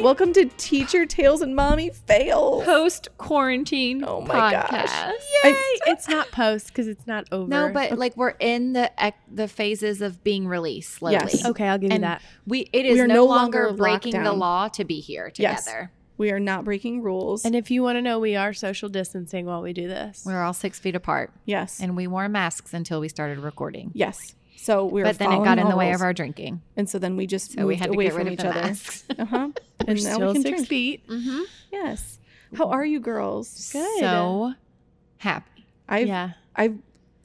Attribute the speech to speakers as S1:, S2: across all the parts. S1: Welcome to Teacher Tales and Mommy Fails.
S2: Post quarantine
S1: Oh my gosh.
S2: podcast.
S3: I- it's not post because it's not over.
S4: No, but like we're in the ec- the phases of being released slowly.
S1: Yes.
S3: okay, I'll give you
S4: And
S3: that.
S4: we it is
S1: We are
S4: no,
S1: no
S4: longer,
S1: longer
S4: breaking the
S1: lockdown.
S4: law to be here
S1: Yes.
S4: together.
S1: We are not breaking rules.
S3: And if you want to know, we are social distancing while we do this.
S4: We're all six feet apart,
S1: yes.
S4: and we wore masks until we started recording.
S1: yes. So we were
S4: but then it
S1: following
S4: got in
S1: all
S4: the way of
S1: rules.
S4: our drinking,
S1: And so then we just
S4: so we
S1: moved
S4: had to
S1: away
S4: get rid
S1: from
S4: of
S1: each
S4: the
S1: other.
S4: masks.
S1: Uh-huh.
S3: We're
S1: and now
S3: still
S1: we can
S3: six
S1: drink.
S3: feet.
S4: mm-hmm.
S1: Yes. How are you girls?
S3: Good.
S4: So happy.
S1: I've
S3: yeah.
S1: I've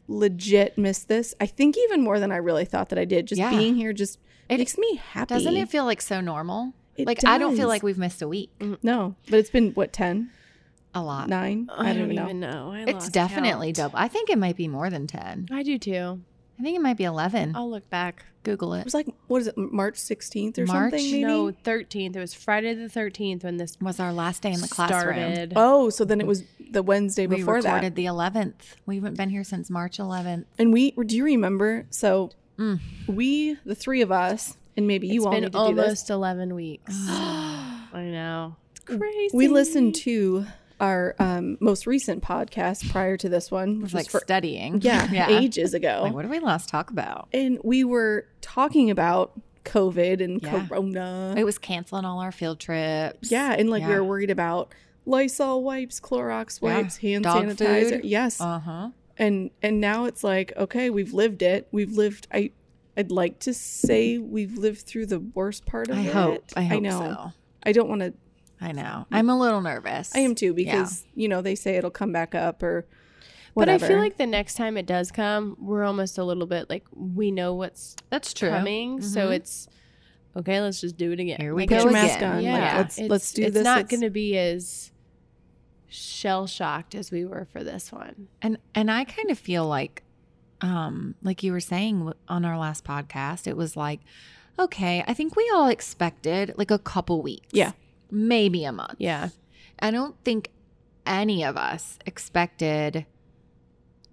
S1: legit missed this. I think even more than I really thought that I did. Just
S4: Yeah.
S1: being here just
S4: It-
S1: makes me happy.
S4: Doesn't it feel like so normal?
S1: It
S4: like I don't feel
S1: does.
S4: like we've missed a week.
S1: No, but it's been what 10,
S4: A lot.
S1: 9? I, don't, know.
S3: even know. I
S4: it's
S3: lost
S4: definitely
S3: count.
S4: double. I think it might be more than ten.
S3: I do too.
S4: I think it might be eleven.
S1: Oh.
S3: I'll look back.
S4: Google
S1: It
S4: it.
S1: was like what is it, March 16th or
S4: March?
S1: something maybe?
S3: No, 13th. It was Friday the 13th when this
S4: Was our last day in the classroom.
S3: started.
S1: Oh, so then it was the Wednesday
S4: We
S1: before that.
S4: recorded the 11th. We haven't been here since March 11th.
S1: And we do you remember? So
S4: Mm.
S1: we, the three of us, and maybe you
S3: it's
S1: all
S3: been
S1: need to do this.
S3: almost 11 weeks. I know. It's crazy.
S1: We listened to our um, most recent podcast prior to this one,
S4: It
S1: which was
S4: was like
S1: for
S4: studying.
S1: yeah, ages ago.
S4: Like, what did we last talk about?
S1: and we were talking about COVID and
S4: Yeah.
S1: Corona.
S4: It was canceling all our field trips.
S1: yeah, and like we
S4: Yeah.
S1: were worried about Lysol wipes, Clorox
S4: Yeah.
S1: wipes, hand
S4: Dog
S1: sanitizer.
S4: food.
S1: Yes,
S4: Uh huh.
S1: and and now it's like okay, we've lived it. We've lived. I I'd like to say we've lived through the worst part of
S4: I
S1: it.
S4: hope. I hope
S1: know.
S4: so.
S1: I don't want to.
S4: I know. I'm a little nervous.
S1: I am too because you know they say it'll come back up or.
S3: But I
S1: Whatever.
S3: feel like the next time it does come, we're almost a little bit like we know what's
S4: That's true.
S3: coming. So
S4: Mhm.
S3: it's okay, let's just do it again.
S4: Here we
S3: Like,
S4: go
S1: put your mask
S4: again.
S1: on.
S3: Yeah.
S1: Yeah, like, let's
S3: It's-
S1: let's do
S3: it's
S1: this.
S3: not
S1: It's-
S3: going to be as shell shocked as we were for this one.
S4: And and I kind of feel like, um, like you were saying w- on our last podcast, it was like, okay, I think we all expected like a couple weeks.
S1: Yeah.
S4: Maybe a month.
S3: Yeah.
S4: I don't think any of us expected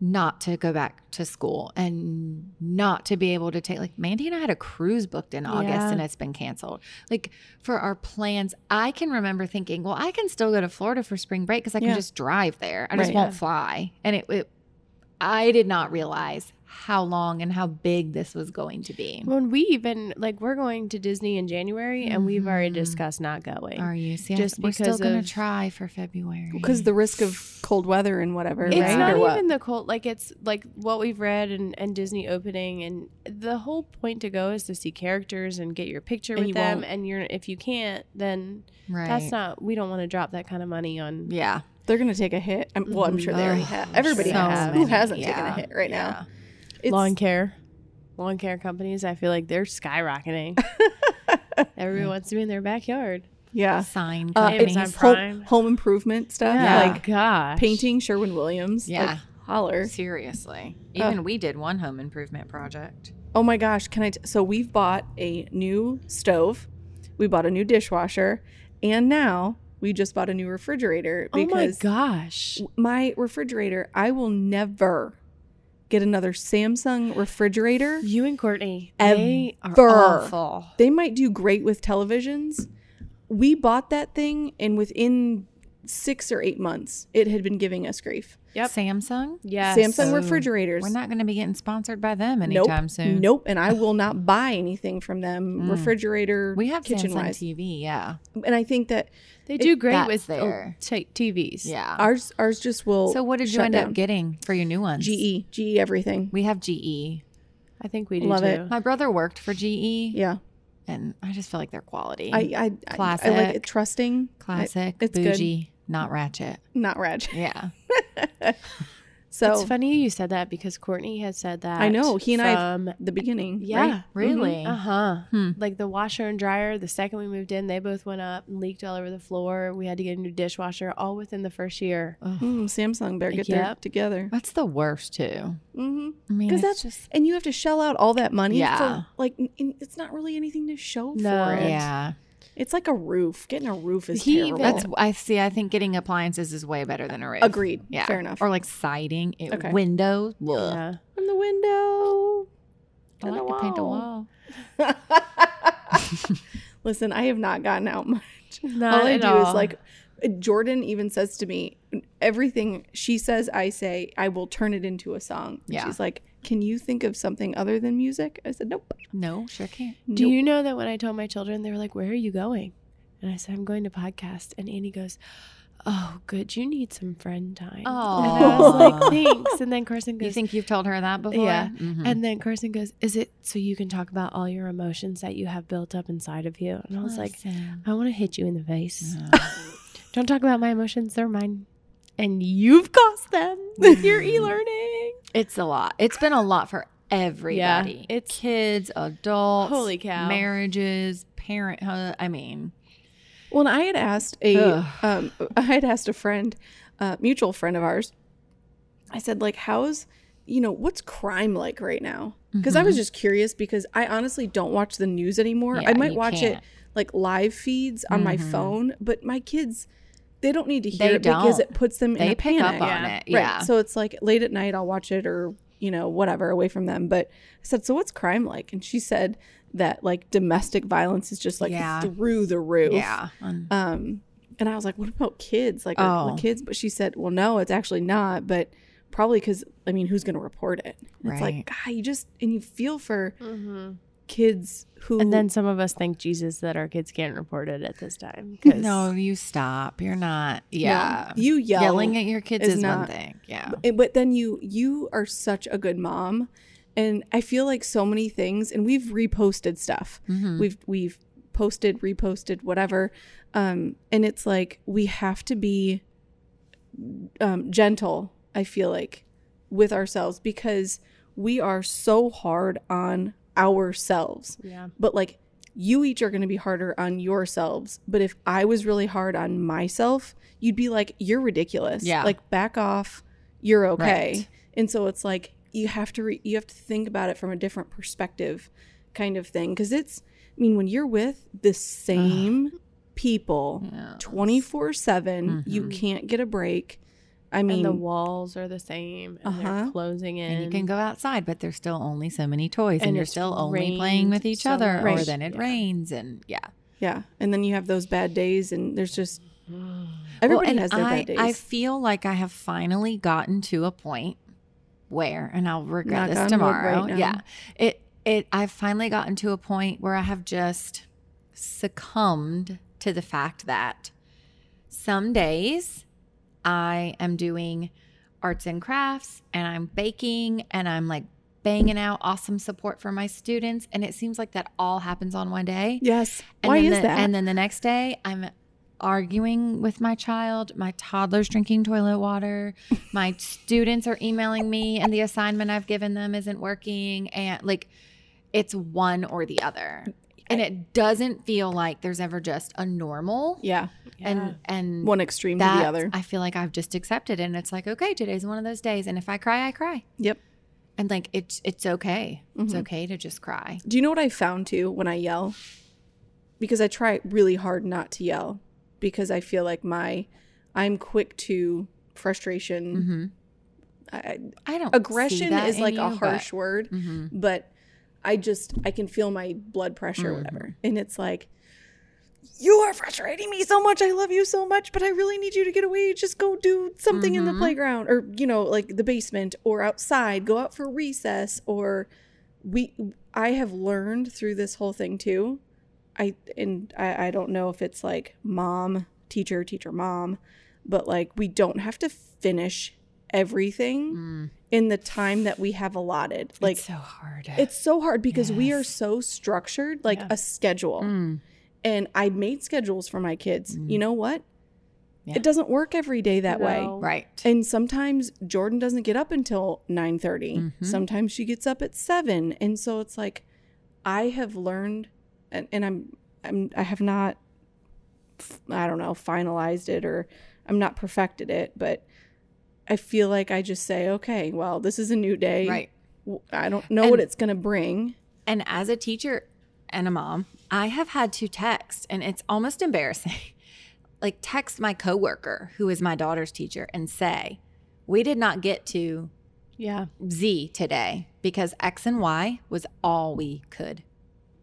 S4: not to go back to school and not to be able to take like Mandy and I had a cruise booked in August
S3: Yeah.
S4: and it's been canceled. Like for our plans, I can remember thinking, well, I can still go to Florida for spring break because I can
S1: Yeah.
S4: just drive there. I just
S1: Right.
S4: won't fly. And it, it I did not realize how long and how big this was going to be.
S3: When we even like we're going to Disney in January and we've already
S4: Mhm.
S3: discussed not going.
S4: Are you? See,
S3: Just
S4: just we're still
S3: because
S4: going
S3: of-
S4: to try for February
S1: because the risk of cold weather and whatever,
S3: It's
S1: right?
S3: not
S1: or what?
S3: even the cold. Like it's like what we've read and, and Disney opening, and the whole point to go is to see characters and get your picture
S1: And
S3: with
S1: you
S3: them.
S1: won't.
S3: And you're if you can't, then
S4: right.
S3: that's not. We don't want to drop that kind of money on.
S4: yeah.
S1: They're going to take a hit. I'm, well, I'm sure they already
S4: Ugh,
S1: have. Everybody
S3: so
S1: has. Who
S3: many,
S1: hasn't taken a
S4: yeah,
S1: hit right now?
S4: yeah.
S1: It's,
S3: lawn care, lawn care companies. I feel like they're skyrocketing. Everyone wants to be in their backyard.
S1: yeah.
S4: Sign
S1: Uh,
S4: companies.
S3: Amazon
S1: it's home,
S3: Prime.
S1: home improvement stuff,
S4: Yeah.
S1: like
S3: gosh,
S1: painting Sherwin Williams. like,
S4: Yeah.
S1: holler.
S4: Seriously.
S1: Uh,
S4: Even we did one home improvement project.
S1: Oh my gosh. Can I? T- so we've bought a new stove, we bought a new dishwasher, and now we just bought a new refrigerator
S3: Oh my
S1: because
S3: gosh.
S1: my refrigerator, I will never get another Samsung refrigerator.
S3: You and Courtney, they are
S1: Ever.
S3: awful.
S1: they might do great with televisions. We bought that thing, and within six or eight months, it had been giving us grief.
S3: Yep.
S4: Samsung?
S3: Yes.
S1: Samsung
S4: Ooh.
S1: refrigerators.
S4: We're not going to be getting sponsored by them
S1: Nope.
S4: anytime soon.
S1: Nope, and I will not buy anything from them,
S4: Mm.
S1: refrigerator,
S4: We have
S1: kitchen
S4: Samsung
S1: wise.
S4: TV. Yeah.
S1: And I think that
S3: They do great
S4: that's
S3: with oh,
S4: their-
S3: t- TVs.
S4: Yeah.
S1: ours ours just will.
S4: Uh, so what did you
S1: Oh, shut
S4: end
S1: down. E.
S4: up getting for your new ones?
S1: GE, GE everything.
S4: We have GE.
S3: I think we do
S1: Love
S3: too.
S1: it.
S4: My brother worked for GE
S1: Yeah,
S4: and I just feel like their quality.
S1: I I, I, I like
S4: Classic.
S1: it. Trusting, I-
S4: Classic,
S1: it's good.
S4: bougie, not ratchet.
S1: not ratchet.
S4: Yeah.
S1: So
S3: it's funny you said that because Courtney has said that.
S1: I know, he and I-
S3: from-
S1: the beginning.
S3: Yeah.
S1: right?
S4: Really?
S1: Uh-huh.
S3: Uh huh.
S4: Hmm.
S3: Like the washer and dryer, the second we moved in, they both went up and leaked all over the floor. We had to get a new dishwasher all within the first year.
S1: Mm, Samsung better get their
S3: Yep.
S1: together.
S4: That's the worst too.
S1: Mm-hmm.
S4: I mean,
S1: 'Cause
S4: it's
S1: that's-
S4: just
S1: and you have to shell out all that money
S4: Yeah.
S1: for like n- n- it's not really anything to show
S3: No.
S1: for it.
S4: yeah.
S1: It's like a roof. Getting a roof is
S3: He even-
S1: terrible.
S4: That's I see. I think getting appliances is way better than a roof.
S1: agreed.
S4: Yeah.
S1: Fair enough.
S4: Or like siding, it,
S1: Okay.
S4: windows. Ugh.
S3: Yeah.
S1: on the window.
S4: I
S1: and
S4: like
S1: the
S4: to paint a
S1: wall.
S4: wall.
S1: Listen, I have not gotten out much. much.
S3: Not
S1: all I
S3: at
S1: do
S3: all.
S1: is like Jordan even says to me, everything she says, I say, I will turn it into a song. And
S4: Yeah.
S1: She's like, Can you think of something other than music? I said, Nope.
S4: No, sure can't.
S3: Do
S1: nope."
S3: you know that when I told my children, they were like, Where are you going? And I said, I'm going to podcast. And Annie goes, Oh, good. You need some friend time. And I was
S1: Aw.
S3: like, Thanks. And then Carson
S4: You
S3: goes,
S4: think you've told her that before?
S3: Yeah.
S4: Mhm.
S3: And then Carson goes, Is it so you can talk about all your emotions that you have built up inside of you? And I was like,
S4: Listen.
S3: I want to hit you in the face.
S4: Yeah.
S3: Don't talk about my emotions. They're mine. And you've caused them with your e learning.
S4: it's a lot. It's been a lot for everybody.
S3: it's-
S4: kids, adults,
S3: Holy cow.
S4: marriages, parenthood. I mean,
S1: Well, and I had asked a
S4: Ugh.
S1: um, I had asked a friend, a mutual friend of ours. I said, like, how's you know what's crime like right now? Because I
S4: mm-hmm.
S1: was just curious because I honestly don't watch the news anymore.
S4: Yeah,
S1: I might
S4: you
S1: watch it
S4: can't. Mm-hmm.
S1: like live feeds on my phone, but my kids they don't need to hear
S4: They
S1: it because
S4: don't.
S1: it puts them in
S4: they
S1: a
S4: pick
S1: panic.
S4: up on
S3: Yeah.
S4: it. Yeah.
S1: Right. So it's like late at night, I'll watch it or, you know, whatever away from them. But I said, So what's crime like? And she said that like domestic violence is just like
S4: Yeah.
S1: through the roof.
S4: yeah. Um,
S1: Um, and I was like, What about kids? Like, are
S4: Oh.
S1: the kids? But she said, Well, no, it's actually not. But probably because, I mean, who's going to report it? And It's
S4: Right.
S1: like, God, you just, and you feel for
S3: Mm-hmm.
S1: kids who.
S3: And then some of us thank Jesus that our kids can't report it at this time. 'cause-
S4: No, you stop. You're not.
S1: you know,
S4: Yeah.
S1: you yell.
S4: Yelling at your kids
S1: is
S4: is, one
S1: not-
S4: thing. Yeah.
S1: But- but then you you are such a good mom and i feel like so many things and we've reposted stuff
S4: Mhm.
S1: we've we've posted reposted whatever um and it's like we have to be um gentle i feel like with ourselves because we are so hard on ourselves
S3: Yeah.
S1: but like you each are going to be harder on yourselves but if i was really hard on myself you'd be like you're ridiculous
S4: Yeah.
S1: like back off you're okay
S4: Right.
S1: and so it's like you have to re- you have to think about it from a different perspective kind of thing because it's i mean when you're with the same people
S4: Yeah.
S1: 24 7
S4: Mm-hmm.
S1: you can't get a break i mean
S3: and the walls are the same and they're
S1: Uh-huh.
S3: closing in.
S4: And you can go outside, but there's still only so many toys, and,
S3: And
S4: you're
S3: it's
S4: still only playing with
S3: rained
S4: each
S3: so
S4: other,
S3: much.
S4: or then it
S3: Yeah.
S4: rains, and yeah.
S1: yeah and then you have those bad days and there's just everybody
S4: and
S1: has their
S4: I,
S1: bad days
S4: I feel like I have finally gotten to a point where, and I'll
S1: Knock
S4: regret this
S1: on wood
S4: tomorrow.
S1: right now.
S4: yeah, it it I've finally gotten to a point where I have just succumbed to the fact that some days I am doing arts and crafts and I'm baking and I'm like banging out awesome support for my students and it seems like that all happens on one day.
S1: yes
S4: And
S1: why
S4: then
S1: is
S4: the-
S1: that
S4: And then the next day, I'm arguing with my child. My toddler's drinking toilet water. my students are emailing me, and the assignment I've given them isn't working. And like, it's one or the other. And it doesn't feel like there's ever just a normal.
S1: yeah
S4: And and
S1: one extreme to
S4: that
S1: the other
S4: I feel like I've just accepted, and it's like, okay, today's one of those days, and if I cry, I cry,
S1: yep
S4: and like it's it's okay. It's
S1: Mhm.
S4: okay to just cry.
S1: Do you know what I found too when I yell? Because I try really hard not to yell because I feel like my I'm quick to frustration.
S4: hmm
S1: I, I,
S4: I don't see
S1: aggression
S4: that
S1: is
S4: in
S1: like a
S4: you, but-
S1: harsh word,
S4: Mhm.
S1: but I just I can feel my blood pressure or
S4: Mhm.
S1: whatever. And it's like you are frustrating me so much. I love you so much, but I really need you to get away. Just go do something in the
S4: Mhm.
S1: playground or you know, like the basement or outside, go out for recess or we I have learned through this whole thing too. I and I, I don't know if it's like mom, teacher, teacher, mom, but like we don't have to finish everything
S4: Mm.
S1: in the time that we have allotted. Like
S4: it's so hard.
S1: it's so hard because we are
S4: Yes.
S1: so structured, like
S3: Yeah.
S1: a schedule.
S4: Mm.
S1: And I made schedules for my kids.
S4: Mm.
S1: You know what?
S4: Yeah.
S1: It doesn't work every day that way.
S3: No.
S4: right.
S1: And sometimes Jordan doesn't get up until 9 30.
S4: Mhm.
S1: Sometimes she gets up at seven. And so it's like I have learned and, and I'm I'm I have not f- I don't know, finalized it or I'm not perfected it, but I feel like I just say, okay, well, this is a new day
S4: right.
S1: w- I don't know
S4: And-
S1: what it's going to bring.
S4: And as a teacher and a mom, I have had to text, and it's almost embarrassing. like text my coworker, who is my daughter's teacher, and say, "We did not get to
S3: yeah.
S4: Z today because X and Y was all we could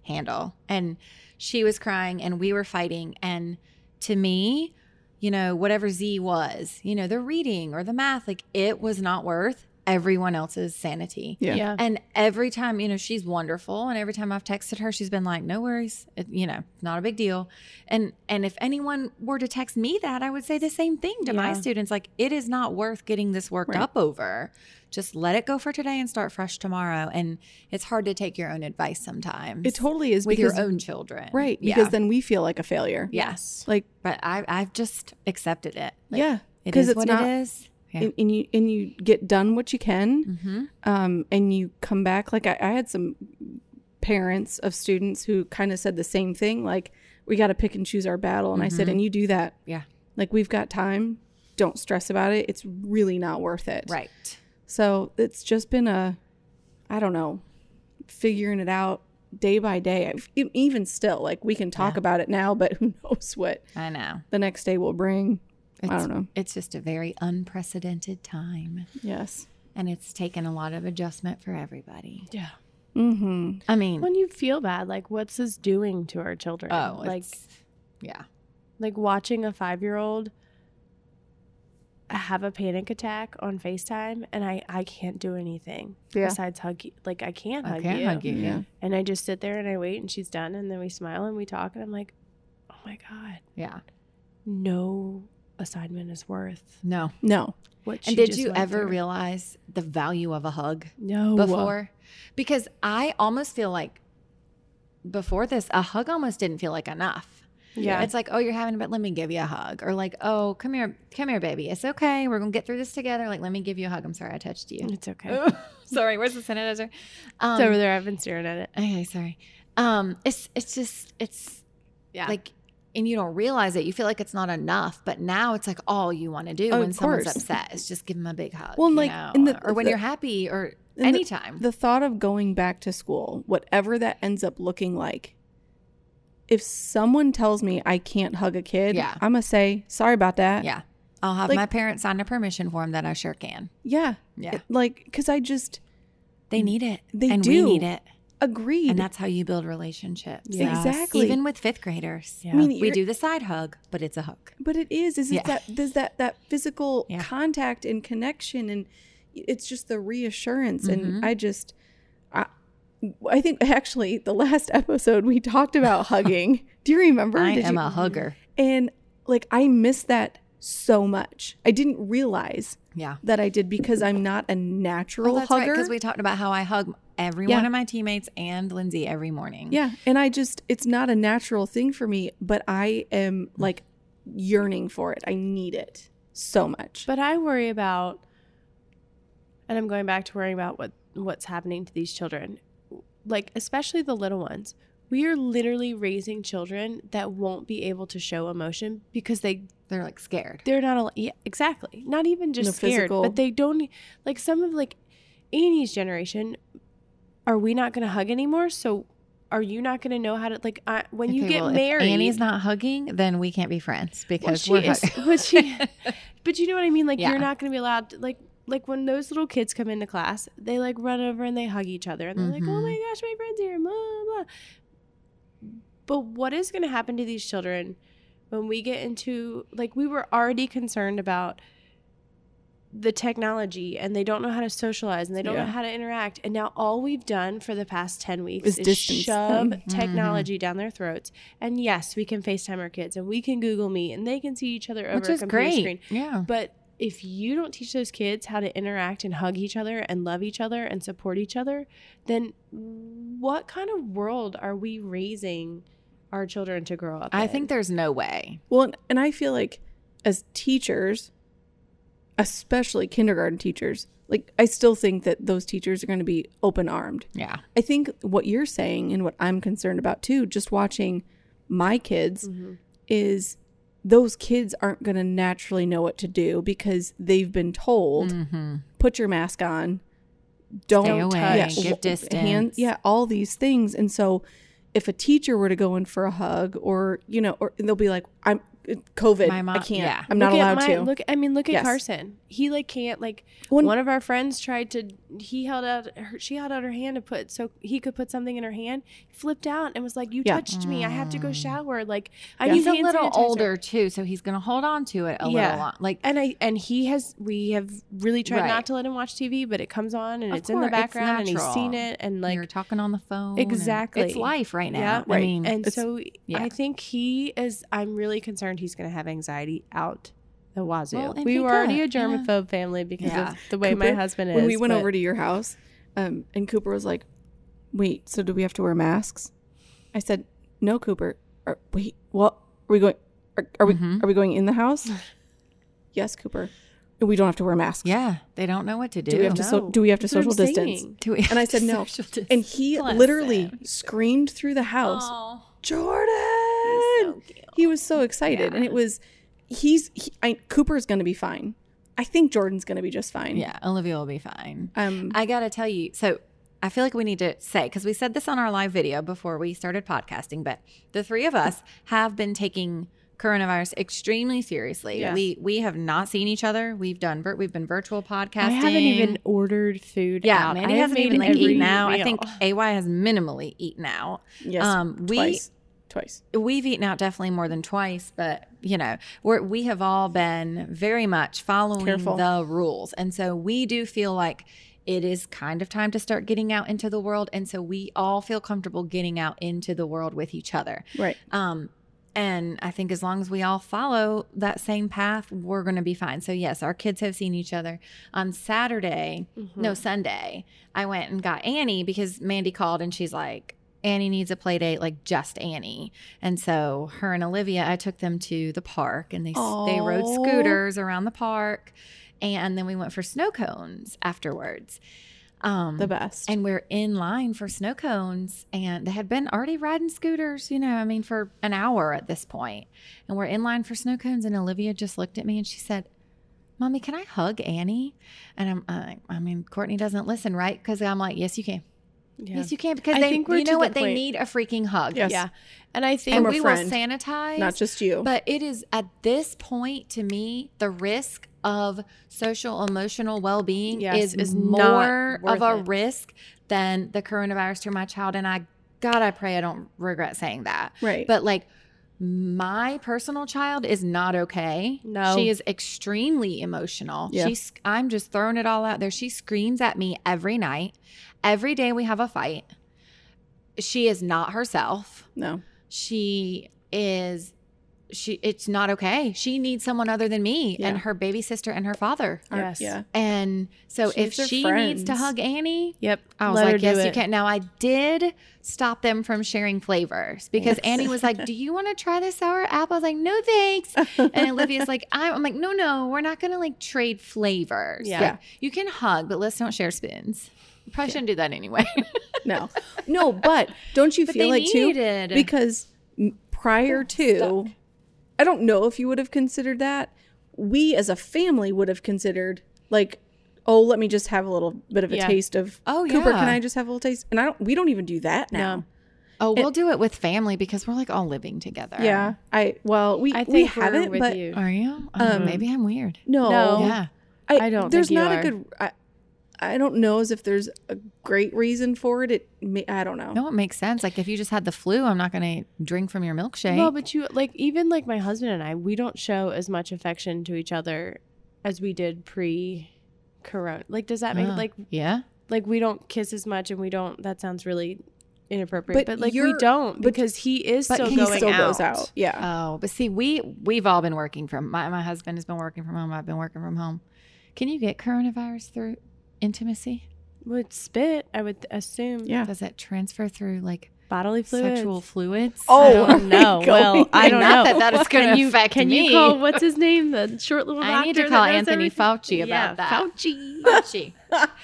S4: handle. And she was crying and we were fighting. And to me, you know, whatever Z was, you know, the reading or the math, like it was not worth everyone else's sanity.
S1: Yeah.
S3: yeah.
S4: And every time, you know, she's wonderful. And every time I've texted her, she's been like, no worries, it, you know, not a big deal. And and if anyone were to text me that, I would say the same thing to my
S3: Yeah.
S4: students. Like, it is not worth getting this worked
S1: Right.
S4: up over. Just let it go for today and start fresh tomorrow. And it's hard to take your own advice sometimes.
S1: It totally is
S4: with
S1: because
S4: your own children.
S1: right
S4: Yeah.
S1: because then we feel like a failure.
S4: yes.
S1: Like
S4: But I I've just accepted it. Like,
S1: yeah,
S4: It
S1: 'cause
S4: is
S1: it's
S4: what
S1: not-
S4: it is. Yeah.
S1: and, and you and you get done what you can.
S4: hmm
S1: um, and you come back like I, I had some parents of students who kind of said the same thing like we got to pick and choose our battle and i said
S4: Mhm.
S1: and you do that
S4: Yeah.
S1: like we've got time don't stress about it it's really not worth it
S4: Right.
S1: so it's just been a i don't know figuring it out day by day I've- e- even still like we can talk
S4: Yeah.
S1: about it now but who knows what
S4: I know.
S1: the next day will bring
S4: It's,
S1: i don't know
S4: It's just a very unprecedented time.
S1: yes
S4: And it's taken a lot of adjustment for everybody.
S3: Yeah.
S1: mm-hmm
S4: I mean,
S3: When you feel bad, like what's this doing to our children?
S4: oh,
S3: like
S4: it's- yeah.
S3: like watching a five year old have a panic attack on FaceTime, and I I can't do anything
S1: Yeah.
S3: besides hug you. Like I can't hug you.
S1: Yeah.
S3: And I just sit there and I wait, and she's done, and then we smile and we talk, and I'm like, oh my god,
S4: Yeah.
S3: no assignment is worth
S4: No.
S1: no
S3: what. she
S4: And did
S3: just
S4: you
S3: went
S4: ever
S3: through.
S4: realize the value of a hug
S3: no
S4: before? Because I almost feel like before this, a hug almost didn't feel like enough.
S3: Yeah.
S4: It's like, oh, you're having, but let me give you a hug. Or like, oh, come here, come here, baby. It's okay. We're going to get through this together. Like, let me give you a hug. I'm sorry I touched you.
S3: It's okay.
S4: Oh. sorry, where's the sanitizer? Um,
S3: it's over there. I've been staring at it.
S4: Okay, sorry. Um, it's it's just it's
S3: Yeah.
S4: like, and you don't realize it. You feel like it's not enough, but now it's like all you want to do
S1: Of
S4: when someone's
S1: course.
S4: upset is just give them a big hug.
S1: Well, and,
S4: you
S1: like,
S4: know,
S1: and the-
S4: or when
S1: the-
S4: you're happy, or
S1: and the-
S4: anytime.
S1: the thought of going back to school, whatever that ends up looking like, if someone tells me I can't hug a kid,
S4: Yeah.
S1: I'm gonna say sorry about that.
S4: yeah, I'll have
S1: Like-
S4: my parents sign a permission form that I sure can.
S1: yeah,
S4: Yeah,
S1: like because I just
S4: they need it.
S1: Mm. They
S4: and
S1: do.
S4: we need it,
S1: agreed.
S4: and that's how you build relationships.
S3: Yeah.
S1: Exactly.
S4: Even with fifth graders,
S3: Yeah.
S1: I mean,
S4: we
S1: you're-
S4: do the side hug, but it's a hug.
S1: but it is is
S4: Yeah.
S1: it that there's that that physical
S4: Yeah.
S1: contact and connection, and it's just the reassurance.
S4: Mhm.
S1: And I just, I, I think actually the last episode we talked about hugging. Do you remember?
S4: I
S1: Did
S4: am
S1: you-
S4: a hugger.
S1: And like I miss that so much. I didn't realize
S4: Yeah.
S1: that I did because I'm not a natural
S4: Well, Oh, that's right
S1: hugger.
S4: because we talked about how I hug every
S1: Yeah.
S4: one of my teammates and Lindsay every morning.
S1: yeah, and I just it's not a natural thing for me, but I am
S4: Mm.
S1: like yearning for it. I need it so much.
S3: But I worry about, and I'm going back to worrying about what what's happening to these children, like especially the little ones. We are literally raising children that won't be able to show emotion because they
S4: They're like scared.
S3: they're not al- yeah, exactly not even just
S1: No
S3: scared,
S1: physical-
S3: but they don't e, like some of like Annie's generation. Are we not going to hug anymore? So are you not going to know how to like I, when you
S4: Okay,
S3: get
S4: well, if
S3: married?
S4: Annie's not hugging, then we can't be friends
S3: well,
S4: because
S3: she
S4: we're
S3: is,
S4: hug-
S3: but she But you know what I mean? Like
S4: Yeah.
S3: you're not going to be allowed to, like like when those little kids come into class, they like run over and they hug each other and they're like, "Oh
S4: Mhm.
S3: my gosh, my friends here." Blah blah. But what is going to happen to these children when we get into like we were already concerned about the technology and they don't know how to socialize and they don't
S1: Yeah.
S3: know how to interact and now all we've done for the past 10 weeks
S1: Is
S3: is,
S1: distance
S3: shove
S1: them.
S4: Mm-hmm.
S3: technology down their throats and yes we can facetime our kids and we can google meet and they can see each other over
S4: which
S3: a
S4: is
S3: computer
S4: great.
S3: screen
S4: Yeah.
S3: but if you don't teach those kids how to interact and hug each other and love each other and support each other, then what kind of world are we raising our children to grow up?
S4: I
S3: in?
S4: think there's no way.
S1: Well, and- and I feel like as teachers, especially kindergarten teachers, like I still think that those teachers are going to be open-armed.
S4: Yeah.
S1: I think what you're saying and what I'm concerned about too, just watching my kids
S3: Mhm.
S1: is those kids aren't going to naturally know what to do because they've been told
S4: Mm-hmm.
S1: put your mask on don't
S4: Stay away,
S3: touch.
S1: w-
S4: give distance.
S1: yeah all these things and so if a teacher were to go in for a hug or you know or and they'll be like i'm uh, COVID.
S4: My mom-
S1: I can't.
S4: yeah.
S1: I'm not
S3: Look at
S1: allowed
S3: my-
S1: to.
S3: Look, I mean, look at
S1: Yes.
S3: Carson. He like can't like.
S1: When-
S3: one of our friends tried to. He held out. Her, she held out her hand to put so he could put something in her hand. Flipped out and was like, "You
S1: Yeah.
S3: touched me. I have to go
S4: Mm.
S3: shower." Like I
S1: Yeah.
S3: need
S4: He's a
S3: hand
S4: little
S3: sanitizer."
S4: older too, so he's gonna hold on to it a
S3: Yeah.
S4: little long. Like
S3: And I and he has we have really tried
S4: Right.
S3: not to let him watch TV, but it comes on and
S4: Of
S3: it's in
S4: course,
S3: the
S4: it's
S3: background and he's seen
S4: natural.
S3: it and like
S4: you're talking on the phone. and
S3: Exactly.
S4: It's life right now.
S3: Yeah,
S4: I
S1: right.
S4: mean,
S3: and
S1: It's-
S3: so
S4: yeah.
S3: I think he is. I'm really concerned he's going to have anxiety out the wazoo.
S4: Well, and
S3: we
S4: he
S3: were already a
S4: could, yeah.
S3: germophobe family because
S4: Yeah.
S3: of the way my
S1: Cooper,
S3: husband is.
S1: when we went
S3: but-
S1: over to your house, um, and Cooper was like, "Wait, so do we have to wear masks?" I said, "No, Cooper. Are, wait, what? Are we going? Are, are we?
S4: Mhm.
S1: Are we going in the house?" yes, Cooper. We don't have to wear masks.
S4: yeah, they don't know what to do.
S1: Do we have to? So,
S3: No.
S1: do we have to
S3: That's what I'm
S1: social distance?
S3: saying.
S4: Do we have
S1: I
S4: to
S1: said no.
S4: social distance?
S1: And he
S4: Bless
S1: literally
S4: him.
S1: screamed through the house,
S4: Aw.
S1: Jordan. he was so excited, and it was. He's he, I, Cooper's going to be fine. I think Jordan's going to be just fine.
S4: Yeah, Olivia will be fine.
S1: Um.
S4: I gotta tell you, so I feel like we need to say because we said this on our live video before we started podcasting, but the three of us have been taking coronavirus extremely seriously.
S3: Yeah.
S4: We we have not seen each other. We've done vir- we've been virtual podcasting.
S3: I haven't even ordered food.
S4: yeah,
S3: out.
S4: Mandy
S3: I have
S4: hasn't
S3: made
S4: even like
S3: every
S4: eaten out. I
S3: meal.
S4: think AY has minimally eaten out.
S1: yes.
S4: um we
S1: twice. Twice.
S4: we've eaten out definitely more than twice, but you know, we're, we have all been very much following
S1: Careful.
S4: the rules. And so we do feel like it is kind of time to start getting out into the world. And so we all feel comfortable getting out into the world with each other.
S1: Right.
S4: Um, and I think as long as we all follow that same path, we're going to be fine. So, yes, our kids have seen each other. On Saturday,
S3: Oh.
S4: no,
S1: Mm-hmm.
S4: Sunday, I went and got Annie because Mandy called and she's like, Annie needs a play date, like just Annie. And so her and Olivia, I took them to the park and they, they rode
S1: Aw.
S4: scooters around the park. And then we went for snow cones afterwards. Um,
S1: The best.
S4: and we're in line for snow cones, and they had been already riding scooters, you know, I mean, for an hour at this point. And we're in line for snow cones, and Olivia just looked at me and she said, Mommy, can I hug Annie? And I'm, uh, I mean, Courtney doesn't listen, right? Because I'm like, yes, you can.
S3: Yeah.
S4: Yes, you can. Because
S3: I
S4: they,
S3: think we're
S4: you
S3: to
S4: know
S3: the
S4: what? They
S3: point-
S4: need a freaking hug.
S1: Yes.
S3: yeah, and I think
S4: And
S1: a
S4: we
S1: friend,
S4: will sanitize.
S1: Not just you.
S4: But it is at this point to me, the risk of social emotional well being
S3: Yes,
S4: is,
S3: is not
S4: more of
S3: worth
S4: a
S3: it.
S4: risk than the coronavirus to my child. And I, God, I pray I don't regret saying that.
S1: right.
S4: But like, my personal child is not okay.
S3: No.
S4: She is extremely emotional.
S1: Yeah.
S4: She's I'm just throwing it all out there. She screams at me every night. Every day we have a fight. She is not herself
S1: no.
S4: she is she it's not okay she needs someone other than me
S1: Yeah.
S4: and her baby sister and her father
S1: Our-
S3: Yes.
S1: Yeah.
S4: and so
S1: She
S4: if
S1: needs her
S4: she needs to
S1: friends.
S4: hug annie
S3: yep.
S4: I was
S3: Let her
S4: like,
S3: do
S4: yes, you
S3: it.
S4: can. Now, I did stop them from sharing flavors because
S1: Yes.
S4: Annie was like, Do you want to try the sour apple? I was like, No, thanks. And Olivia's like, I'm, I'm like, No, no, we're not going to like trade flavors.
S3: Yeah.
S4: Like, you can hug, but let's don't share spoons. You probably shouldn't do that anyway.
S1: No. No. But don't you
S4: but
S1: feel
S4: they
S1: like too?
S4: needed.
S1: because m- prior to i don't know if you would have considered that we as a family would have considered like oh let me just have a little bit of a
S3: Yeah.
S1: taste of
S4: Oh,
S1: cooper
S4: yeah.
S1: can i just have a little taste and i don't we don't even do that now
S4: Oh, we'll do it with family because we're like all living together.
S1: yeah i well we
S3: I think
S1: we
S3: we're
S1: haven't
S3: with
S1: but
S3: you.
S4: Are you? Oh,
S1: Um,
S4: maybe I'm weird.
S1: no,
S3: No.
S4: Yeah.
S3: I don't think
S1: there's
S3: you
S1: not
S3: are.
S1: a good I, I don't know as if there's a great reason for it it may, i don't know
S4: No, it makes sense. Like if you just had the flu, I'm not going to drink from your milkshake.
S3: Well, but you like even like my husband and I, we don't show as much affection to each other as we did pre corona. Like does that make
S4: Huh.
S3: like
S4: Oh, yeah.
S3: like we don't kiss as much and we don't that sounds really
S1: But
S3: inappropriate. But, like we
S1: you're-
S3: don't
S1: but-
S3: because he is
S4: but
S3: still
S4: he
S1: he
S3: going
S1: still
S3: out.
S1: goes out yeah
S4: Oh, but see, we we've all been working from my my husband has been working from home. I've been working from home. Can you get coronavirus through intimacy?
S3: Would spit, I would assume.
S1: yeah
S4: Does it transfer through like
S3: Bodily fluids.
S4: sexual fluids?
S1: Oh,
S3: I
S1: are
S3: don't
S1: we
S3: know. Well,
S1: going
S3: I
S1: there?
S3: don't
S4: Not that
S3: know
S4: that is
S3: Can
S4: gonna
S3: you-
S4: affect
S3: Can
S4: me.
S3: you call what's his name? The short little.
S4: I need
S3: doctor
S4: to
S3: that
S4: call
S3: knows
S4: Anthony
S3: everything?
S4: Fauci about
S3: Yeah,
S4: that.
S3: Fauci.
S4: Fauci.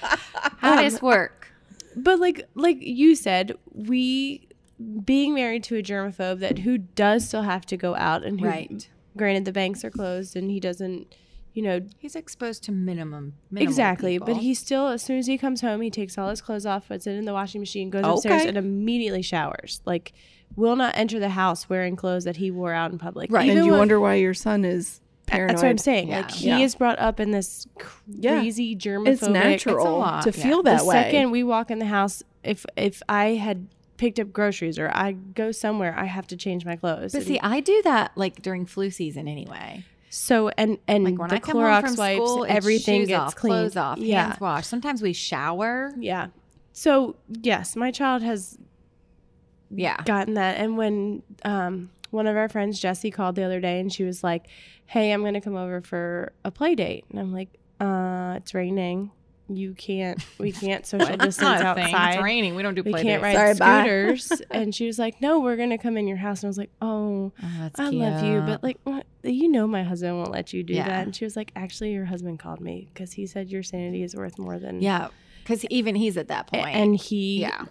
S4: How does work?
S3: But like like you said, we being married to a germaphobe that who does still have to go out and who,
S4: Right.
S3: granted the banks are closed and he doesn't you know,
S4: He's exposed to minimum. minimal
S3: exactly. But
S4: people.
S3: he still, as soon as he comes home, he takes all his clothes off, puts it in the washing machine, goes upstairs,
S4: Okay.
S3: and immediately showers. Like, will not enter the house wearing clothes that he wore out in public.
S4: Right.
S3: Even
S1: and you
S3: when-
S1: wonder why your son is paranoid.
S3: That's what I'm saying.
S4: Yeah.
S3: Like he
S1: Yeah.
S3: is brought up in this
S1: Yeah.
S3: crazy germophobic.
S1: It's natural
S4: lot,
S1: to
S4: yeah.
S1: feel
S3: Uh, The
S1: that way.
S3: second we walk in the house, if if I had picked up groceries or I go somewhere, I have to change my clothes.
S4: But
S3: And
S4: see, I do that like during flu season anyway.
S3: so and and
S4: Like when
S3: Mm, the
S4: I come
S3: Clorox
S4: home from
S3: wipes,
S4: school, it's
S3: everything
S4: shoes
S3: gets
S4: off,
S3: clean.
S4: clothes off,
S3: yeah,
S4: hands washed. Sometimes we shower.
S3: yeah. So yes, my child has
S4: Yeah.
S3: gotten that. And when um, one of our friends, Jessie, called the other day and she was like, Hey, I'm going to come over for a play date. And I'm like, uh, It's raining. You can't, we can't social distance outside.
S4: raining. We don't do
S3: We
S4: dates.
S3: can't ride
S1: Sorry, bye.
S3: scooters. and she was like, No, we're going to come in your house. And I was like, Oh,
S4: Oh, that's
S3: I love you.
S4: cute.
S3: But like, what- you know, my husband won't let you do
S4: Yeah.
S3: that. And she was like, Actually, your husband called me because he said your sanity is worth more than.
S4: yeah, because even he's at that
S3: A-
S4: point.
S3: And he
S4: yeah,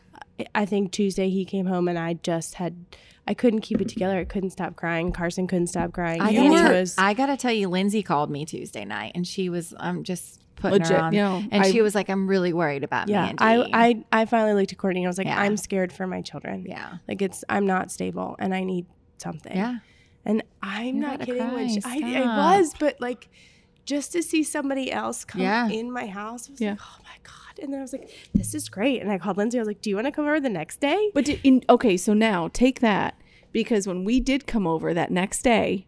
S3: I think Tuesday he came home and I just had I couldn't keep it together. I couldn't stop crying. Carson couldn't stop crying.
S4: I
S3: He
S1: gotta
S4: gotta,
S1: were-
S3: was
S4: I gotta tell you, Lindsay called me Tuesday night, and she was I'm just putting
S1: Legit,
S4: her on,
S1: you know,
S4: and
S1: I-
S4: she was like, "I'm really worried about
S3: yeah.
S4: Mandy."
S3: I, I I finally looked at Courtney and I was like,
S4: Yeah.
S3: I'm scared for my children.
S4: yeah,
S3: Like it's I'm not stable and I need something.
S4: yeah,
S3: And I'm
S4: You
S3: not
S4: gotta
S3: kidding. when she,
S4: cry,
S3: I, I
S4: stop.
S3: was, but like just to see somebody else come
S4: Yeah.
S3: in my house, I was
S1: Yeah.
S3: like, oh my god. And then I was like, this is great. And I called Lindsay. I was like, do you want to come over the next day?
S1: But did, in, okay, so now take that because when we did come over that next day,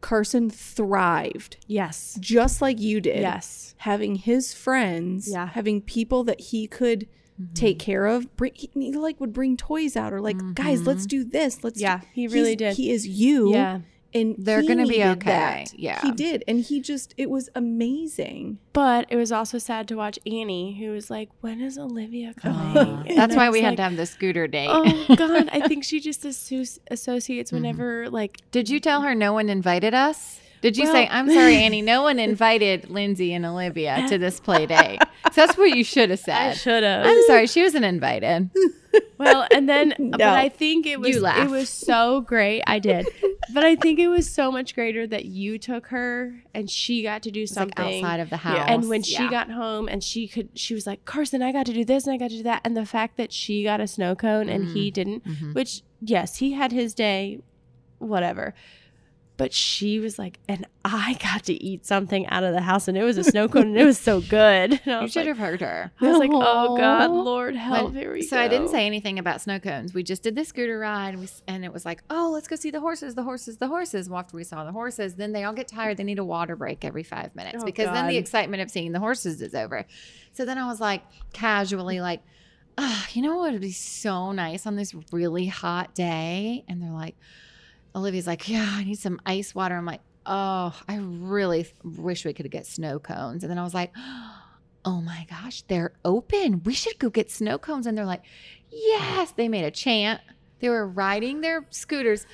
S1: Carson thrived
S3: Yes.
S1: just like you did.
S3: Yes.
S1: having his friends,
S3: Yeah. Mm-hmm.
S1: having people that he could take care of. Bring, he, he, like would bring toys out or like, guys, let's do this. Let's do-"
S3: Mm-hmm. Yeah, he really
S1: He's-
S3: did.
S1: He is you.
S3: yeah.
S1: and
S4: They're
S1: he
S4: gonna be
S1: needed
S4: okay.
S1: that.
S4: Yeah.
S1: he did, and he just it was amazing.
S3: But it was also sad to watch Annie, who was like, "When is Olivia coming?"
S4: Uh,
S3: And
S4: that's
S3: I
S4: why
S3: was
S4: we
S3: like,
S4: had to have the scooter date.
S3: Oh God, I think she just associ- associates
S4: Mm-hmm.
S3: whenever like
S4: Did you tell her no one invited us? Did you
S3: Well-
S4: say, "I'm sorry, Annie, no one invited Lindsay and Olivia to this play day"? So that's what you should have
S3: I
S4: said.
S3: should have.
S4: I'm sorry, she wasn't invited.
S3: Well, and then but
S1: No.
S3: I think it was
S4: laugh.
S3: it was so great. I did, but I think it was so much greater that you took her and she got to do
S4: It's like
S3: something
S4: outside of the house.
S1: Yeah.
S3: And when she
S4: Yeah.
S3: got home and she could, she was like, Carson, I got to do this and I got to do that. And the fact that she got a snow cone and he didn't,
S4: Mhm.
S3: which, yes, he had his day, whatever. But she was like, and I got to eat something out of the house and it was a snow cone and it was so good. And I
S4: you
S3: was,
S4: should
S3: like,
S4: have heard her.
S3: I was like, oh God,
S1: Aw.
S3: Lord
S4: When-
S3: help. here we
S4: so I didn't
S3: go."
S4: say anything about snow cones. We just did the scooter ride, and, we, s- and it was like, oh, let's go see the horses, the horses, the horses. Well, after we saw the horses, then they all get tired. They need a water break every five minutes
S3: Oh,
S4: because then the
S3: God.
S4: excitement of seeing the horses is over. So then I was like, casually, like, oh, you know what would be so nice on this really hot day? And they're like, Olivia's like, yeah, I need some ice water. I'm like, oh, I really f- wish we could get snow cones. And then I was like, oh my gosh, they're open. We should go get snow cones. And they're like, yes. They made a chant. They were riding their scooters.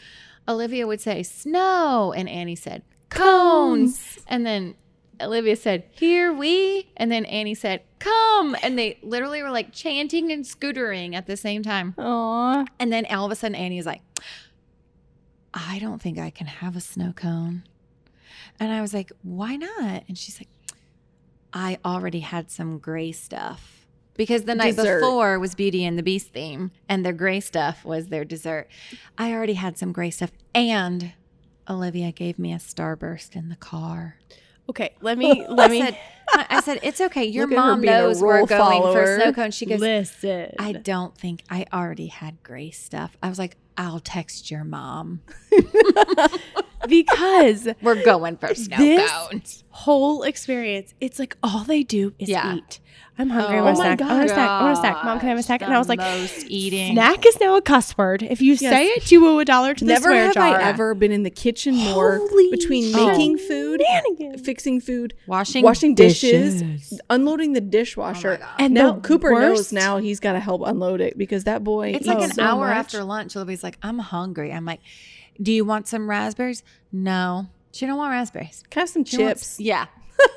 S4: Olivia would say, snow. And Annie said, cones. And then Olivia said, here we. And then Annie said, come. And they literally were like chanting and scootering at the same time.
S3: Aw.
S4: And then all of a sudden, Annie is like, I don't think I can have a snow cone. And I was like, why not? And she's like, I already had some gray stuff because the night
S1: Dessert.
S4: before was Beauty and the Beast theme, and their gray stuff was their dessert. I already had some gray stuff, and Olivia gave me a starburst in the car.
S3: Okay, let me, let
S4: I
S3: me
S4: said, I I said, it's okay. Your
S1: Look at her
S4: mom
S1: being a
S4: knows we're
S1: rule
S4: going for a
S1: follower.
S4: snow cone. She goes,
S3: listen.
S4: I don't think I already had gray stuff. I was like, I'll text your mom.
S3: because
S4: We're going for snow
S3: This-
S4: cones.
S3: whole experience. It's like all they do is
S4: Yeah.
S3: eat. I'm hungry. I want a
S1: Oh my
S3: snack. I want a snack. I want a snack. Mom, can I have a
S4: gosh,
S3: snack? And
S4: the
S3: I was like,
S4: most eating.
S3: snack is now a cuss word. If you
S1: Yes.
S3: say it, you owe a dollar to the
S1: Never
S3: swear
S1: have
S3: jar.
S1: I ever been in the kitchen more
S3: Holy
S1: between
S3: shit.
S1: making food,
S3: Shenanigans.
S1: fixing food,
S4: Washing,
S1: washing dishes, unloading the dishwasher.
S4: Oh God.
S3: And
S1: now
S3: the
S1: Cooper knows
S3: worst-
S1: now he's got to help unload it because that boy
S4: It's like
S1: eats
S4: an
S1: so
S4: hour
S1: much.
S4: after lunch. Olivia's like, I'm hungry. I'm like, do you want some raspberries? No. She don't want raspberries.
S1: Can I have some
S4: She
S1: chips.
S4: wants- yeah.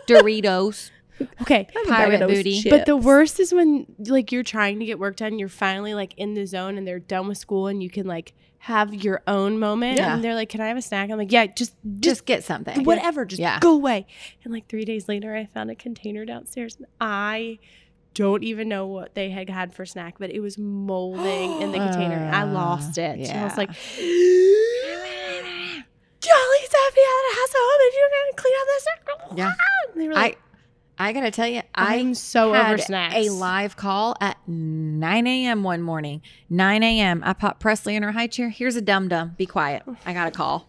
S4: Doritos.
S3: Okay.
S1: I have a bag of
S4: Pirate
S1: those
S4: booty.
S1: chips.
S3: But the worst is when like you're trying to get work done, you're finally like in the zone and they're done with school and you can like have your own moment
S4: Yeah.
S3: and they're like, Can I have a snack? I'm like, Yeah, just just,
S4: Just get something.
S3: whatever, just
S4: Yeah.
S3: go away. And like three days later I found a container downstairs and I don't even know what they had had for snack, but it was molding in the container. and I
S4: Uh,
S3: lost it. And I was
S4: yeah.
S3: like Jolly's happy that it has a home and you're gonna clean up this.
S4: Yeah.
S3: And they were
S4: I
S3: like,
S4: I gotta tell you, I
S3: I, am so
S4: had
S3: over snacks.
S4: a live call at 9 a.m. one morning. 9 a.m. I popped Presley in her high chair. Here's a dum dum. Be quiet. I got a call.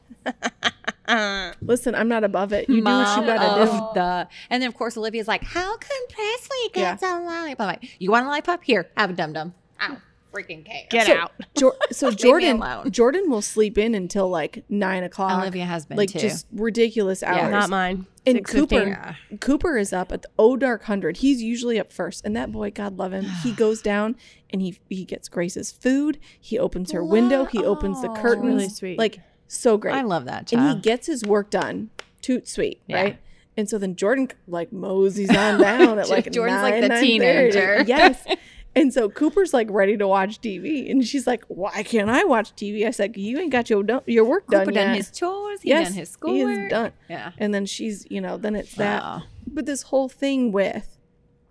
S1: Listen, I'm not above it. You do what you
S4: Mom
S1: gotta do.
S4: of the- and then of course Olivia's like, "How can Presley
S1: Yeah.
S4: get a lollipop?" I'm like, you want a lollipop? Here, have a dum dum. I don't freaking care.
S3: Get
S1: So,
S3: out.
S1: Jor- so Jordan,
S4: alone.
S1: Jordan will sleep in until like nine o'clock.
S4: Olivia has been
S1: like
S4: too.
S1: just ridiculous hours.
S3: Not mine.
S1: and
S3: 6:15.
S1: Cooper, Cooper is up at the O Dark Hundred. He's usually up first, and that boy, God love him, he goes down and he he gets Grace's food. He opens her window. He opens the
S4: Wow.
S1: curtains.
S3: Really sweet.
S1: Like so great.
S4: I love that
S1: and
S4: child.
S1: he gets his work done. Toot sweet,
S4: Yeah.
S1: right? And so then Jordan like moseys on down at like
S4: Jordan's like
S1: 9,
S4: the
S1: 9:30.
S4: teenager.
S1: yes. And so Cooper's like ready to watch TV, and she's like, "Why can't I watch TV?" I said, "You ain't got your do- your work
S4: Cooper
S1: done
S4: done,
S1: yet."
S4: his chores. He
S1: yes,
S4: done his
S1: he
S4: schoolwork.
S1: is done.
S4: Yeah. Oh.
S1: And then she's, you know, then it's that.
S4: Wow.
S1: But this whole thing with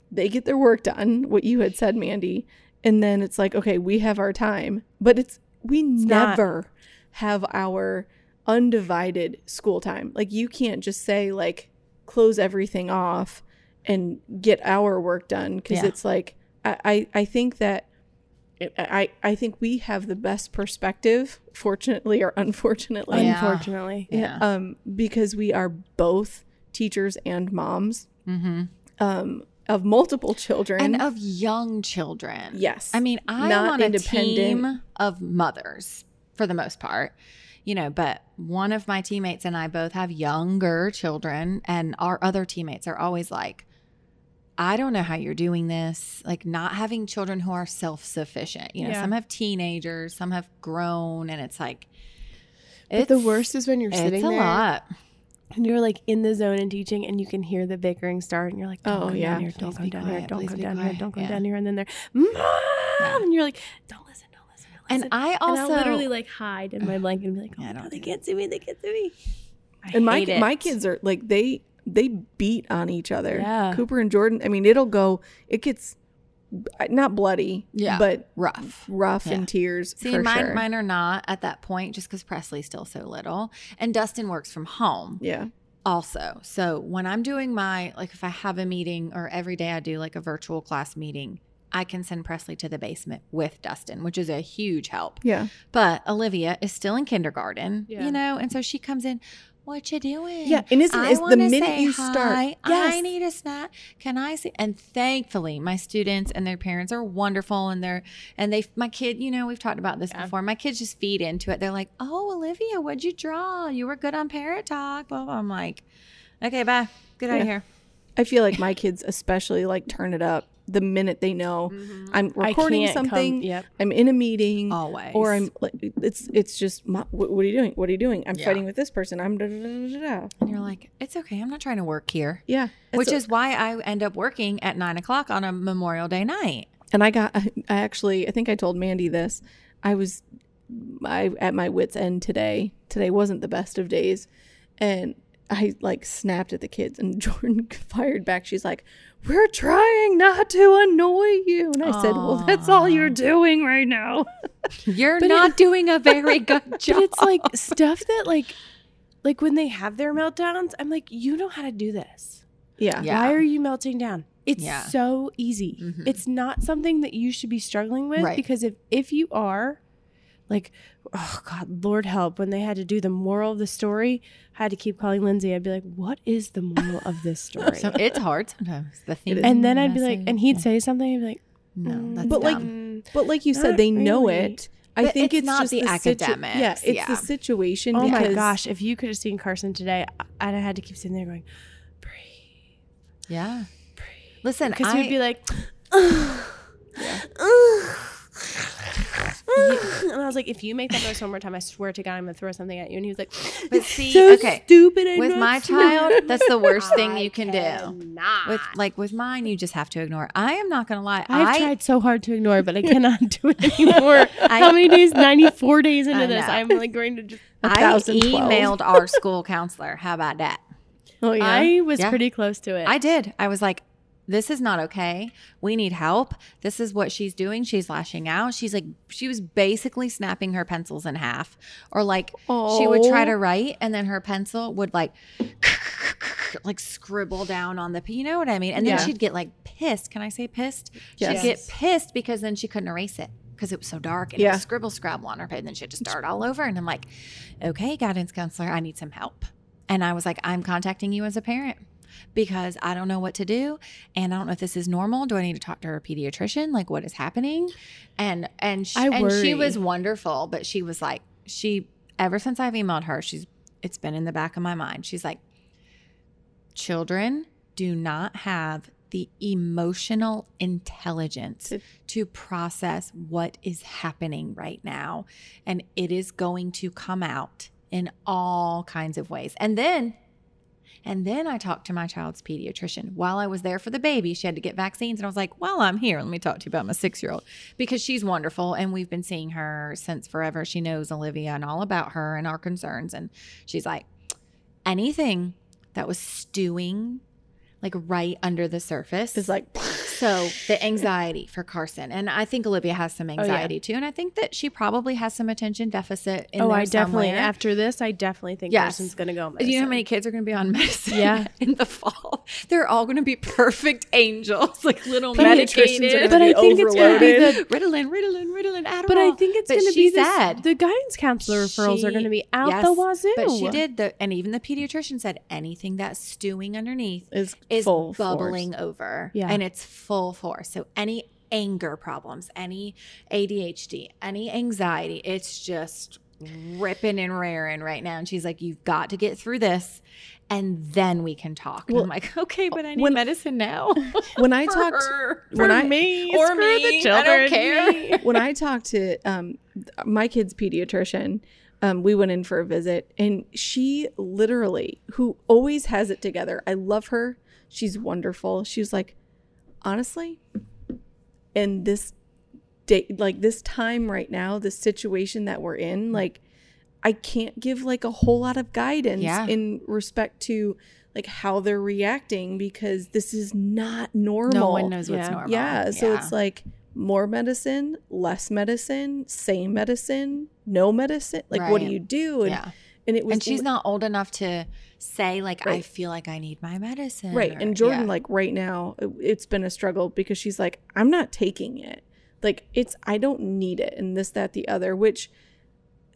S1: they get their work done, what you had said, Mandy, and then it's like, okay, we have our time, but it's we
S3: not.
S1: never have our undivided school time. Like you can't just say like close everything off and get our work done because
S4: Yeah.
S1: it's like I, I I think that I I think we have the best perspective, fortunately or
S3: Oh,
S1: unfortunately,
S4: Yeah.
S3: Unfortunately.
S4: Yeah.
S1: um, because we are both teachers and moms
S4: Mm-hmm.
S1: um, of multiple children.
S4: And oh, of young children.
S1: yes,
S4: I mean, I am
S1: Not
S4: on a
S1: independent.
S4: team of mothers for the most part, you know, but one of my teammates and I both have younger children, and our other teammates are always like, I don't know how you're doing this. Like, not having children who are self sufficient. You know,
S3: Yeah.
S4: some have teenagers, some have grown, and it's like,
S3: But the worst is when you're
S4: it's
S3: sitting
S4: a
S3: there
S4: lot.
S3: and you're like in the zone and teaching and you can hear the bickering start and you're like, don't
S1: Oh,
S3: come
S1: yeah.
S3: down here, don't
S4: Please
S3: come
S4: be
S3: down here,
S4: quiet,
S3: don't
S4: please
S3: come
S4: be
S3: down here,
S4: quiet."
S3: don't come
S4: Yeah.
S3: down here. And then they're, mom! And you're like, don't listen, don't listen, don't
S4: And
S3: listen.
S4: I
S3: And
S4: also
S3: I'll literally like hide in my blanket and be like, oh,
S4: Yeah, I
S3: my
S4: don't
S3: God, they
S4: do
S3: can't see me, they can't see me. I
S1: and my
S3: hate it.
S1: my kids are like they they beat on each other.
S3: Yeah.
S1: Cooper and Jordan. I mean, it'll go. It gets uh, not bloody.
S4: Yeah.
S1: but
S4: rough.
S1: rough
S4: Yeah.
S1: and tears.
S4: See,
S1: for
S4: mine,
S1: sure.
S4: mine are not at that point just because Presley's still so little. And Dustin works from home
S1: Yeah.
S4: also. So when I'm doing my, like if I have a meeting or every day I do like a virtual class meeting, I can send Presley to the basement with Dustin, which is a huge help.
S1: Yeah.
S4: But Olivia is still in kindergarten,
S3: Yeah.
S4: you know, and so she comes in, what you doing?
S1: Yeah. And isn't
S4: I
S1: it's the
S4: wanna
S1: minute
S4: say
S1: you
S4: hi.
S1: start?
S4: I need a snack. Can I see? And thankfully, my students and their parents are wonderful, and they're and they my kid. You know, we've talked about this
S3: Yeah.
S4: before. My kids just feed into it. They're like, "Oh, Olivia, what'd you draw? You were good on parrot talk." Blah, blah. I'm like, "Okay, bye. Get out
S1: Yeah.
S4: of here."
S1: I feel like my kids especially like turn it up the minute they know
S4: Mm-hmm.
S1: I'm
S3: I
S1: recording
S3: can't come-
S1: something.
S3: Yep.
S1: I'm in a meeting.
S4: Always.
S1: or I'm like it's it's just my, what, what are you doing? What are you doing? I'm
S4: Yeah.
S1: fighting with this person. I'm da da da da da. da.
S4: And you're like, "It's okay. I'm not trying to work here."
S1: Yeah,
S4: Which
S1: So-
S4: is why I end up working at nine o'clock on a Memorial Day night.
S1: and I got I actually I think I told Mandy this. I was I at my wits end today. Today wasn't the best of days, and I like snapped at the kids. And Jordan fired back. She's like, "We're trying not to annoy you," and I said, "Well, that's all you're doing right now."
S4: You're not doing a very good job.
S3: But it's like stuff that like, like when they have their meltdowns, I'm like, you know how to do this.
S1: Yeah,
S4: Yeah.
S3: Why are you melting down? It's
S4: Yeah.
S3: so easy.
S4: Mhm.
S3: It's not something that you should be struggling with
S4: Right.
S3: because if if you are like oh god lord help when they had to do the moral of the story, I had to keep calling Lindsay. I'd be like, "What is the moral of this story?"
S4: So it's hard sometimes. The theme,
S3: and then I'd be like and he'd
S4: say.
S3: say something I'd be like,
S4: No,
S3: "Mm,
S4: that's
S1: But, like,
S4: dumb.
S3: mm,
S1: but like you said,
S3: Not
S1: they know
S3: really.
S1: it. I
S4: But
S1: think
S4: it's
S1: it's,
S4: not
S1: just
S4: the
S1: situ- yeah,
S4: academics,
S1: it's
S4: yeah.
S1: the situation.
S3: oh my
S1: because-
S3: gosh, if you could have seen Carson today, I, I had to keep sitting there going, "Breathe."
S4: yeah. Listen,
S3: Because
S4: I
S3: he'd be like,
S4: you,
S3: and I was like, if you make that noise one more time, I swear to God, I'm gonna throw something at you. And he was like,
S4: But see, okay,
S3: stupid. I'm
S4: with
S3: not
S4: my
S3: smart."
S4: child, that's the worst thing
S3: I
S4: you can do.
S3: cannot.
S4: With like with mine, you just have to ignore. it. I am not gonna lie.
S3: I've
S4: I-
S3: tried so hard to ignore, but I cannot do it anymore.
S4: I-
S3: How many days? Ninety-four days into
S4: I
S3: this,
S4: know.
S3: I'm like going to. Just,
S4: I
S1: 1012.
S4: emailed our school counselor. How about that?
S1: Oh yeah.
S3: I was
S4: Yeah.
S3: pretty close to it.
S4: I did. I was like, this is not okay. We need help. This is what she's doing. She's lashing out. She's like, she was basically snapping her pencils in half. Or like, she would try
S1: Oh.
S4: to write and then her pencil would like, like scribble down on the, p- you know what I mean? And then
S1: Yeah.
S4: she'd get like pissed. Can I say pissed?
S1: Yes.
S4: She'd get pissed because then she couldn't erase it because it was so dark and it
S1: Yeah.
S4: was scribble scrabble on her pen. And then she had to start all over. And I'm like, okay, guidance counselor, I need some help. And I was like, I'm contacting you as a parent because I don't know what to do. And I don't know if this is normal. Do I need to talk to her pediatrician? Like what is happening? And and she,
S3: I
S4: and she was
S3: worry.
S4: wonderful, but she was like, she ever since I've emailed her, she's it's been in the back of my mind. She's like, children do not have the emotional intelligence
S1: To-
S4: to process what is happening right now. And it is going to come out in all kinds of ways. And then, and then I talked to my child's pediatrician. While I was there for the baby, she had to get vaccines. And I was like, while I'm here, let me talk to you about my six year old because she's wonderful. And we've been seeing her since forever. She knows Olivia and all about her and our concerns. And she's like, anything that was stewing like right under the surface
S1: is like
S4: so the anxiety for Carson, and I think Olivia has some
S3: Oh, yeah.
S4: anxiety too, and I think that she probably has some attention deficit. In
S3: oh,
S4: there
S3: I definitely
S4: somewhere.
S3: after this, I definitely think
S4: Yes.
S3: Carson's gonna go. on
S4: Do you know how
S3: medicine.
S4: many kids are going to be on medicine?
S3: Yeah.
S4: in the fall, they're all going to be perfect angels, like little
S1: But-
S4: medications.
S1: Pediatricians are
S3: But
S1: gonna
S3: I
S1: be
S3: think it's gonna be
S1: overloaded.
S3: the.
S4: Ritalin, Ritalin, Ritalin, Adderall.
S3: But I think it's
S4: But
S3: gonna
S4: she
S3: be this,
S4: said-
S3: the guidance counselor referrals are
S4: She-
S3: gonna be out
S4: yes,
S3: the wazoo.
S4: But she did the, and even the pediatrician said anything that's stewing underneath
S1: is,
S4: is
S1: full
S4: bubbling
S1: force.
S4: over
S3: Yeah.
S4: and it's full force. So any anger problems, any ADHD, any anxiety, it's just ripping and raring right now. And she's like, You've got to get through this and then we can talk. And
S1: Well,
S4: I'm like, Okay, but I need
S1: when-
S4: medicine now.
S1: When I
S4: For
S1: talked
S4: her.
S1: when I
S3: me
S4: or me. I don't care.
S1: when I talked to um, my kid's pediatrician, um, we went in for a visit, and she literally, who always has it together, I love her. She's wonderful. She was like, honestly, in this day, like this time right now, this situation that we're in, like, I can't give like a whole lot of guidance
S4: Yeah.
S1: in respect to like how they're reacting because this is not normal.
S4: No one knows what's
S3: Yeah.
S4: normal.
S1: Yeah. So it's like more medicine, less medicine, same medicine, no medicine. Like, what do
S4: Right.
S1: you do? And,
S4: yeah.
S1: and it was
S4: And she's not old enough to say, like, I
S1: Right.
S4: feel like I need my medicine.
S1: right.
S4: or-
S1: And Jordan,
S4: yeah.
S1: like right now, it- it's been a struggle because she's like, I'm not taking it. Like, it's I don't need it, and this, that, the other. Which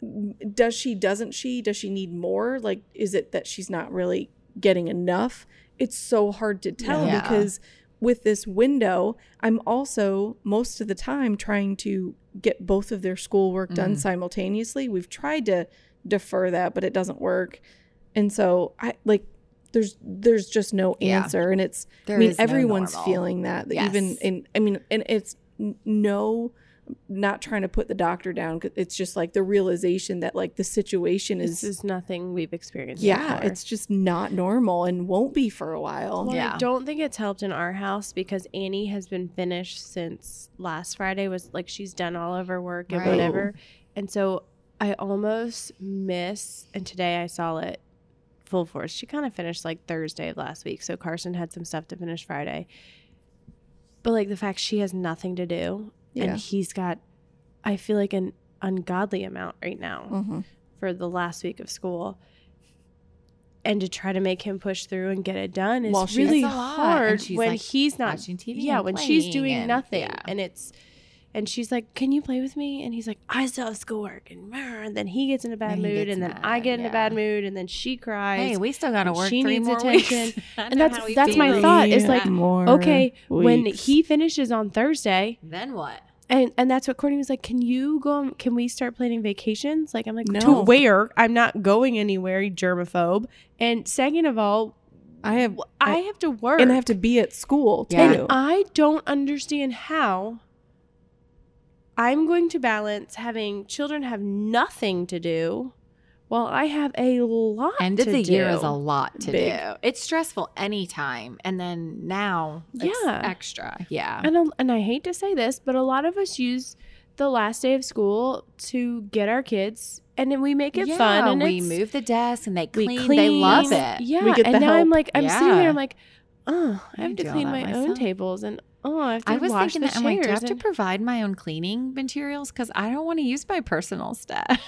S1: mm, does she? Doesn't she? Does she need more? Like, is it that she's not really getting enough? It's so hard to tell
S4: Yeah.
S1: because with this window, I'm also most of the time trying to get both of their schoolwork done
S4: Mhm.
S1: simultaneously. We've tried to defer that, but it doesn't work. And so I like there's there's just no
S4: Yeah.
S1: answer and it's
S4: There
S1: I mean
S4: is no
S1: everyone's
S4: normal.
S1: feeling that, that even
S4: Yes.
S1: in I mean and it's n- no not trying to put the doctor down 'cause it's just like the realization that like the situation
S3: This
S1: is
S3: is nothing we've experienced.
S1: yeah,
S3: before.
S1: it's just not normal and won't be for a while.
S3: Well,
S4: Yeah.
S3: I don't think it's helped in our house because Annie has been finished since last Friday. Was like she's done all of her work and
S4: Right.
S3: whatever, and so I almost miss. And today I saw it full force. She kind of finished like Thursday of last week, so Carson had some stuff to finish Friday. But like the fact she has nothing to do,
S1: Yeah.
S3: and he's got, I feel like an ungodly amount right now
S4: Mm.
S1: Mhm.
S3: for the last week of school and to try to make him push through and get it done is
S1: While she's-
S3: really
S4: It's a lot, and
S3: hard
S4: she's,
S3: when
S4: like,
S3: he's not
S4: watching TV
S3: yeah
S4: and
S3: when she's
S4: playing
S3: doing
S4: and-
S3: nothing
S4: yeah.
S3: and it's and she's like can you play with me and he's like i still have schoolwork and, rah, and then he gets in a bad
S4: And he
S3: mood
S4: gets
S3: and then
S4: mad,
S3: i get in
S4: yeah.
S3: a bad mood and then she cries
S4: Hey, we still got to
S3: and
S4: work
S3: she
S4: three
S3: needs
S4: more weeks.
S3: attention.
S4: I
S3: And
S4: know
S3: that's-
S4: how we
S3: that's my
S4: feel.
S3: thought is, like,
S1: more
S3: okay when
S1: weeks.
S3: he finishes on thursday
S4: then what?
S3: and and that's what Courtney was like. Can you go? on- Can we start planning vacations? Like I'm like to
S1: No.
S3: where? I'm not going anywhere. You germaphobe. And second of all,
S1: I have
S3: I have to work,
S1: and I have to be at school too.
S4: Yeah.
S3: And I don't understand how I'm going to balance having children have nothing to do while I have a lot
S4: End of
S3: to
S4: the year
S3: do.
S4: is a lot to
S1: Big.
S4: do. It's stressful anytime. And then now it's
S3: Yeah.
S4: extra. Yeah.
S3: And, a, and I hate to say this, but a lot of us use the last day of school to get our kids, and then we make it
S4: yeah,
S3: fun. And
S4: we
S3: it's-
S4: move the desk and they
S3: we
S4: clean. They love
S3: clean.
S4: it.
S3: Yeah.
S1: We get
S3: and
S1: the
S3: now I'm
S1: help.
S3: like, I'm sitting
S4: Yeah.
S3: there, I'm like, oh, I
S4: I
S3: have to
S4: do all
S3: clean
S4: that
S3: my own
S4: myself.
S3: tables, and oh, I have to
S4: I was
S3: wash
S4: thinking
S3: the
S4: that I'm like, do I
S3: chairs,
S4: have to
S3: and
S4: provide my own cleaning materials? Because I don't want to use my personal stuff.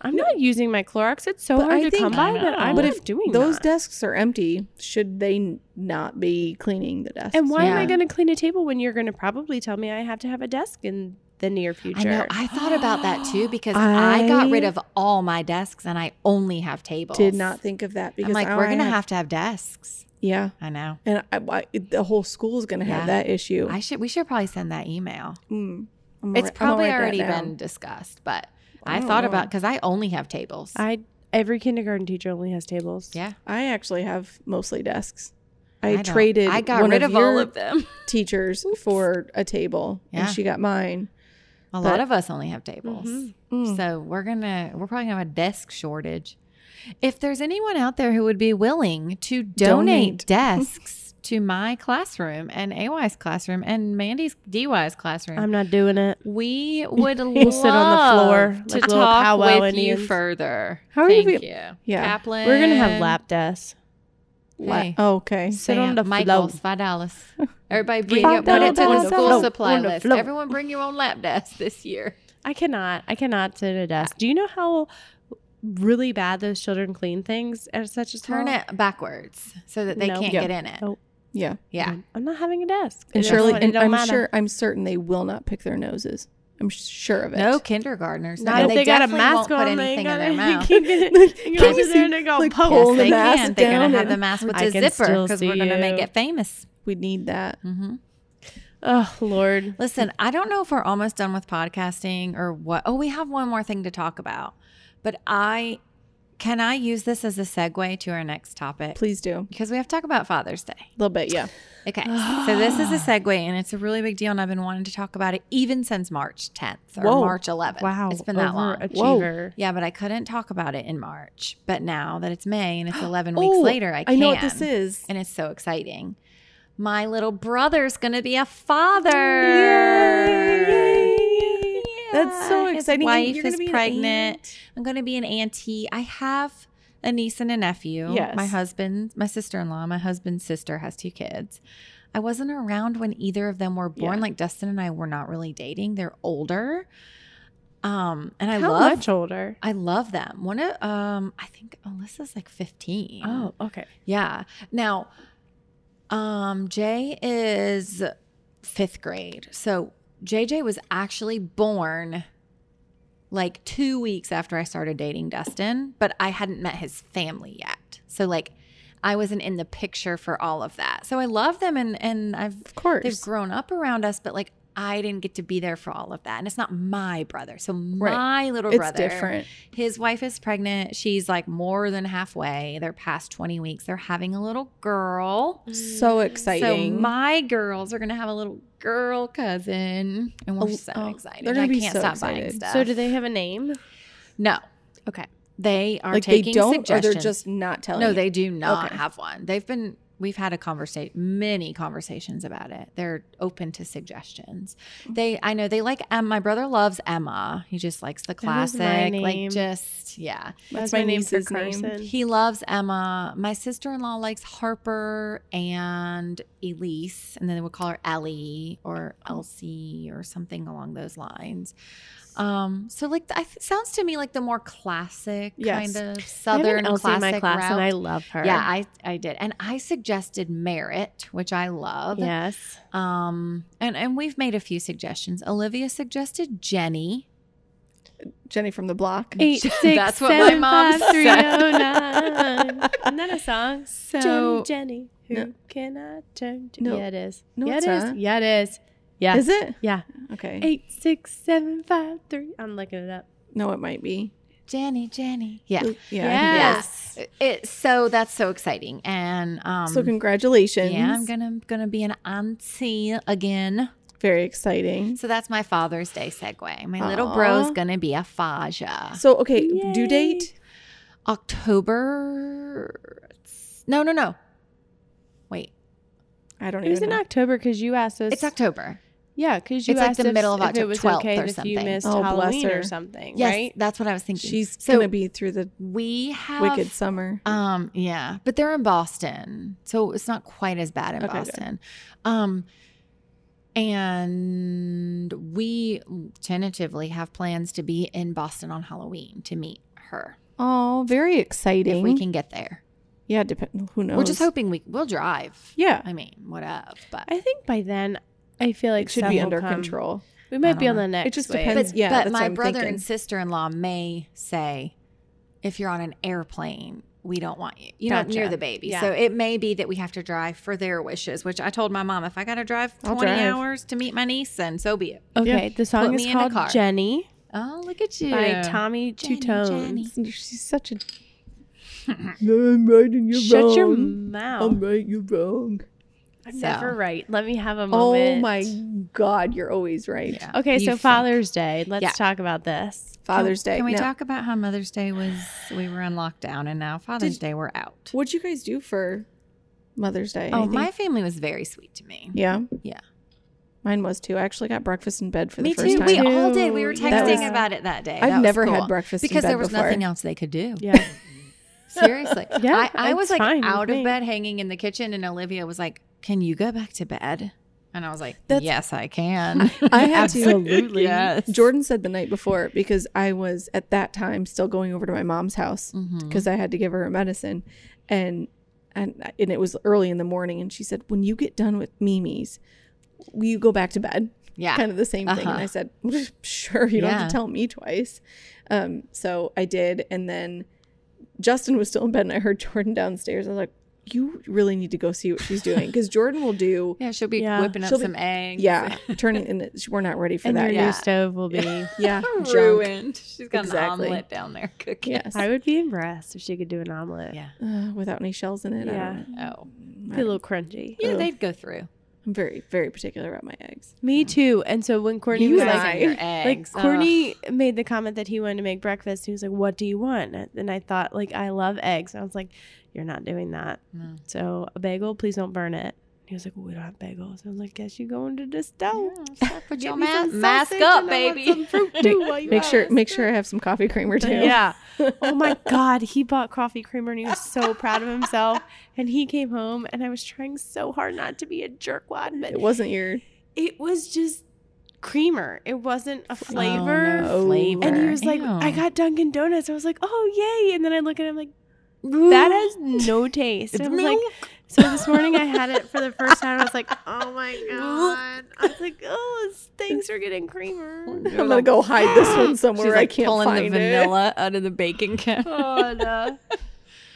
S3: I'm not using my Clorox. It's so
S1: But
S3: hard
S1: I
S3: to
S1: think-
S3: come by
S4: I
S3: that I'm
S4: know.
S3: but
S4: But
S3: not
S1: if
S3: doing
S1: Those
S3: that.
S1: desks are empty. Should they n- not be cleaning the desks?
S3: and why am I
S4: Yeah.
S3: going to clean a table when you're going to probably tell me I have to have a desk in the near future?
S4: I know. I thought about that too because I, got rid
S1: I-
S4: of all my desks and I only have tables.
S1: did not think of that? Because
S4: I'm like,
S1: now
S4: we're
S1: I
S4: gonna
S1: have-
S4: have to have desks.
S1: yeah,
S4: I know.
S1: and I, I, the whole school's gonna have
S4: Yeah.
S1: that issue.
S4: I should. We should probably send that email.
S1: Mm. I'm wri-
S4: It's
S1: I'm gonna
S4: probably
S1: write that
S4: already
S1: down.
S4: been discussed, but I,
S1: don't
S4: thought
S1: know.
S4: about because I only have tables.
S3: I every kindergarten teacher only has tables.
S4: yeah,
S1: I actually have mostly desks. I,
S4: don't-
S1: traded.
S4: I got
S1: one
S4: rid of, all
S1: your
S4: of them.
S1: teachers for a table,
S4: Yeah.
S1: and she got mine.
S4: A
S1: but-
S4: lot of us only have tables.
S3: Mhm.
S1: Mm.
S4: So we're gonna we're probably gonna have a desk shortage. If there's anyone out there who would be willing to
S1: Donate.
S4: donate, desks to my classroom and AY's classroom and Mandy's DY's classroom,
S3: I'm not doing it.
S4: we would
S3: We'll
S4: love
S3: sit on the floor
S4: to
S3: like little
S4: talk
S3: powwow
S4: with
S3: Indians.
S4: you further.
S3: How are you
S4: Thank
S3: be-
S4: you?
S1: Yeah.
S4: Kaplan.
S3: We're gonna have lap desks.
S1: La- Oh,
S4: Hey.
S1: okay.
S3: Sit on
S4: Sam-
S3: the
S4: Michael,
S3: floor.
S4: five dollars. Everybody bring
S3: Five
S4: it, put it to
S3: dollars
S4: the
S3: on the
S4: school
S3: floor,
S4: supply
S3: on the
S4: list.
S3: floor.
S4: Everyone bring your own lap desk this year.
S3: I cannot. I cannot sit at a desk. Do you know how really bad those children clean things at such a
S4: Turn
S3: small-
S4: it backwards so that they
S3: Nope.
S4: can't
S1: Yeah.
S4: get in it.
S3: Nope.
S1: Yeah.
S4: Yeah.
S3: I'm not having a desk.
S1: And
S3: It
S1: surely,
S3: don't- it
S1: and
S3: don't
S1: I'm
S3: matter.
S1: sure, I'm certain they will not pick their noses. I'm sure of it.
S4: No kindergartners.
S3: Not
S4: no,
S3: if they, got a
S4: definitely
S3: mask
S4: won't
S3: on.
S4: put
S3: they
S4: anything
S3: ain't
S4: in their
S3: gonna- you
S4: mouth.
S3: can't get
S1: Like,
S3: it. You
S1: can
S3: go
S1: you
S3: sit there
S1: see,
S3: and they go
S1: like,
S3: poke
S1: pull Yes, the
S3: it.
S4: they
S1: mask
S4: can. They're
S1: down
S4: gonna have
S1: and-
S4: the mask with
S3: I
S4: a
S3: can
S4: zipper
S3: still
S4: because we're
S3: see
S4: gonna make
S3: you.
S4: it famous.
S1: We need that.
S4: hmm
S3: Oh Lord.
S4: Listen, I don't know if we're almost done with podcasting or what. Oh, we have one more thing to talk about, but I can I use this as a segue to our next topic
S1: Please do.
S4: because we have to talk about Father's Day.
S1: A little bit, yeah.
S4: Okay, so this is a segue, and it's a really big deal, and I've been wanting to talk about it even since March 10th or
S1: Whoa.
S4: March 11th.
S3: Wow.
S4: it's been that long.
S3: Overachiever.
S4: Yeah, but I couldn't talk about it in March. But now that it's May and it's 11 weeks
S1: Oh,
S4: later, I can.
S1: I know what this is.
S4: And it's so exciting. My little brother's going to be a father.
S1: Yay. That's so
S4: Yeah.
S1: exciting.
S4: His wife
S1: You're gonna
S4: is
S1: be an
S4: pregnant.
S1: aunt.
S4: I'm going to be an auntie. I have a niece and a nephew.
S1: Yes.
S4: My husband, my sister in law, my husband's sister has two kids. I wasn't around when either of them were born.
S1: Yeah.
S4: Like Dustin and I were not really dating. They're older. Um, and I
S3: How
S4: love
S3: much older?
S4: I love them. One of um, I think Alyssa's like fifteen.
S3: Oh, okay.
S4: yeah. Now, um, Jay is fifth grade, so JJ was actually born like two weeks after I started dating Dustin, but I hadn't met his family yet. So like, I wasn't in the picture for all of that. So I love them, and and I've
S1: Of course.
S4: they've grown up around us, but like. I didn't get to be there for all of that. And it's not my brother. So my
S1: Right.
S4: little
S1: it's
S4: brother
S1: different.
S4: his wife is pregnant. She's like more than halfway. They're past 20 weeks. They're having a little girl.
S1: So
S4: So
S1: exciting.
S4: my girls are going to have a little girl cousin. And we're
S1: Oh,
S4: so
S1: oh,
S4: excited.
S1: they're gonna
S4: I
S1: be
S4: can't
S1: so
S4: stop buying
S1: excited.
S4: stuff.
S3: So do they have a name?
S4: No.
S3: Okay.
S4: They are
S1: like they
S4: taking
S1: don't, or they're
S4: suggestions.
S1: just not telling.
S4: No,
S1: you.
S4: they do not
S1: Okay.
S4: have one. They've been we've had a conversation many conversations about it. They're open to suggestions.
S1: Mm.
S4: They I know they like Emma. My brother loves Emma. He just likes the
S3: That is
S4: classic.
S3: my name.
S4: Like just yeah.
S1: That's my niece's name.
S4: He loves Emma. My sister in law likes Harper and Elise, and then they would call her Ellie or Elsie or something along those lines. Um, so like I th- sounds to me like the more classic
S1: Yes.
S4: kind of
S3: I have an
S4: southern
S3: Elsie
S4: classic
S3: in my class,
S4: route.
S3: and I love her.
S4: Yeah, I I did, and I suggested Merit, which I love.
S3: yes.
S4: Um, and and we've made a few suggestions. Olivia suggested Jenny.
S1: Jenny from the block.
S3: Eight,
S4: That's
S3: six,
S4: what my
S3: seven,
S4: mom
S3: five, three,
S4: said.
S3: oh, nine. Isn't that a song?
S4: So-
S3: Jenny, Jenny, who
S1: No.
S3: can I turn to?
S1: No.
S3: Yeah, it is.
S1: No,
S3: yeah,
S1: it's
S3: it is.
S1: not.
S3: Yeah, it is. Yeah.
S1: Is it? Mm.
S3: Yeah.
S1: Okay.
S3: Eight, six, seven, five, three. I'm looking it up.
S1: No, it might be.
S4: Jenny, Jenny. Yeah.
S1: Oop, Yeah. I think it is.
S3: Yes.
S4: It, so that's so exciting, and um,
S1: so congratulations.
S4: yeah, I'm gonna gonna be an auntie again.
S1: Very exciting.
S4: So that's my Father's Day segue. My little bro's
S1: Aw.
S4: gonna be a Faja.
S1: So okay, due
S3: Yay.
S1: date.
S4: October. No, no, no. Wait,
S1: I don't
S3: It was
S1: even
S3: in
S1: know.
S3: October because you asked us.
S4: it's October.
S3: Yeah, because you
S4: It's like
S3: asked
S4: the
S3: if,
S4: middle of
S3: if
S4: October,
S3: it was
S4: 12th
S3: okay
S4: or
S3: if you
S4: something.
S3: missed
S1: Oh, bless
S3: Halloween
S1: her.
S3: or something,
S4: Yes,
S3: right?
S4: that's what I was thinking.
S1: She's
S4: so
S1: gonna be through the
S4: we have
S1: wicked summer.
S4: Um, yeah, but they're in Boston, so it's not quite as bad in
S1: Okay, good.
S4: Boston. Um, and we tentatively have plans to be in Boston on Halloween to meet her
S1: Oh, very exciting.
S4: if we can get there.
S1: yeah, depend. Who knows?
S4: We're just hoping we we'll drive.
S1: Yeah,
S4: I mean, what up? But
S3: I think by then, I feel like
S1: it should
S3: some
S1: be
S3: will
S1: under
S3: come.
S1: control.
S3: We
S4: I
S3: might
S4: don't
S3: be on
S4: know.
S3: the next.
S1: just
S3: wave.
S1: depends-
S4: but,
S1: yeah,
S4: but
S1: that's what
S4: my
S1: I'm
S4: brother
S1: thinking.
S4: and sister in law may say, if you're on an airplane, we don't want you. You're not near
S3: Gotcha.
S4: the baby,
S3: Yeah.
S4: so it may be that we have to drive for their wishes. Which I told my mom, if I got to drive
S1: I'll
S4: 20
S1: drive.
S4: hours to meet my niece, then so be it.
S3: Okay, the song
S4: Put
S3: is
S4: me in a
S3: called
S4: car.
S3: Jenny
S4: Oh, look at you!
S3: by Tommy
S4: Jenny,
S3: Two Tones.
S4: Jenny.
S1: She's such a. I'm right and you're
S3: Shut your
S1: wrong.
S3: mouth.
S1: right, you're wrong.
S3: I'm
S4: So.
S3: never right. Let me have a moment.
S1: Oh my God, you're always right.
S4: Yeah.
S3: Okay,
S4: You
S3: so
S4: think.
S3: Father's Day. Let's
S4: Yeah.
S3: talk about this.
S1: Father's Day.
S4: Can we
S1: now,
S4: talk about how Mother's Day was? We were in lockdown, and now Father's
S1: Did-
S4: Day we're out.
S1: What'd you guys do for Mother's Day?
S4: Oh,
S1: Anything?
S4: my family was very sweet to me.
S1: Yeah.
S4: Yeah.
S1: Mine was too. I actually got breakfast in bed for the
S4: Me
S1: first
S4: too.
S1: time.
S4: We all did. We were
S3: That
S4: texting
S1: was-
S4: about it that day.
S1: I've
S4: That was
S1: never
S4: cool.
S1: had breakfast
S4: because
S1: in bed
S4: there was
S1: before.
S4: nothing else they could do.
S3: Yeah.
S4: Seriously.
S3: Yeah,
S4: I, I was like
S3: it's fine with
S4: out of
S3: me.
S4: bed hanging in the kitchen and Olivia was like, Can you go back to bed? And I was like,
S1: That's-
S4: Yes, I can.
S1: I had to-
S4: yes.
S1: Jordan said the night before because I was at that time still going over to my mom's house
S4: Mhm.
S1: because I had to give her her medicine, and and and it was early in the morning. And she said, "When you get done with Mimi's, will you go back to bed?"
S4: Yeah.
S1: Kind of the same thing. And
S4: Uh-huh.
S1: I said, "Sure, you don't
S4: Yeah.
S1: have to tell me twice." Um, so I did, and then Justin was still in bed, and I heard Jordan downstairs. I was like, "You really need to go see what she's doing because Jordan will do."
S4: yeah, she'll be
S3: Yeah.
S4: whipping up
S1: She'll be-
S4: some eggs.
S1: Yeah, turning and it's- we're not ready for
S3: and your
S1: that.
S4: yeah.
S3: new stove will be.
S1: Yeah, junk.
S4: Ruined. She's got
S1: Exactly.
S4: an omelet down there cooking.
S1: Yes.
S3: I would be impressed if she could do an omelet.
S4: Yeah.
S1: uh, without any shells in it. I
S3: Yeah.
S1: don't know.
S4: Oh.
S3: Be a little crunchy.
S4: Yeah,
S1: Ugh.
S4: they'd go through.
S1: I'm very, very particular about my eggs.
S3: Me too. And so when Courtney
S1: You
S3: was
S1: and
S3: like,
S1: I-
S4: Utilizing your
S3: like
S4: eggs. Ugh.
S3: Courtney made the comment that he wanted to make breakfast. He was like, "What do you want?" And I thought, like, I love eggs. And I was like, "You're not doing that."
S4: No.
S3: So a bagel, please don't burn it. He was like, well, "We don't have bagels." I was like, "Guess you going to the stove."
S4: Yeah, stop. Put
S3: Get
S4: your
S3: me
S4: ma-
S3: some
S4: mask
S3: sausage
S4: up,
S3: and I want
S4: baby.
S3: some fruit too while you
S1: Make
S3: at
S1: sure,
S3: it.
S1: make sure I have some coffee creamer too.
S3: Yeah. Oh my God. He bought coffee creamer and he was so proud of himself. And he came home and I was trying so hard not to be a jerkwad, but
S1: it wasn't your.
S3: it was just creamer. It wasn't a flavor.
S1: no.
S4: Oh, Flavor.
S3: And he was like, I
S4: Ew.
S3: got Dunkin' Donuts. I was like, oh, yay. And then I look at him like, that has no taste. And I was like, so this morning I had it for the first time. I was like, oh my God. I was like, oh, thanks for getting creamer.
S1: I'm gonna go hide this one somewhere.
S4: She's
S1: I
S4: like
S1: can't
S4: pulling
S1: find
S4: the
S1: it.
S4: vanilla out of the baking cabinet.
S3: Oh, no.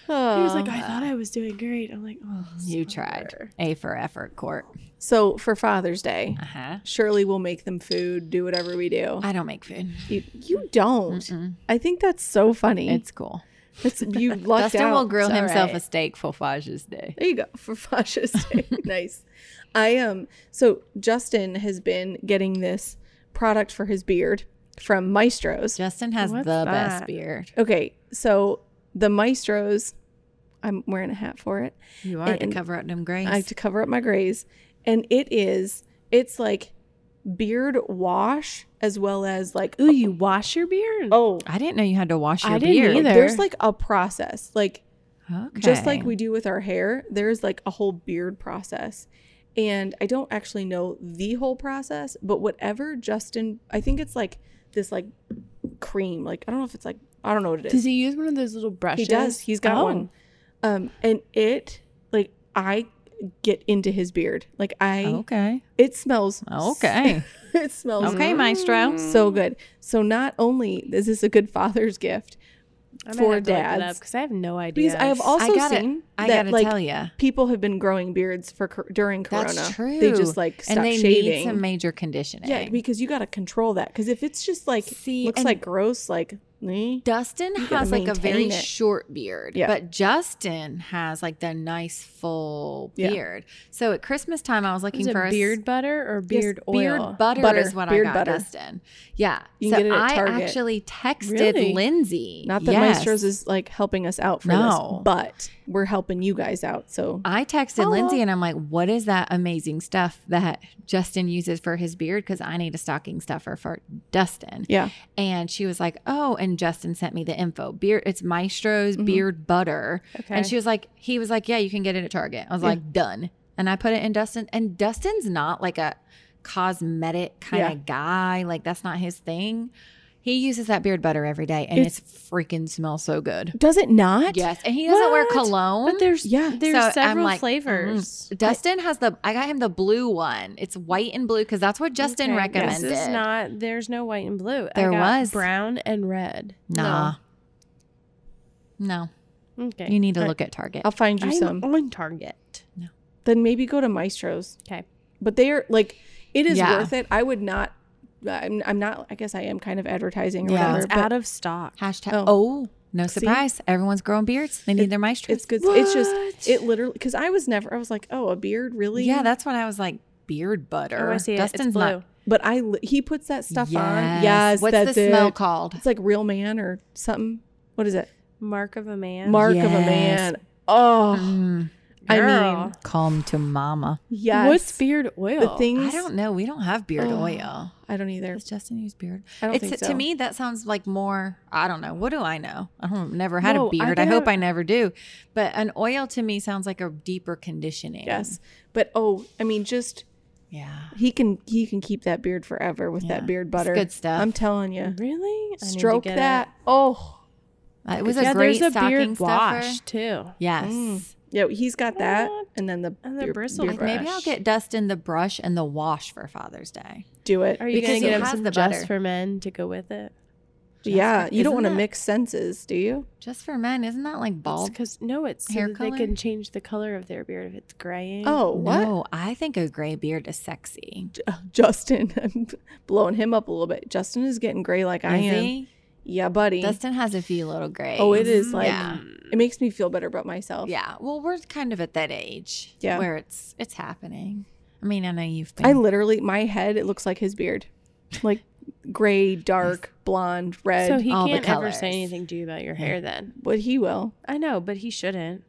S1: Oh.
S3: He was like, I thought I was doing great. I'm like, oh,
S4: You tried.
S3: swear.
S4: A for effort, Court.
S1: so for Father's Day,
S4: Uh huh.
S1: surely we'll make them food, do whatever we do.
S4: I don't make food.
S1: You, you don't. I think that's so funny.
S4: It's cool.
S1: It's you lucked
S4: Dustin
S1: out.
S4: will grill
S3: It's all
S4: himself a
S3: right.
S4: steak for Faja's Day.
S1: There you go for Fasha's Day. nice. I Um, so Justin has been getting this product for his beard from Maestro's.
S4: Justin has
S3: What's
S4: the best
S3: that?
S4: beard.
S1: Okay, so the Maestro's. I'm wearing a hat for it.
S4: You are
S1: And
S4: to cover up them grays.
S1: I have to cover up my grays, and it is. It's like beard wash as well as like
S3: Ooh, you wash your beard?
S1: oh,
S4: I didn't know you had to wash your
S3: I didn't
S4: beard.
S3: either.
S1: there's like a process like.
S4: Okay.
S1: just like we do with our hair there's like a whole beard process and i don't actually know the whole process but whatever justin i think it's like this like cream like i don't know if it's like i don't know what it
S3: Does
S1: is
S3: he use one of those little brushes?
S1: he does he's got
S3: Oh.
S1: one um and it like i get into his beard like i
S4: Okay.
S1: it smells
S4: Oh. Okay.
S1: it
S3: Oh.
S1: smells
S4: Okay, Maestro.
S3: Mm.
S1: so good so not only is this a good father's gift
S3: I might
S1: for
S3: have to look it
S1: dads.
S3: because I have no idea.
S1: because i have also
S4: I gotta,
S1: seen
S4: I
S1: that
S4: gotta
S1: like
S4: tell you.
S1: people have been growing beards for cor- during corona.
S4: That's true.
S1: They just like
S4: and
S1: stop
S4: they
S1: shaving.
S4: need some major conditioning.
S1: yeah, because you got to control that. Because if it's just like
S4: See,
S1: looks
S4: and-
S1: like gross, like Me?
S4: Dustin
S1: You gotta
S4: has like a very
S1: maintain it.
S4: short beard,
S1: Yeah.
S4: but Justin has like the nice full
S1: Yeah.
S4: beard. So at Christmas time, I was looking
S3: Is it
S4: for a s-
S3: beard butter or
S1: Yes,
S3: beard
S4: beard
S3: oil?
S4: butter,
S1: Butter.
S4: is what
S1: Beard
S4: I got,
S1: butter.
S4: Dustin. Yeah.
S1: You
S4: so
S1: can get it at
S4: I
S1: Target.
S4: actually texted
S3: Really?
S4: Lindsay.
S1: Not that
S4: Yes.
S1: Maestros is like helping us out for
S4: No.
S1: this, but we're helping you guys out. So
S4: I texted
S3: Hello.
S4: Lindsay and I'm like, what is that amazing stuff that Justin uses for his beard? Because I need a stocking stuffer for Dustin.
S1: yeah,
S4: And she was like, oh, and Justin sent me the info. Beard, it's Maestro's
S1: Mhm.
S4: beard butter.
S3: okay.
S4: And she was like, he was like, yeah, you can get it at Target. I was
S1: Yeah.
S4: like, done. And I put it in Dustin. And Dustin's not like a cosmetic kind
S1: Yeah.
S4: of guy. Like that's not his thing. He uses that beard butter every day, and it's,
S1: It's-
S4: freaking smells so good.
S1: does it not?
S4: Yes, and he doesn't wear
S3: What?
S4: cologne.
S3: but there's
S1: Yeah.
S3: there's
S4: Mm. So I'm
S3: several
S4: like, mm.
S3: flavors.
S4: Dustin has the. I got him the blue one. It's white and blue because that's what Justin
S3: Okay,
S4: recommended.
S3: This is not. There's no white and blue.
S4: There
S3: I got
S4: was.
S3: brown and red.
S4: nah. No.
S3: Okay.
S4: you need to
S3: All right.
S4: look at Target.
S1: I'll find you
S3: I'm
S1: some.
S3: on Target.
S1: Then maybe go to Maestros.
S3: Okay.
S1: but they are like, it is
S4: Yeah.
S1: worth it. I would not. I'm, I'm not. I guess I am kind of advertising. Or
S4: Yeah.
S1: whatever,
S3: It's
S1: but
S3: out of stock.
S4: Hashtag. Oh,
S1: Oh.
S4: no
S1: See?
S4: surprise. Everyone's growing beards. They need their maestros.
S1: it's good. It's just
S3: What?
S1: it literally because I was never. I was like, oh, a beard, really?
S4: Yeah, that's when I was like beard butter.
S3: Oh, I see it.
S4: Dustin's
S3: it's blue.
S4: not.
S1: But I li- he puts that stuff on. Yes,
S4: What's
S1: that's
S4: the smell
S1: it.
S4: called?
S1: It's like real man or something. What is it?
S3: Mark of a man.
S1: Mark of a
S4: Oh, Yes.
S1: man. Oh,
S4: Mm,
S1: I mean,
S3: Girl.
S4: calm to mama.
S1: yes.
S3: What's beard oil?
S1: the
S4: I
S1: things?
S4: don't know. We don't have beard
S1: Oh,
S4: oil.
S1: I don't either.
S4: Does Justin use beard?
S1: I don't
S4: It's
S1: think
S4: to
S1: so.
S4: me that sounds like more. I don't know. What do I know? I don't never had a
S3: No, I
S4: beard. I, hope
S3: gotta-
S4: I never do. But an oil to me sounds like a deeper conditioning.
S1: Yes, but oh, I mean, just
S4: Yeah.
S1: he can he can keep that beard forever with
S4: Yeah.
S1: that beard
S4: It's
S1: butter.
S4: good stuff.
S1: I'm telling you,
S3: Really? I need to
S1: stroke
S3: get
S1: that. Oh,
S4: Uh, It was
S3: It. Yeah,
S4: a great
S3: there's a
S4: stocking
S3: beard
S4: stuffer.
S3: wash too.
S4: Yes.
S1: Mm. yeah, he's got that,
S3: What?
S1: and then the
S3: And the
S1: beard-
S3: bristle
S1: beard
S4: Like, maybe
S1: brush.
S4: I'll
S3: brush.
S4: get Dustin the brush and the wash for Father's Day.
S1: do it.
S3: Are you
S4: Because
S3: gonna
S1: it
S3: get him
S4: has
S1: has-
S3: some
S4: the
S3: just
S4: butter.
S3: for men to go with it?
S1: Yeah, you
S4: Isn't
S1: don't want to
S4: that-
S1: mix senses, do you?
S4: Just for men, isn't that like bald?
S3: Because no, it's so
S4: Hair
S3: that they
S4: color?
S3: can change the color of their beard if it's graying.
S1: Oh, what?
S4: No, I think a gray beard is sexy.
S1: Justin, I'm blowing him up a little bit. Justin is getting gray like I
S4: Is
S1: am.
S4: he?
S1: Yeah, buddy.
S4: Dustin has a few little grays.
S1: oh, it
S3: Mm-hmm.
S1: is like
S4: yeah.
S1: it makes me feel better about myself.
S4: Yeah. Well, we're kind of at that age
S1: Yeah.
S4: where it's it's happening. I mean, I know you've been
S1: I literally my head it looks like his beard, like gray, dark, blonde, red.
S3: So he
S4: all the
S3: can't ever
S4: colors.
S3: say anything to you about your hair then.
S1: but he will.
S3: I know, but he shouldn't.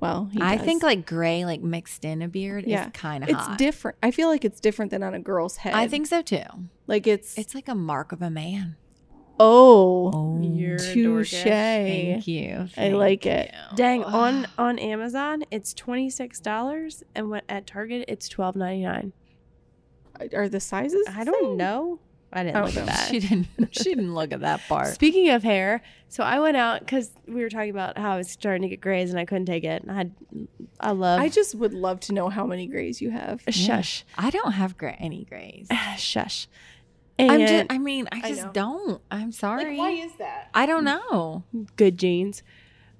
S1: Well, he
S4: I
S1: does.
S4: think like gray, like mixed in a beard,
S1: Yeah.
S4: is kind of
S1: it's
S4: hot.
S1: different. I feel like it's different than on a girl's head.
S4: I think so too.
S1: like it's,
S4: It's like a mark of a man.
S1: oh,
S4: Oh,
S3: You're a
S1: touche.
S3: dorkish.
S4: thank you.
S1: I like it.
S4: you.
S3: Dang, on on Amazon it's twenty six dollars, and what at Target it's twelve ninety nine.
S1: Are the sizes? the
S3: I don't
S1: same?
S3: know. I didn't
S1: I don't
S3: look at
S1: know.
S3: that.
S4: She didn't. She didn't look at that part.
S3: Speaking of hair, so I went out because we were talking about how I was starting to get grays and I couldn't take it. And I had, I love.
S1: I just would love to know how many grays you have.
S3: shush,
S4: I don't have gray, any grays.
S3: shush.
S4: I'm
S3: And
S4: just. I mean, I
S1: I
S4: just
S1: know.
S4: don't. I'm sorry.
S1: is that?
S4: I don't know.
S3: good jeans.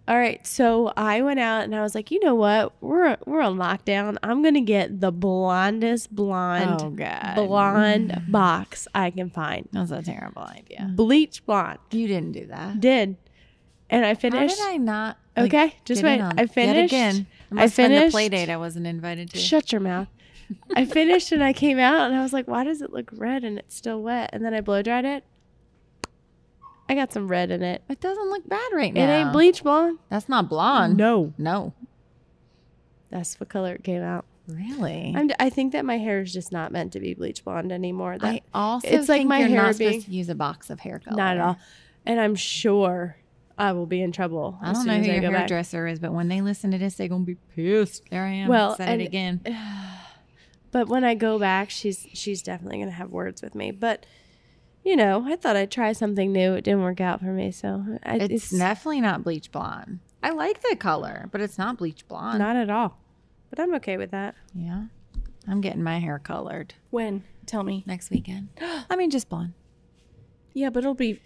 S3: All right, so I went out and I was like, you know what? We're we're on lockdown. I'm gonna get the blondest blonde
S4: god,
S3: blonde box I can find.
S4: That was a terrible idea.
S3: Bleach blonde.
S4: You didn't do that.
S3: Did. And I
S4: How
S3: finished.
S4: did I not? like,
S3: okay, just
S4: get
S3: wait.
S4: in on-
S3: I finished.
S4: yet again. It
S3: I
S4: must have been the
S3: finished.
S4: play date I wasn't invited to.
S3: Shut your mouth. I finished and I came out and I was like, why does it look red and it's still wet? And then I blow dried it. I got some red in it.
S4: It doesn't look bad right now.
S3: It ain't bleach blonde.
S4: That's not blonde.
S3: No.
S4: No.
S3: That's what color it came out.
S4: Really?
S3: I'm, I think that my hair is just not meant to be bleach blonde anymore. That,
S4: I also
S3: it's like
S4: think
S3: my
S4: you're
S3: hair
S4: not
S3: being-
S4: supposed to use a box of hair color.
S3: not at all. And I'm sure I will be in trouble.
S4: I
S3: as
S4: don't
S3: soon
S4: know
S3: as
S4: who
S3: I
S4: your
S3: go back.
S4: hairdresser is, but when they listen to this, they're gonna be pissed. There I am.
S3: Well,
S4: said
S3: and-
S4: it again.
S3: But when I go back, she's she's definitely gonna have words with me. But you know, I thought I'd try something new. It didn't work out for me, so I,
S4: It's, definitely not bleach blonde. I like the color, but it's not bleach blonde.
S3: Not at all. But I'm okay with that.
S4: yeah. I'm getting my hair colored
S1: When? Tell me.
S4: next weekend. I mean, just blonde.
S1: Yeah, but it'll be.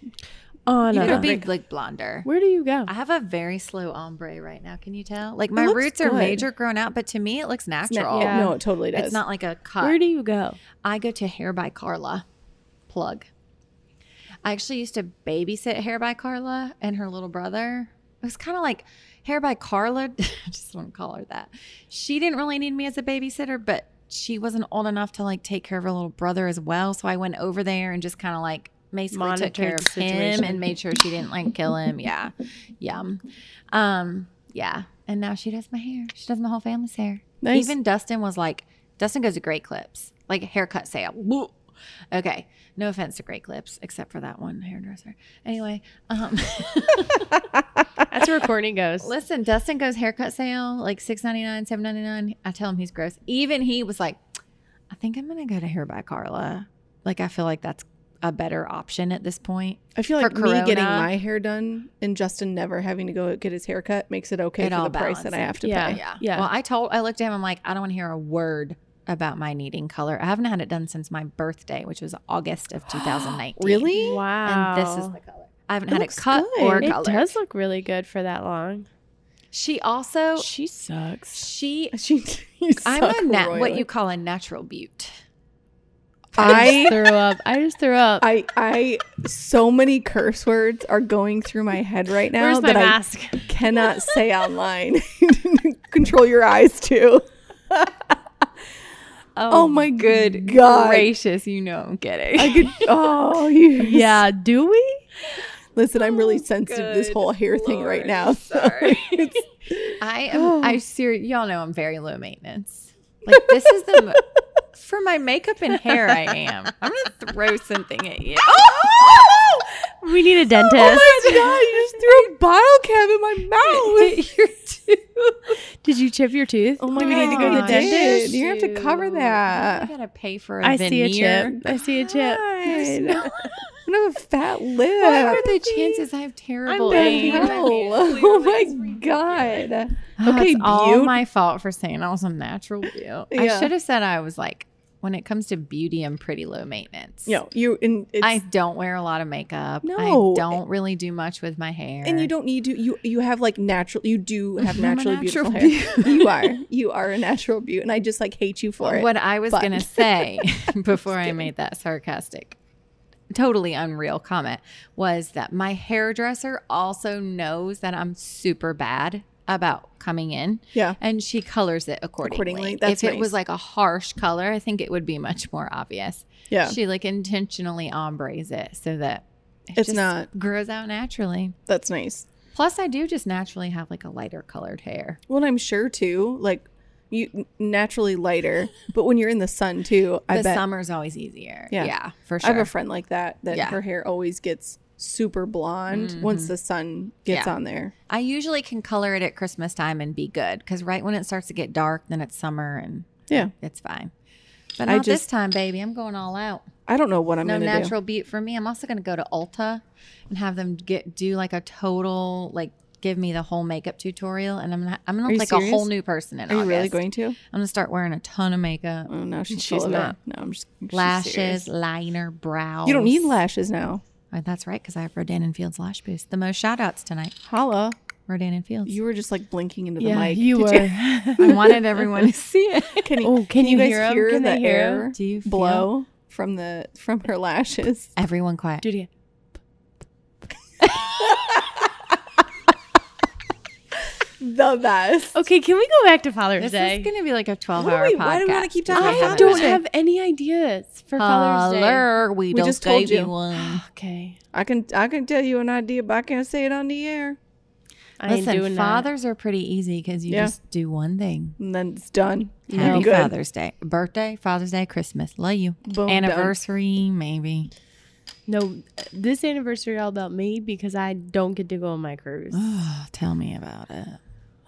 S3: Oh
S4: It'll be like blonder.
S3: Where do you go?
S4: I have a very slow ombre right now. Can you tell? Like my
S1: looks
S4: roots are
S1: good.
S4: major grown out, but to me it looks natural.
S3: yeah.
S1: oh, No, it totally does.
S4: It's not like a cut.
S3: Where do you go?
S4: I go to Hair by Carla. Plug. I actually used to babysit Hair by Carla and her little brother. It was kind of like Hair by Carla. I just want to call her that. She didn't really need me as a babysitter, but she wasn't old enough to like take care of her little brother as well. So I went over there and just kind of like basically took
S3: Monitored
S4: care of
S3: the
S4: him
S3: situation.
S4: and made sure she didn't like kill him. Yeah. Yum. Um, yeah. And now she does my hair. She does my whole family's hair.
S1: Nice.
S4: Even Dustin was like, Dustin goes to Great Clips, like a haircut sale. Woo. Okay, no offense to Great Clips, except for that one hairdresser. Anyway, um,
S3: That's where Courtney goes.
S4: listen, Dustin goes haircut sale like six ninety nine, seven ninety nine. I tell him he's gross. Even he was like, I think I'm gonna go to Hair by Carla. Like I feel like that's a better option at this point.
S1: I feel
S4: for
S1: like me getting
S4: Corona.
S1: my hair done and Justin never having to go get his hair cut makes it okay
S4: It
S1: for
S4: all
S1: the price that I
S4: balances.
S1: have to
S3: Yeah.
S1: pay.
S4: Well, I told I looked at him. I'm like, I don't want to hear a word about my needing color. I haven't had it done since my birthday, which was August of 2019.
S1: Really?
S3: wow.
S4: and this is the color. I haven't
S1: It
S4: had it
S1: looks
S4: cut
S1: good.
S4: or
S1: It
S3: it
S4: colored.
S3: does look really good for that long.
S4: She also
S3: Oh. She sucks.
S4: she
S1: She, you
S4: I'm
S1: suck
S4: a nat-
S1: royally.
S4: what you call a natural beaut.
S3: I just
S1: I
S3: threw up. I just threw up.
S1: I I so many curse words are going through my head right now
S3: Where's my
S1: that
S3: mask?
S1: I cannot say online. Control your eyes too. Oh, my good god.
S4: gracious, you know I'm kidding.
S1: I could oh you
S3: yeah, do we?
S1: Listen, I'm really
S4: Oh,
S1: sensitive to this
S4: good
S1: whole hair thing right
S4: Lord,
S1: now. Oh.
S4: sorry. I am I ser- y'all know I'm very low maintenance. Like this is the mo- for my makeup and hair I am. I'm gonna throw something at you.
S3: We need a dentist.
S1: Oh my god, you just threw a bottle cap in my mouth.
S4: You're too.
S3: Did you chip your tooth?
S1: Oh my
S3: Do we need to go to the
S1: God.
S3: dentist?
S1: You have to cover that.
S4: I gotta pay for a
S3: I see
S4: veneer.
S3: a chip. I see a chip.
S1: God. I have a fat lip.
S4: What are the chances I have terrible
S3: don't
S1: I
S4: aim? Oh,
S3: Dang.
S1: know. Oh my god. Okay,
S4: it's all
S1: beaut.
S4: my fault for saying I was a natural beaut. I
S1: Yeah.
S4: should have said I was like, when it comes to beauty, I'm pretty low maintenance.
S1: No, you and it's,
S4: I don't wear a lot of makeup.
S1: No.
S4: I don't really do much with my hair.
S1: and you don't need to. You you have like natural. You do have
S4: I'm a
S1: naturally
S4: natural
S1: beautiful hair. you are. You are a natural beauty, and I just like hate you for it.
S4: What I was
S1: but-
S4: gonna say before I made that sarcastic, totally unreal comment was that my hairdresser also knows that I'm super bad about coming in.
S1: Yeah.
S4: and she colors it accordingly.
S1: Accordingly, that's
S4: if it
S1: nice.
S4: was like a harsh color, I think it would be much more obvious.
S1: Yeah,
S4: She like intentionally ombres it so that it
S1: It's
S4: just
S1: not-
S4: grows out naturally.
S1: that's nice.
S4: Plus, I do just naturally have like a lighter colored hair.
S1: Well, and I'm sure too. Like you n- naturally lighter, but when you're in the sun too, I
S4: the
S1: bet.
S4: summer's always easier.
S1: Yeah.
S4: for
S1: I
S4: sure.
S1: have a friend like that. That
S4: Yeah. Mm-hmm.
S1: her hair always gets super blonde once the sun gets
S4: Yeah.
S1: on there.
S4: I usually can color it at Christmas time and be good because right when it starts to get dark, then it's summer and
S1: Yeah,
S4: it's fine. But
S1: I
S4: not this
S1: just-
S4: time, baby. I'm going all out.
S1: I don't know what I'm
S4: no
S1: gonna do.
S4: natural beat for me. I'm also going to go to Ulta and have them get do like a total like give me the whole makeup tutorial, and I'm gonna, I'm gonna
S1: Are you
S4: look like a whole
S1: serious?
S4: new person in
S1: Are you
S4: August.
S1: really going to?
S4: I'm gonna start wearing a ton of makeup,
S1: Oh no, she's,
S3: She's
S1: full of it.
S3: not.
S1: No, I'm just she's
S4: lashes,
S1: serious.
S4: liner, brows.
S1: You don't need lashes now.
S4: Oh, that's right, because I have Rodan and Fields Lash Boost. The most shout outs tonight,
S1: Holla.
S4: Rodan and Fields.
S1: You were just like blinking into the
S3: yeah,
S1: mic.
S3: you
S1: Did
S3: were.
S4: I wanted everyone to see it.
S1: Can you,
S3: Oh,
S1: can
S3: can
S1: you,
S3: you
S1: guys
S3: hear 'em?
S1: hear
S3: Can
S1: the
S3: they hear 'em?
S1: air
S4: Do you feel-
S1: blow from the from her lashes?
S4: Everyone quiet.
S3: Do it again.
S1: The best.
S3: Okay, can we go back to Father's
S4: This
S3: Day?
S4: is gonna be like a 12
S1: What do
S4: hour
S1: we-
S4: podcast.
S1: why do we wanna keep talking
S4: what
S1: about
S3: I
S1: Father's
S3: don't
S1: Day.
S3: have any ideas for Father's Day.
S4: Holler, we, don't
S1: just told
S4: gave
S1: you.
S4: you one.
S3: Okay,
S1: I can I can tell you an idea, but I can't say it on the air.
S3: I ain't
S4: Listen,
S3: doing that.
S4: fathers are pretty easy because you
S1: Yeah.
S4: just do one thing.
S1: And then it's done. And
S4: Happy
S1: I'm good.
S4: Father's Day, birthday, Father's Day, Christmas. Love you.
S1: Boom, done.
S4: Anniversary, maybe.
S3: No, this anniversary all about me because I don't get to go on my cruise.
S4: Oh, tell me about it.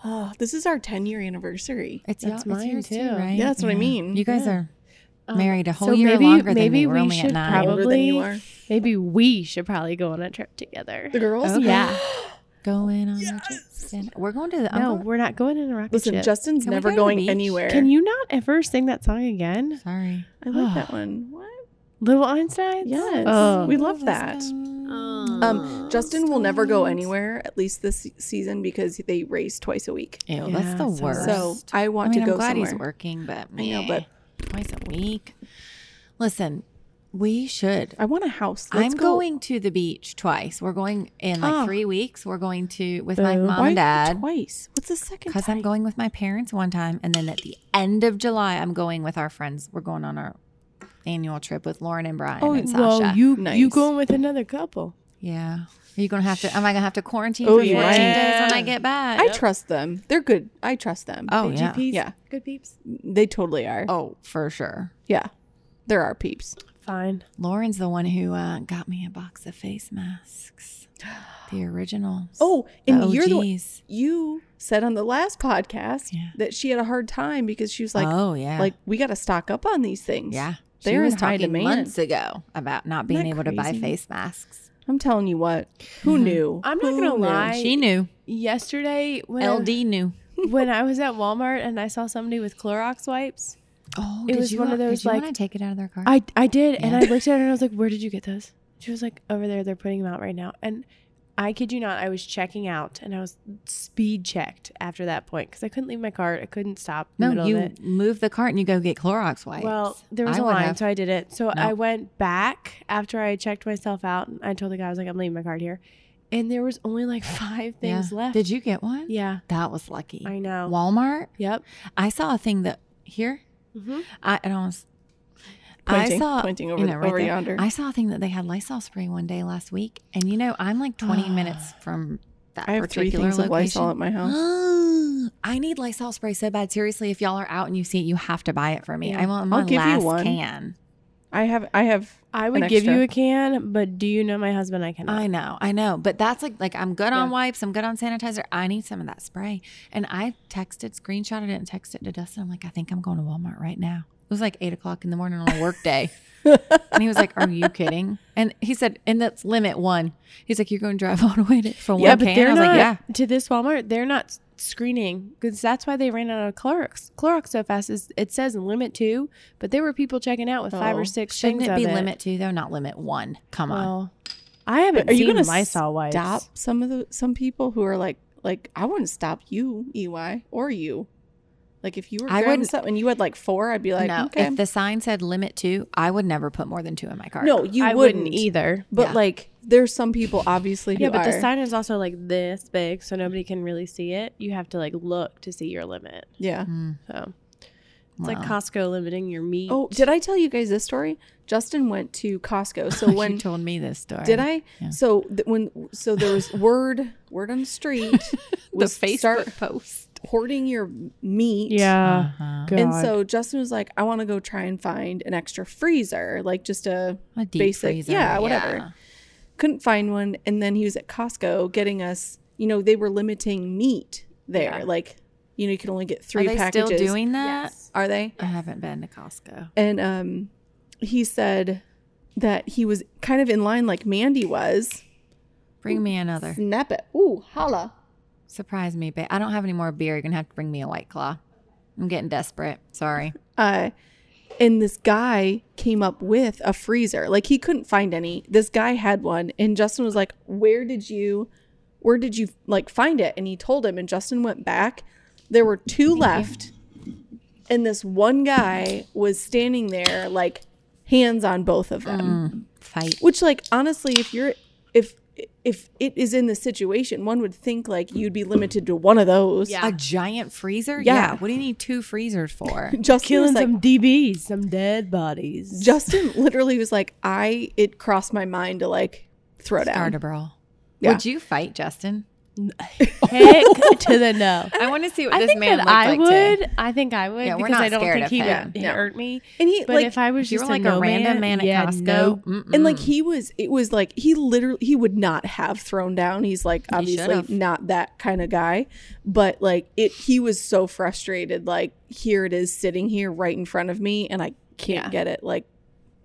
S1: Oh, this is our 10 year anniversary.
S4: It's
S3: That's
S4: y'all- it's
S3: mine,
S4: yours too,
S3: too.
S4: right?
S1: Yeah, that's what I mean.
S4: You guys
S3: Yeah.
S4: are
S3: Um,
S4: married a whole
S3: so
S4: year
S3: maybe-
S4: longer than me.
S3: maybe
S4: We're
S3: we
S4: only at
S3: should
S4: nine.
S1: Older than you
S3: Probably.
S1: are.
S3: Maybe we should probably go on a trip together.
S4: Uh-huh.
S1: The girls?
S4: Okay.
S3: Yeah.
S4: Going on the Jackson. We're going to the. I'm
S3: No,
S4: going-
S3: we're not going in a rocket
S1: Listen,
S3: ship.
S1: Justin's
S4: Can we
S1: never
S4: go to the
S1: going
S4: beach?
S1: anywhere.
S3: Can you not ever sing that song again?
S4: sorry.
S1: I like that one. What?
S3: Little Einstein?
S1: Yes.
S3: Oh.
S1: We love that.
S4: Oh,
S1: Um, Justin will never go anywhere, at least this se- season, because they race twice a week.
S4: Ew,
S3: Yeah,
S4: that's the
S3: so-
S4: worst.
S1: So I want
S4: I mean,
S1: to go
S4: I'm glad
S1: somewhere.
S4: he's working, but
S1: I know,
S4: meh.
S1: but-
S4: twice a week. Listen, We should.
S1: I want a house. Let's
S4: I'm
S1: go.
S4: going to the beach twice. We're going in like
S1: Oh.
S4: three weeks. We're going to with my
S1: Boo.
S4: mom
S1: Why
S4: and dad
S1: Twice. What's the second?
S4: because I'm
S1: time?
S4: going with my parents one time, and then at the end of July, I'm going with our friends. We're going on our annual trip with Lauren and Brian
S1: Oh,
S4: and Sasha.
S3: well, you you
S1: Nice.
S3: going with another couple?
S4: yeah. Are you gonna have to? Am I gonna have to quarantine
S1: Oh,
S4: for 14
S1: you're
S3: right.
S4: days when I get back?
S1: I trust them. They're good. I trust them.
S4: oh yeah.
S3: GPs?
S1: Yeah.
S3: Good peeps.
S1: They totally are.
S4: Oh, for sure.
S1: Yeah. They're our peeps.
S3: Fine.
S4: Lauren's the one who uh, got me a box of face masks, the originals.
S1: Oh,
S4: the
S1: and you're the one,
S4: OGs.
S1: you said on the last podcast
S4: Yeah.
S1: that she had a hard time because she was like,
S4: oh yeah,
S1: like we got to stock up on these things.
S4: yeah.
S1: they're
S4: she was
S1: in high
S4: talking
S1: demand.
S4: months ago about not being
S1: that
S4: able to buy
S1: crazy?
S4: face masks.
S1: I'm telling you what. Who
S4: Mhm.
S1: knew?
S3: I'm not
S1: Who
S3: gonna
S1: knew?
S3: lie. I-
S4: she knew.
S3: Yesterday when
S4: LD knew.
S3: when I was at Walmart and I saw somebody with Clorox wipes,
S4: Oh,
S3: It
S4: did
S3: was
S4: you
S3: one of
S4: want-
S3: those,
S4: did you
S3: like-
S4: want to take it out of their car?
S3: I I did, and
S4: Yeah.
S3: I looked at her and I was like, "Where did you get those?" She was like, "Over there, they're putting them out right now." And I kid you not, I was checking out and I was speed checked after that point because I couldn't leave my cart. I couldn't stop. In the
S4: no,
S3: middle
S4: you
S3: of it.
S4: move the cart and you go get Clorox wipes.
S3: Well, there was
S4: I
S3: a
S4: would
S3: line,
S4: have-
S3: so I did it. So
S4: No.
S3: I went back after I checked myself out, and I told the guy I was like, "I'm leaving my card here," and there was only like five
S4: yeah.
S3: things left.
S4: Did you get one?
S3: Yeah,
S4: That was lucky.
S3: I know.
S4: Walmart.
S3: Yep.
S4: I saw a thing that here.
S3: Mhm.
S4: I it almost.
S1: Pointing,
S4: I saw
S1: pointing over,
S4: you know, right
S1: over
S4: there.
S1: yonder.
S4: I saw a thing that they had Lysol spray one day last week, and you know I'm like 20 minutes from that
S1: I have three
S4: particular
S1: things of
S4: location.
S1: Lysol at my house.
S4: I need Lysol spray so bad. Seriously, if y'all are out and you see it, you have to buy it for me.
S3: Yeah.
S4: I want
S1: I'll
S4: my
S1: give you
S4: last
S1: one.
S4: can.
S1: I have. I have.
S3: I would
S1: An
S3: give you
S1: extra.
S3: a can, but do you know my husband? I cannot.
S4: I know, I know, but that's like like I'm good on
S3: Yeah.
S4: wipes, I'm good on sanitizer. I need some of that spray. And I texted, screenshotted it, and texted it to Dustin. I'm like, I think I'm going to Walmart right now. It was like eight o'clock in the morning on a work day, and he was like, "Are you kidding?" And he said, "And that's limit one." He's like, "You're going to drive all the way to, for
S3: yeah,
S4: one
S3: but
S4: can."
S3: they're
S4: I was
S3: not
S4: like, "Yeah."
S3: to this Walmart. They're not s- screening because that's why they ran out of Clorox. Clorox so fast is it says limit two, but there were people checking out with five
S1: Oh.
S3: or six.
S4: Shouldn't
S3: things
S4: it be
S3: of
S4: limit two though, not limit one? Come on.
S3: Well, I haven't.
S1: Are you
S3: seen
S1: gonna
S3: Lysol wipes?
S1: Stop some of the some people who are like like I wouldn't stop you, EY, or you. Like if you were
S4: I
S1: grabbing
S4: wouldn't-
S1: something and you had like four, I'd be like,
S4: no,
S1: okay,
S4: if the sign said limit two, I would never put more than two in my cart.
S1: no, you
S3: I
S1: wouldn't,
S3: wouldn't, either.
S1: But
S4: Yeah.
S1: like, there's some people obviously who
S3: Yeah, but
S1: are.
S3: the sign is also like this big, so nobody can really see it. You have to like look to see your limit.
S1: yeah.
S4: Mm,
S3: So it's like
S4: well.
S3: Costco limiting your meat.
S1: Oh, did I tell you guys this story? Justin went to Costco. So
S4: you
S1: when
S4: told me this story,
S1: did I?
S4: Yeah.
S1: So th- when so there was word word on the street
S4: The
S1: was
S4: Facebook
S1: start
S4: post.
S1: hoarding your meat.
S3: yeah.
S4: Uh-huh.
S1: And so Justin was like, I want to go try and find an extra freezer, like just a
S4: a deep
S1: basic-
S4: freezer.
S1: yeah, whatever. couldn't find one and then he was at Costco getting us, you know, they were limiting meat there.
S3: Yeah.
S1: Like, you know, you could only get
S4: Are
S1: three
S4: they
S1: packages.
S4: still doing that?
S3: Yes.
S1: Are they?
S4: I haven't been to Costco.
S1: And um he said that he was kind of in line like Mandy was.
S4: Bring me another.
S1: Snap it. Ooh, holla.
S4: Surprise me, babe. I don't have any more beer. You're gonna have to bring me a white claw. I'm getting desperate. Sorry.
S1: Uh and this guy came up with a freezer. Like he couldn't find any. This guy had one and Justin was like, "Where did you where did you like find it?" And he told him and Justin went back. There were two left. And this one guy was standing there like hands on both of
S3: Mm.
S1: them.
S4: Fight.
S1: Which like honestly, if you're if if it is in the situation, one would think like you'd be limited to one of those.
S3: Yeah.
S4: A giant freezer?
S1: Yeah.
S4: What do you need two freezers for?
S1: Justin was
S3: Killing
S1: like,
S3: some DBs, some dead bodies.
S1: Justin literally was like, I it crossed my mind to like throw down.
S4: Starterburl.
S1: Yeah.
S4: Would you fight, Justin?
S3: Heck to the no.
S4: I want to see what
S3: I
S4: this
S3: think
S4: man
S3: that
S4: looked
S3: I
S4: like
S3: would.
S4: To.
S3: I think I would
S4: Yeah, we're
S3: because
S4: not
S3: I don't
S4: scared
S3: think
S4: of
S3: he
S4: him.
S3: would
S1: No.
S3: hurt me.
S1: And he
S3: But
S1: like
S3: if I was
S4: If you
S3: just
S4: were like
S3: no
S4: a random man at
S3: yeah,
S4: Costco,
S3: no.
S1: and like he was it was like he literally he would not have thrown down. He's like obviously
S4: should've.
S1: not that kind of guy. But like it he was so frustrated, like here it is sitting here right in front of me and I can't
S3: Yeah.
S1: get it. Like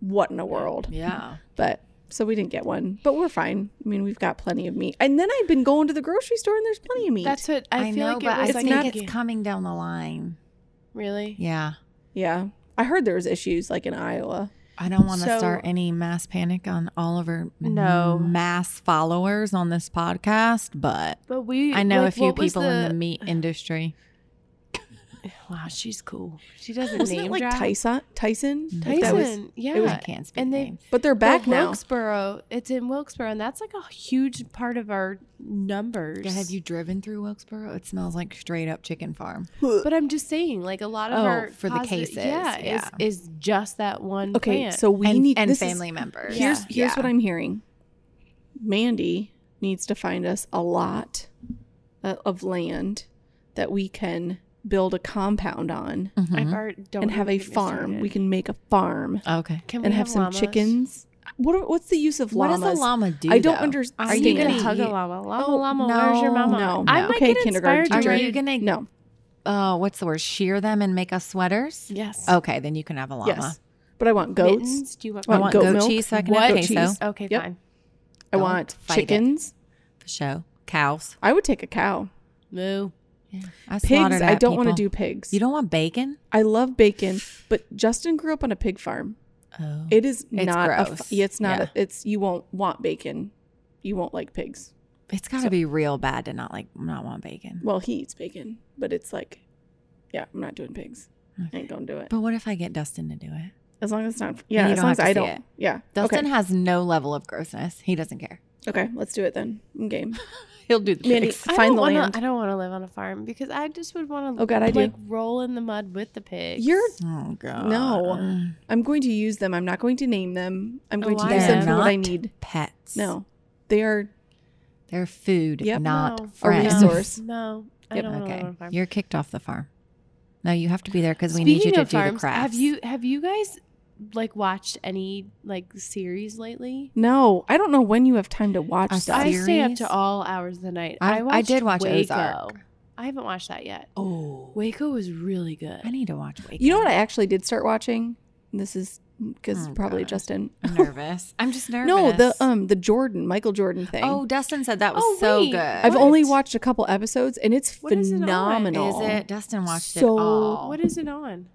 S1: what in the world?
S4: yeah.
S1: But so we didn't get one. But we're fine. I mean we've got plenty of meat. And then I've been going to the grocery store and there's plenty of meat.
S3: That's what I,
S4: I,
S3: feel
S4: know,
S3: like.
S4: but
S3: it was
S4: I
S3: like
S4: think
S3: a-
S4: it's coming down the line.
S3: really.
S4: Yeah.
S1: yeah. I heard there was issues like in Iowa.
S4: I don't want to
S3: So-
S4: start any mass panic on all of our
S3: No.
S4: mass followers on this podcast, but
S3: But we,
S4: I know
S3: like,
S4: a few
S3: what was
S4: people in the
S3: the-
S4: meat industry.
S3: Wow, she's cool. She doesn't
S1: Wasn't
S3: name
S1: it like
S3: drop.
S1: Tyson? Tyson?
S3: Tyson,
S1: Like, that was-
S3: yeah.
S4: I can't speak
S3: and they-
S4: names.
S1: but they're back
S3: But
S1: now.
S3: Wilkesboro, it's in Wilkesboro, and that's like a huge part of our numbers.
S4: God, have you driven through Wilkesboro? It smells like straight up chicken farm.
S3: But I'm just saying, like a lot of
S4: Oh,
S3: our
S4: for the
S3: positive-
S4: cases,
S3: yeah,
S4: yeah.
S3: Is, is just that one.
S1: okay,
S3: plant.
S1: so we
S4: and
S1: need
S4: and
S1: this is-
S4: family members.
S1: Here's
S3: Yeah.
S1: here's
S4: Yeah.
S1: what I'm hearing. Mandy needs to find us a lot uh, of land that we can build a compound on
S4: Mhm.
S3: I've already, Mm. don't
S1: and have
S3: even
S1: a
S3: get me
S1: farm.
S3: started.
S1: We can make a farm
S4: okay.
S3: Can
S1: and
S3: we
S1: have, some
S3: llamas?
S1: chickens. What are, what's the use of
S4: What
S1: llamas?
S4: does a llama do?
S1: I don't
S4: though?
S1: understand.
S3: Are you gonna
S4: Stinky.
S3: hug a llama? Llama,
S4: Oh,
S3: llama. Where's your
S4: no,
S3: mama?
S1: No,
S3: I
S4: no.
S3: might
S1: Okay,
S3: get
S1: kindergarten
S3: inspired to
S4: Are
S1: children.
S3: write-
S4: you gonna
S1: No.
S4: uh, what's the word? Shear them and make us sweaters.
S3: Yes.
S4: Okay, then you can have a llama.
S1: Yes. But I want Oh, goats.
S3: Mittens? Do you want?
S1: I
S4: I
S1: want
S4: want
S1: goat
S4: goat,
S1: milk.
S4: cheese so I can
S1: What?
S4: have
S1: Goat
S4: queso
S1: cheese.
S3: Okay,
S1: Yep.
S3: fine.
S1: I
S4: Don't
S1: want
S4: fight it.
S1: chickens.
S4: for show. Cows.
S1: I would take a cow.
S3: Moo.
S4: I
S1: Pigs.
S4: slaughtered
S1: I
S4: at
S1: don't want to
S4: people.
S1: do pigs.
S4: You don't want bacon?
S1: I love bacon, but Justin grew up on a pig farm.
S4: Oh.
S1: It is
S4: It's
S1: not. A, f-
S4: gross.
S1: yeah, it's not.
S4: Yeah.
S1: A, it's you won't want bacon. You won't like pigs.
S4: it's got to
S1: so-
S4: be real bad to not like not want bacon.
S1: Well, he eats bacon, but it's like, yeah, I'm not doing pigs. I
S4: Okay.
S1: ain't gonna do it.
S4: But what if I get Dustin to do it?
S1: As long as it's not. Yeah,
S4: you
S1: as
S4: don't
S1: long as
S4: have
S1: I
S4: to see
S1: don't.
S4: it.
S1: Yeah.
S4: Dustin
S1: Okay.
S4: has no level of grossness. He doesn't care.
S1: okay, let's do it then. I'm game.
S4: He'll do the
S1: Mandy,
S4: pigs.
S3: I
S1: find
S3: don't
S1: the
S3: wanna,
S1: land.
S3: I don't want to live on a farm because I just would want to.
S1: Oh, God, I do.
S3: like roll in the mud with the pigs.
S1: You're.
S4: Oh god.
S1: No. I'm going to use them. I'm not going to name them. I'm going
S3: Oh,
S1: to
S3: I
S1: use them
S3: am.
S1: for what I
S4: Not
S1: need.
S4: Pets.
S1: No, they are.
S4: They're food,
S1: Yep.
S4: not
S3: No.
S4: friends.
S1: A resource.
S3: No, I
S1: Yep.
S3: don't want to
S4: Okay.
S3: live on a farm.
S4: You're kicked off the farm. No, you have to be there because we need you
S3: Speaking
S4: to
S3: of
S4: do the
S3: farms,
S4: crafts.
S3: have you have you guys like watched any like series lately?
S1: No, I don't know when you have time to watch
S4: I
S1: stuff.
S3: I stay up
S4: Series?
S3: to all hours of the night.
S4: I-
S3: I,
S4: I
S3: watched
S4: did watch
S3: Waco.
S4: Ozark.
S3: I haven't watched that yet.
S4: Oh.
S3: Waco was really good.
S4: I need to watch Waco.
S1: you know what? I actually did start watching. This is because
S4: Oh,
S1: probably
S4: God.
S1: Justin.
S4: I'm nervous. I'm just nervous.
S1: No, the um the Jordan Michael Jordan thing.
S4: Oh, Dustin said that was
S3: Oh,
S4: so
S3: wait.
S4: good.
S1: I've only
S3: What?
S1: watched a couple episodes and it's
S3: What is it on?
S1: phenomenal.
S4: Is it? Dustin watched
S1: So-
S4: it all.
S3: What is it on?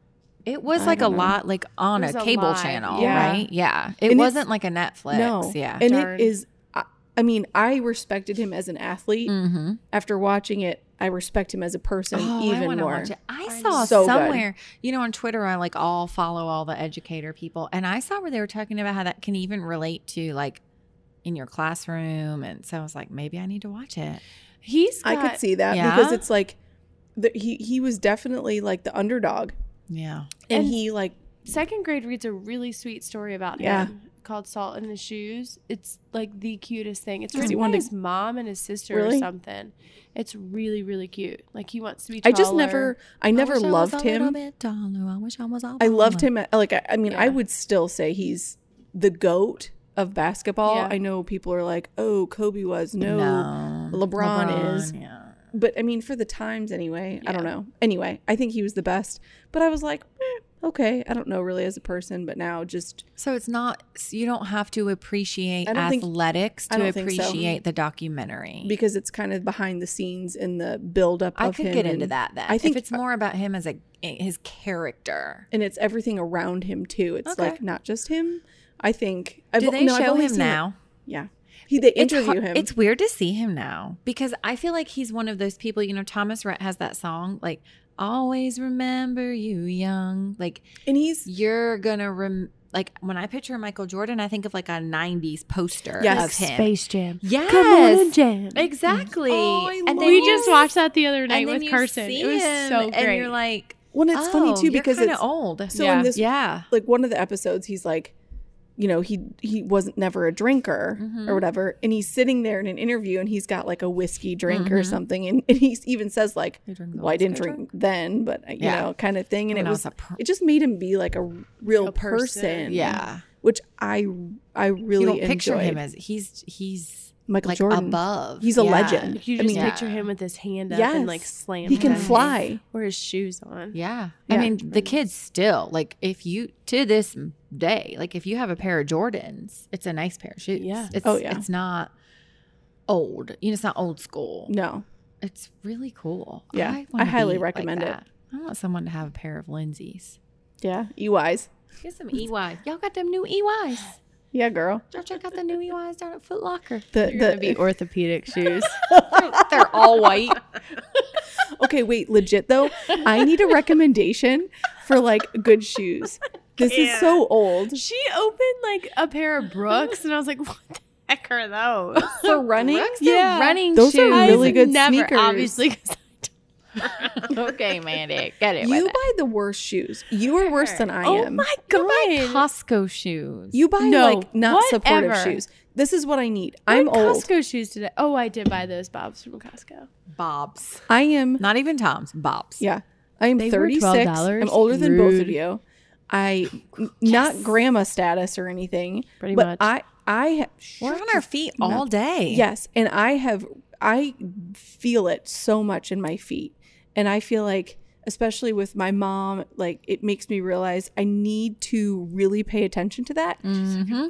S4: it was
S1: I
S4: like a
S1: don't know.
S4: lot, like on
S3: It
S4: a
S3: was a
S4: cable
S3: live,
S4: channel,
S1: yeah.
S4: right? Yeah.
S1: And
S4: It
S1: it's-
S4: wasn't like a Netflix.
S1: No.
S4: Yeah.
S1: And
S3: Darn.
S1: it is I, I mean, I respected him as an athlete.
S4: mm-hmm.
S1: After watching it, I respect him as a person
S4: Oh, I
S1: even
S4: wanna
S1: more.
S4: Watch it. I
S3: I
S4: saw
S1: know. So good.
S4: somewhere, you know, on Twitter, I like all follow all the educator people, and I saw where they were talking about how that can even relate to like in your classroom, and so I was like, maybe I need to watch it.
S3: He's
S1: I
S3: got,
S1: could see that
S4: Yeah?
S1: because it's like the, he he was definitely like the underdog
S4: Yeah.
S1: and,
S3: And-
S1: he like
S3: second grade reads a really sweet story about
S1: Yeah.
S3: him called Salt in His Shoes. It's like the cutest thing. It's
S1: 'Cause he
S3: written by
S1: wanted to-
S3: his mom and his sister
S1: Really?
S3: or something. It's really, really cute. Like he wants to be
S1: I
S3: taller.
S1: just never I never
S4: wish
S1: loved
S4: was a little
S1: him.
S4: bit taller. I wish I was. a
S1: I loved
S4: baller.
S1: him. at- Like I, I mean, I
S3: Yeah.
S1: would still say he's the goat of basketball.
S3: Yeah.
S1: I know people are like, "Oh, Kobe was no,",
S4: No.
S1: LeBron is.
S4: Yeah.
S1: but I mean, for the times anyway. I don't
S3: Yeah.
S1: know. Anyway, I think he was the best. But I was like, eh, okay, I don't know really as a person, but now just
S4: So it's not so you don't have to appreciate
S1: I don't think-
S4: athletics
S1: I
S4: to
S1: don't think so.
S4: appreciate the documentary.
S1: because it's kind of behind the scenes in the buildup.
S4: I
S1: of
S4: could
S1: him
S4: get into
S1: and-
S4: that then.
S1: I think-
S4: if it's more about him as a his character.
S1: and it's everything around him too. It's
S4: Okay.
S1: like not just him. I think.
S4: Do they
S1: no,
S4: show
S1: only
S4: him
S1: seen it-
S4: now?
S1: Yeah, he they
S4: It's
S1: interview
S4: har-
S1: him.
S4: It's weird to see him now because I feel like he's one of those people. You know, Thomas Rhett has that song like "Always Remember You Young." Like
S1: and he's
S4: you're gonna rem. Like when I picture Michael Jordan, I think of like a '90s poster
S1: Yes.
S4: of him.
S3: Space Jam.
S4: Yes,
S3: Jam.
S4: exactly.
S1: Oh, I
S4: then
S1: love
S3: we
S1: you-
S3: just watched that the other
S4: and
S3: night
S4: then
S3: with
S4: you
S3: Carson.
S4: see
S3: It was
S4: him,
S3: so great.
S4: And you're like,
S1: well, and it's
S4: Oh,
S1: funny too because
S4: kind
S1: it's
S4: of old.
S1: so in
S3: Yeah.
S1: this
S4: yeah,
S1: like one of the episodes he's like you know he he wasn't never a drinker or
S4: Mhm.
S1: whatever and he's sitting there in an interview and he's got like a whiskey drink or
S4: Mhm.
S1: something and, and he even says like
S4: You drink the
S1: well i didn't
S4: whiskey
S1: drink, then but uh, you
S4: Yeah.
S1: know kind of thing and
S4: When
S1: it
S4: I
S1: was
S4: a pr-
S1: it just made him be like a real
S3: A
S1: person.
S3: person.
S4: yeah.
S1: which i i really
S4: you don't picture
S1: enjoyed.
S4: him as he's he's
S1: michael
S4: like
S1: jordan
S4: above.
S1: He's a
S4: Yeah.
S1: legend.
S3: Like, you
S1: I
S3: just
S1: mean-
S3: picture him with his hand up
S1: Yes.
S3: and like slam.
S1: he can
S3: down.
S1: fly
S3: Or his shoes on.
S4: Yeah.
S1: Yeah.
S4: I mean, the kids still, like, if you, to this day, like, if you have a pair of Jordans, it's a nice pair of shoes.
S3: Yeah.
S4: It's,
S1: Oh, yeah.
S4: It's not old. You know, it's not old school.
S1: no
S4: It's really cool.
S1: Yeah. I
S4: wanna
S1: highly
S4: be like
S1: recommend it.
S4: that. I want someone to have a pair of Lindsay's.
S1: yeah eyes
S4: E Get some EYs. E Y'all got them new EYs.
S1: Yeah, girl.
S4: Georgia got the new UIs down at Foot Locker.
S1: The,
S3: You're
S1: the-
S3: gonna be orthopedic shoes.
S4: They're all white.
S1: okay, wait, legit though. I need a recommendation for like good shoes. This is so old.
S3: she opened like a pair of Brooks, and I was like, "What the heck are those?"
S1: For running?
S3: Yeah.
S4: running
S1: Those are
S4: shoes.
S1: really good
S3: never,
S1: sneakers.
S3: Obviously, 'cause
S4: okay, Mandy, get it.
S1: You
S4: with
S1: buy the worst shoes. You are worse than I
S3: oh
S1: am.
S3: my
S4: it.
S3: god,
S4: Costco shoes.
S1: You buy
S3: No,
S1: like not supportive
S3: whatever.
S1: shoes. This is what I need.
S3: We're
S1: I'm
S3: in
S1: old.
S3: Costco shoes today. Oh, I did buy those Bob's from Costco.
S4: Bob's,
S1: I am
S4: not even Tom's. Bob's.
S1: yeah. I am
S3: They were
S1: 36.
S3: $12.
S1: I'm older than both of
S3: Rude.
S1: you. I n- not grandma status or anything,
S3: Pretty
S1: but
S3: much.
S1: I I
S4: We're
S1: ha-
S4: on our feet all day.
S1: Yes, and I have I feel it so much in my feet. And I feel like especially with my mom, like it makes me realize I need to really pay attention to that.
S4: Mhm.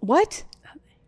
S1: What?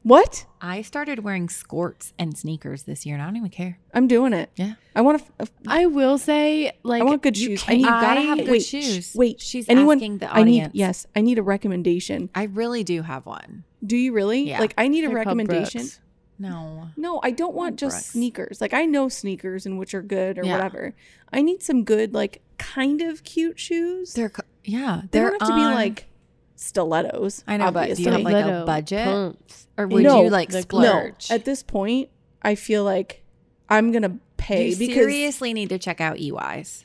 S1: What?
S4: I started wearing skirts and sneakers this year, and I don't even care.
S1: I'm doing it.
S4: Yeah.
S1: I want to
S3: I will say, like,
S1: I want good
S4: you
S1: shoes. I
S4: can't-
S1: need
S4: you gotta have
S1: wait,
S4: good
S1: sh-
S4: shoes.
S1: Wait.
S4: She's
S1: anyone,
S4: asking the
S1: I need
S4: audience.
S1: yes, I need a recommendation.
S4: I really do have one.
S1: Do you really?
S4: Yeah.
S1: Like I need a
S3: they're called
S1: recommendation.
S3: Brooks.
S4: No.
S1: No, I don't want just
S4: Brooks.
S1: sneakers. Like I know sneakers and which are good or
S4: Yeah.
S1: whatever. I need some good, like kind of cute shoes.
S4: They're, co- yeah.
S1: they
S4: They're
S1: don't have to
S4: on-
S1: be like stilettos.
S4: I know, but do you have,
S1: obviously.
S4: like, a
S3: Little
S4: budget?
S3: pumps.
S4: or would
S1: No,
S4: you like
S3: the- no.
S4: splurge?
S1: at this point, I feel like I'm gonna pay
S4: you
S1: because
S4: seriously need to check out E EYs.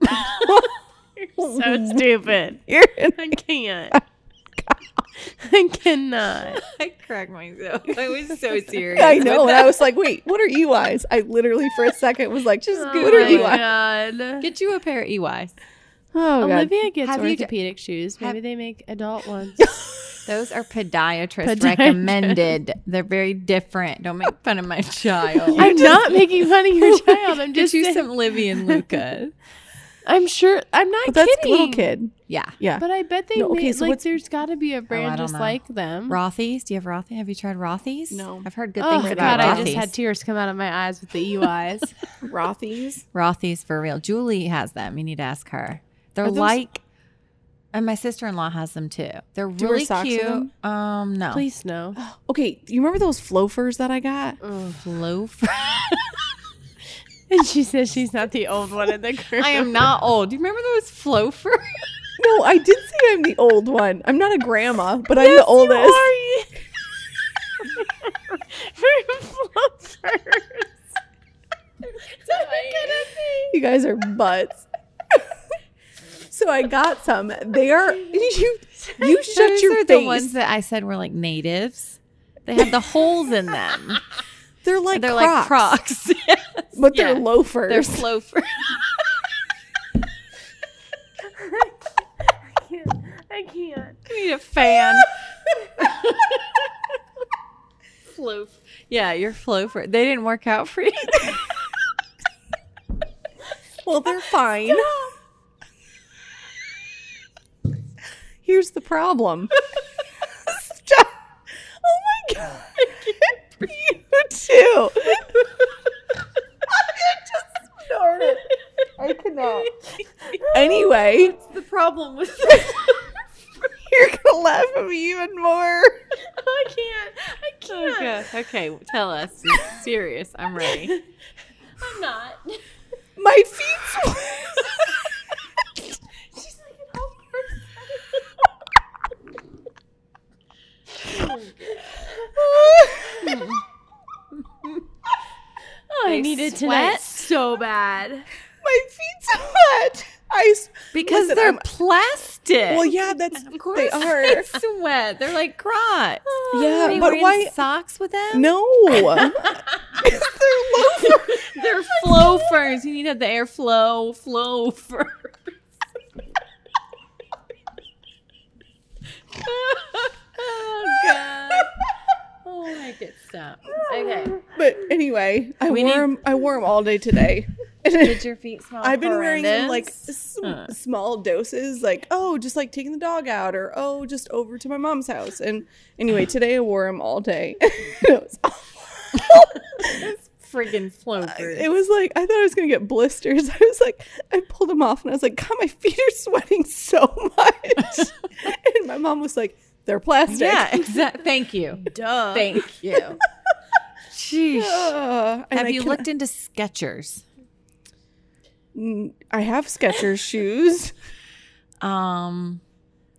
S3: You're so stupid. I can't. I cannot.
S4: I cracked myself. I was so serious.
S1: I know, and I was like, "Wait, what are EYs?" I literally for a second was like, "Just
S4: Oh,
S1: what are
S3: Oh my
S1: EYs?"
S3: God.
S4: Get you a pair of E EYs.
S1: Oh, God.
S3: Olivia gets
S4: Have you d-
S3: orthopedic shoes. Maybe
S4: have-
S3: they make adult ones.
S4: Those are podiatrist
S3: Podiatrist.
S4: recommended. They're very different. Don't make fun of my child.
S3: I'm not making fun of your child. I'm
S4: Get
S3: just
S4: you
S3: saying,
S4: some Livy and Luca.
S3: I'm sure I'm not
S1: But that's
S3: kidding.
S1: little kid.
S4: Yeah.
S1: Yeah,
S3: But I bet they
S1: No,
S3: make
S1: okay, so
S3: like
S1: what's-
S3: there's got to be
S1: Oh,
S3: a brand
S4: don't
S3: just
S4: know.
S3: like them.
S4: Rothy's. Do you have Rothy? Have you tried Rothy's?
S1: No.
S4: I've heard good
S3: Oh
S4: things
S3: God!
S4: about
S3: I
S4: Rothy's.
S3: just had tears come out of my eyes with the E UIs.
S1: Rothy's.
S4: Rothy's for real. Julie has them. You need to ask her. They're
S1: Are those-
S4: like, and my sister in law has them too. They're
S1: Do you wear
S4: really
S1: socks in
S4: cute. Um, no.
S3: Please no.
S1: Okay, you remember those loafers that I got?
S4: Mm.
S3: Ugh.
S4: Loaf.
S3: And she says she's not the old one in the group.
S4: I am not old. Do you remember those flofers?
S1: No, I did say I'm the old one. I'm not a grandma, but I'm the oldest. You guys are butts. so I got some. They are you. You shut
S4: Those
S1: your
S4: are
S1: face.
S4: the ones that I said were like natives. They had the holes in them.
S1: they're like
S4: they're
S1: Crocs,
S4: like Crocs.
S1: but they're
S4: yeah.
S1: loafers.
S4: they're flofers.
S3: I can't.
S4: I need a fan. Floof. Yeah, your flofer. They didn't work out for you.
S1: well, they're fine. Here's the problem. Stop. Oh my god. you too. I cannot. Anyway,
S4: the problem with
S1: you're gonna laugh at me even more.
S3: I can't. I can't.
S4: Okay, Oh, okay, tell us. serious. I'm ready.
S3: I'm not.
S1: My feet.
S3: She's like an old person. Oh, I
S4: They
S3: need it tonight
S4: sweat?
S3: so bad.
S1: my feet's hot. I s-
S4: Because
S1: Listen,
S4: they're
S1: I'm-
S4: plastic.
S1: well, yeah, that's
S4: Of course
S1: they are.
S4: They sweat. They're like Crocs.
S1: Yeah,
S4: Are you
S1: but
S4: wearing
S1: why-
S4: socks with them?
S1: No, It's their loafer.
S4: They're flofers. You need to have the airflow flofers. oh god. Oh my god, stop. Okay.
S1: But anyway, I
S4: We
S1: wore
S4: need-
S1: 'em- I wore them all day today.
S4: Did your feet smell?
S1: I've been wearing them like
S4: horrendous?
S1: s-
S4: Huh.
S1: small doses, like oh, just like taking the dog out, or oh, just over to my mom's house. And anyway, today I wore them all day. it, was awful.
S4: friggin'
S3: Uh,
S4: flofers.
S1: It was like I thought I was gonna get blisters. I was like, I pulled them off, and I was like, God, my feet are sweating so much. and my mom was like, They're plastic.
S3: Yeah,
S4: Exactly. Thank you.
S3: Duh.
S4: Thank you. Sheesh.
S1: Ugh, and
S4: Have
S1: I
S4: you
S1: can-
S4: looked into Skechers?
S1: Mm, I have Skechers shoes.
S4: Um,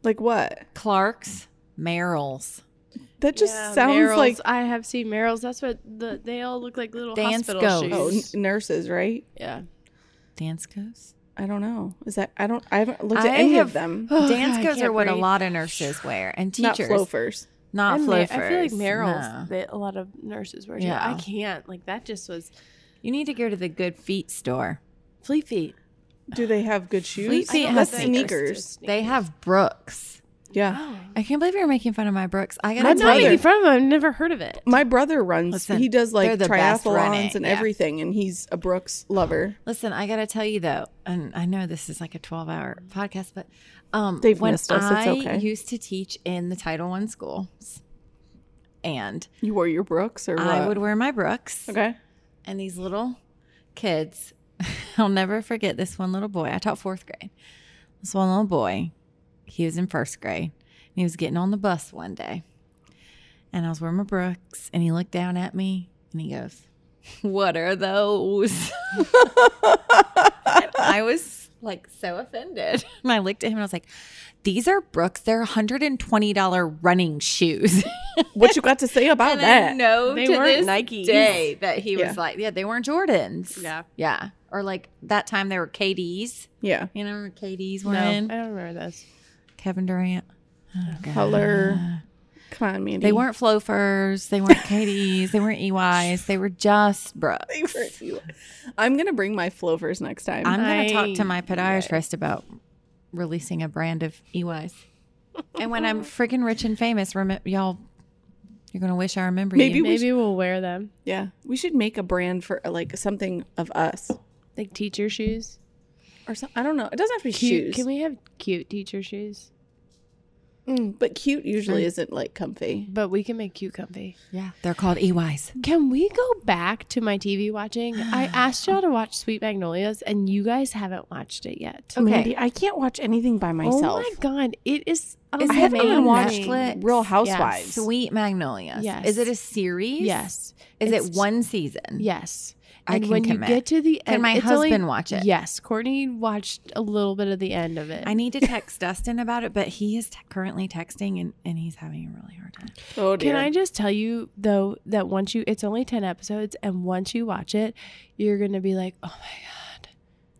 S1: Like what?
S4: Clark's, Merrill's.
S1: That just
S3: Yeah,
S1: sounds
S3: Merrell's.
S1: like
S3: I have seen Merrill's. That's what the, they all look like little
S4: Dance
S3: hospital
S4: goes.
S1: oh
S3: shoes.
S1: n- nurses, right?
S3: yeah.
S4: Danskos.
S1: I don't know. Is that I don't I haven't looked at
S4: I
S1: any
S4: have-
S1: of them.
S3: Oh, God, I
S4: Danskos
S3: can't
S4: are what a
S3: breathe.
S4: lot of nurses wear and
S1: Not
S4: teachers.
S1: loafers.
S4: Not
S3: And Ma-
S4: flofers.
S3: I feel like Merrill's.
S4: no.
S3: They, a lot of nurses wear. Yeah.
S4: Yeah.
S3: I can't. Like that just was
S4: You need to go to the Good Feet store.
S3: flea feet.
S1: Do they have good shoes?
S4: Fleet Feet
S1: I don't
S4: has
S1: know.
S4: sneakers.
S1: sneakers.
S4: They have Brooks.
S1: Yeah.
S3: Oh.
S4: I can't believe you're making fun of my Brooks. I gotta
S1: My
S3: I'm
S4: tell
S3: not
S1: brother-
S4: you,
S3: making fun of them. I've never heard of it.
S1: My brother runs.
S4: Listen,
S1: he does like
S4: they're the best running,
S1: triathlons and
S4: yeah.
S1: everything, and he's a Brooks lover.
S4: Listen, I gotta tell you though, and I know this is like a twelve-hour podcast, but um,
S1: They've
S4: when
S1: missed us, it's
S4: I
S1: okay.
S4: used to teach in the Title One schools, and
S1: You wore your Brooks or what?
S4: I would wear my Brooks,
S1: Okay.
S4: and these little kids. I'll never forget this one little boy. I taught fourth grade. This one little boy, he was in first grade, and he was getting on the bus one day, and I was wearing my Brooks, and he looked down at me, and he goes, "What are those?" And I was like so offended. And I looked at him and I was like, these are Brooks. They're $120 running shoes.
S1: what you got to say about
S4: and I
S1: that?
S4: know
S3: They
S4: to
S3: weren't
S4: this
S3: Nikes.
S4: day that he
S1: Yeah.
S4: was like, yeah, they weren't Jordans.
S3: Yeah.
S4: Yeah. Or like that time they were KDs.
S1: Yeah.
S4: You know, KDs
S3: No,
S4: were
S3: I
S4: in.
S3: don't remember this.
S4: Kevin Durant. Oh, God.
S1: Color. Come on, Mandy.
S4: They weren't Flofers. They weren't KDs. They weren't EYs. They were just Brooks.
S1: They weren't you. I'm gonna bring my flovers next time.
S4: I'm going to talk to
S3: I-
S4: my podiatrist about releasing a brand of EYs. and when I'm freaking rich and famous, rem- y'all, you're going to wish I remember
S1: Maybe
S4: you.
S1: we
S3: Maybe we'll wear them.
S1: yeah, we should make a brand for uh, like something of us
S3: Like teacher shoes.
S1: or something. I don't know. It doesn't have to be
S3: Cute.
S1: shoes,
S3: Can we have cute teacher shoes?
S1: Mm, but cute usually isn't like comfy.
S3: But we can make cute comfy.
S4: Yeah, they're called E EYs.
S3: Can we go back to my TV watching? I asked y'all to watch Sweet Magnolias, and you guys haven't watched it yet.
S4: Okay.
S1: Mandy, I can't watch anything by myself.
S3: Oh my god, it is.
S4: Is
S1: I
S4: it
S1: haven't even
S4: on
S1: watched
S4: Netflix?
S1: Real Housewives.
S4: Sweet Magnolias.
S3: Yes.
S4: Is it a series?
S3: Yes,
S4: Is
S3: It's-
S4: it one season?
S3: Yes,
S4: I
S3: and
S4: can
S3: when
S4: commit.
S3: you get to the end,
S4: Can my
S3: it's only-
S4: husband watch it?
S3: Yes, Courtney watched a little bit of the end of it.
S4: I need to text Dustin about it, but he is t- currently texting and, and he's having a really hard time.
S1: Oh dear.
S3: Can I just tell you though that once you, it's only ten episodes, and once you watch it, you're gonna be like, oh my god,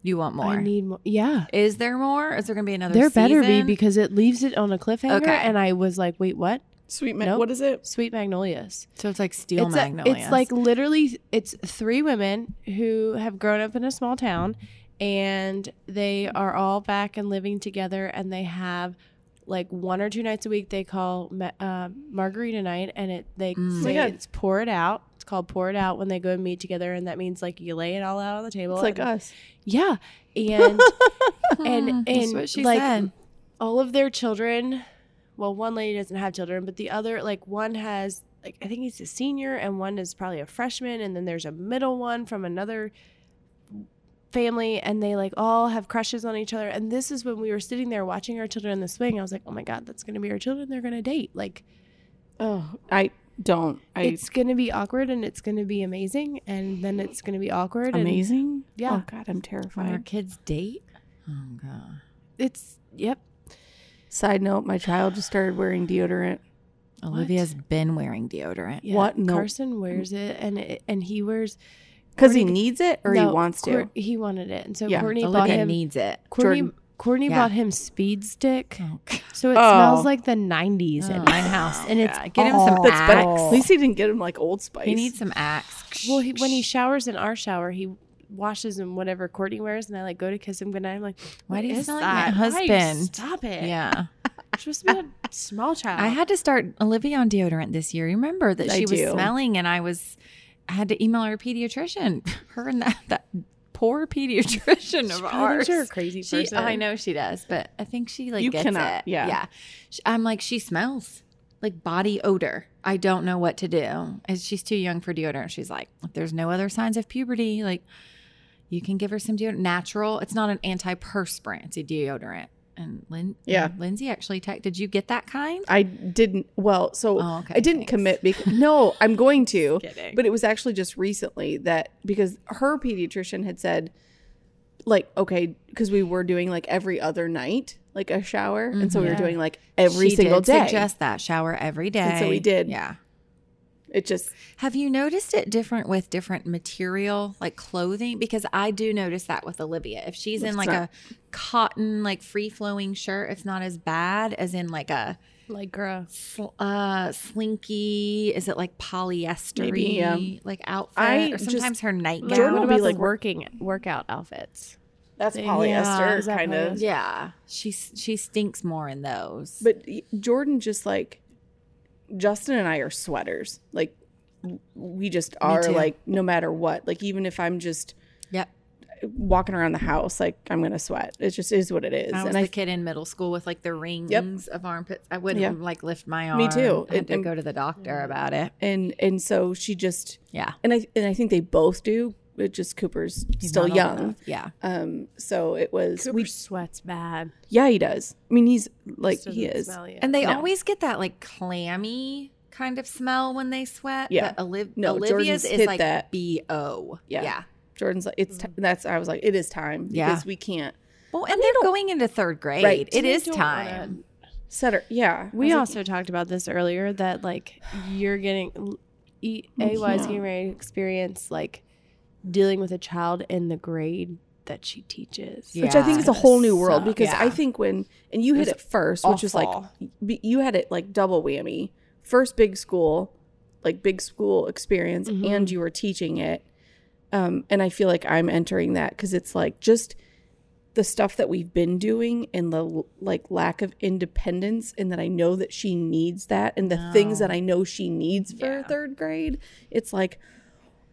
S4: You want more?
S3: I need more. Yeah.
S4: is there more? Is there going to be another
S3: There better be
S4: season?
S3: because it leaves it on a cliffhanger,
S4: Okay.
S3: and I was like, "Wait, what?
S1: Sweet man,
S3: Nope.
S1: what is it?
S3: Sweet Magnolias."
S4: So it's like Steel
S3: it's a-
S4: Magnolias.
S3: it's like literally, it's three women who have grown up in a small town, and they are all back and living together, and they have like one or two nights a week they call ma- uh, margarita night, and it they
S4: Mm.
S3: say
S1: Oh my God.
S3: it's pour it out. It's called pour it out when they go and meet together, and that means like you lay it all out on the table.
S1: It's like
S3: and-
S1: us.
S3: yeah, and and
S4: Hmm,
S3: and
S4: that's what she
S3: like
S4: said.
S3: all of their children well one lady doesn't have children but the other like one has like i think he's a senior and one is probably a freshman and then there's a middle one from another family and they like all have crushes on each other and this is when we were sitting there watching our children in the swing i was like oh my god that's going to be our children they're going to date like
S1: Oh, I don't. I
S3: it's going to be awkward and it's going to be amazing and then it's going to be awkward and
S1: amazing.
S3: Yeah.
S1: Oh God, I'm
S4: when our
S1: terrified.
S4: kids date. Oh god.
S3: it's yep
S1: Side note: My child just started wearing deodorant.
S4: Olivia's been wearing deodorant.
S3: yeah.
S1: What? No.
S3: carson wears it and it, and he wears
S1: Because he
S3: Courtney-
S1: needs it or
S3: No,
S1: he wants to.
S3: Cour- he wanted it, and so
S1: Yeah,
S3: Courtney bought
S4: Olivia
S3: him.
S4: needs it.
S3: Courtney,
S1: Jordan.
S3: Courtney
S4: Yeah.
S3: bought him Speed Stick,
S4: Oh, God.
S3: so it
S1: Oh.
S3: smells like the '90s
S4: Oh.
S3: in my house, and it's
S4: God. Get him some
S3: all-
S1: That's better. At
S4: Axe.
S1: least he didn't get him like Old Spice.
S4: He needs some axe.
S3: Well, he, when he showers in our shower, he washes in whatever Courtney wears, and I like go to kiss him goodnight. I'm like,
S4: Why
S3: "What
S4: do you
S3: is
S4: smell like my
S3: that? Why you-
S4: husband?"
S3: stop it!
S4: yeah.
S3: You're supposed to be a small child.
S4: I had to start Olivia on deodorant this year. You remember that
S1: I
S4: she was
S1: do.
S4: smelling, and I was I had to email her pediatrician. Her and that that poor pediatrician of
S3: Probably
S4: ours.
S3: thinks you're a crazy
S4: She,
S3: person.
S4: I know she does, but I think she like
S1: You
S4: gets
S1: cannot-
S4: it.
S1: yeah.
S4: yeah. She- I'm like she smells like body odor. I don't know what to do. As she's too young for deodorant, she's like, if there's no other signs of puberty, like you can give her some deodorant. Natural. It's not an antiperspirant. It's a deodorant. and Lin-
S1: Yeah.
S4: and Lindsay actually tech. Did you get that kind?
S1: I didn't. Well, so
S4: Oh, okay.
S1: I didn't
S4: thanks.
S1: commit because no, I'm going to.
S3: Kidding.
S1: But it was actually just recently that because her pediatrician had said, like, okay, because we were doing like every other night, like a shower, and so we were
S3: Mhm.
S1: doing like every
S4: Mm-hmm. She
S1: single
S4: did
S1: day.
S4: Suggest that shower every day.
S1: so we did.
S4: Yeah.
S1: it just
S4: Have you noticed it different with different material, like clothing? Because I do notice that with Olivia. If she's in
S1: It's
S4: like
S1: not-
S4: a cotton, like free flowing shirt, it's not as bad as in like a
S3: like, girl.
S4: sl- uh, slinky. Is it like polyester?
S1: Maybe, yeah.
S4: Like outfit.
S1: I
S4: or
S1: just-
S4: sometimes her nightgown.
S3: Jordan,
S1: will
S3: what
S1: be
S3: about
S1: like
S3: like
S1: work-
S3: working workout outfits?
S1: that's
S3: Yeah,
S1: polyester
S3: is that
S1: kind
S3: polyester?
S1: of.
S4: Yeah, she s- she stinks more in those.
S1: But y- Jordan just like Justin and I are sweaters. Like w- we just are
S4: too.
S1: like no matter what. Like even if I'm just
S4: yep,
S1: walking around the house, like I'm gonna sweat. It just is what it is.
S4: I was
S1: and
S4: the
S1: I
S4: kid in middle school with like the rings of armpits. I wouldn't
S1: Yeah.
S4: like lift my arm.
S1: Me too.
S4: I had
S1: And-
S4: to
S1: and-
S4: go to the doctor about it.
S1: and and so she just
S4: Yeah,
S1: and I and I think they both do. It just Cooper's
S4: He's
S1: still
S4: not old
S1: young.
S4: enough. Yeah,
S1: Um, so it was
S3: Cooper
S1: we
S3: sweats bad.
S1: yeah he does. I mean he's like
S3: Just
S1: he
S3: doesn't
S1: is.
S3: smell yet.
S4: and they
S1: No.
S4: always get that like clammy kind of smell when they sweat.
S1: Yeah.
S4: but Oliv-
S1: No,
S4: Olivia's
S1: Jordan's
S4: is
S1: hit
S4: like
S1: that.
S4: bo.
S1: Yeah.
S4: yeah.
S1: Jordan's like it's t- that's I was like it is time
S4: Yeah.
S1: because we can't
S4: Well, and they're going into third grade.
S1: Right.
S4: It
S3: They
S4: is
S3: don't
S4: time.
S3: wanna-
S1: set her yeah I
S3: We
S1: was like,
S3: also talked about this earlier that like you're getting E-
S4: Mm,
S3: AY is
S1: Yeah.
S3: getting ready to experience like dealing with a child in the grade that she teaches.
S4: Yeah.
S1: which I think is a whole new world
S3: suck.
S1: because I
S4: Yeah.
S1: think when and you hit
S3: was
S1: it first, which was like
S3: awful.
S1: b- you had it like double whammy. First big school, like big school experience,
S4: Mm-hmm.
S3: Mhm.
S1: and you were teaching it. Um, and I feel like I'm entering that because it's like just the stuff that we've been doing and the l- like lack of independence and that I know that she needs that and the things
S4: No.
S1: that I know she needs for
S3: Yeah.
S1: third grade. It's like,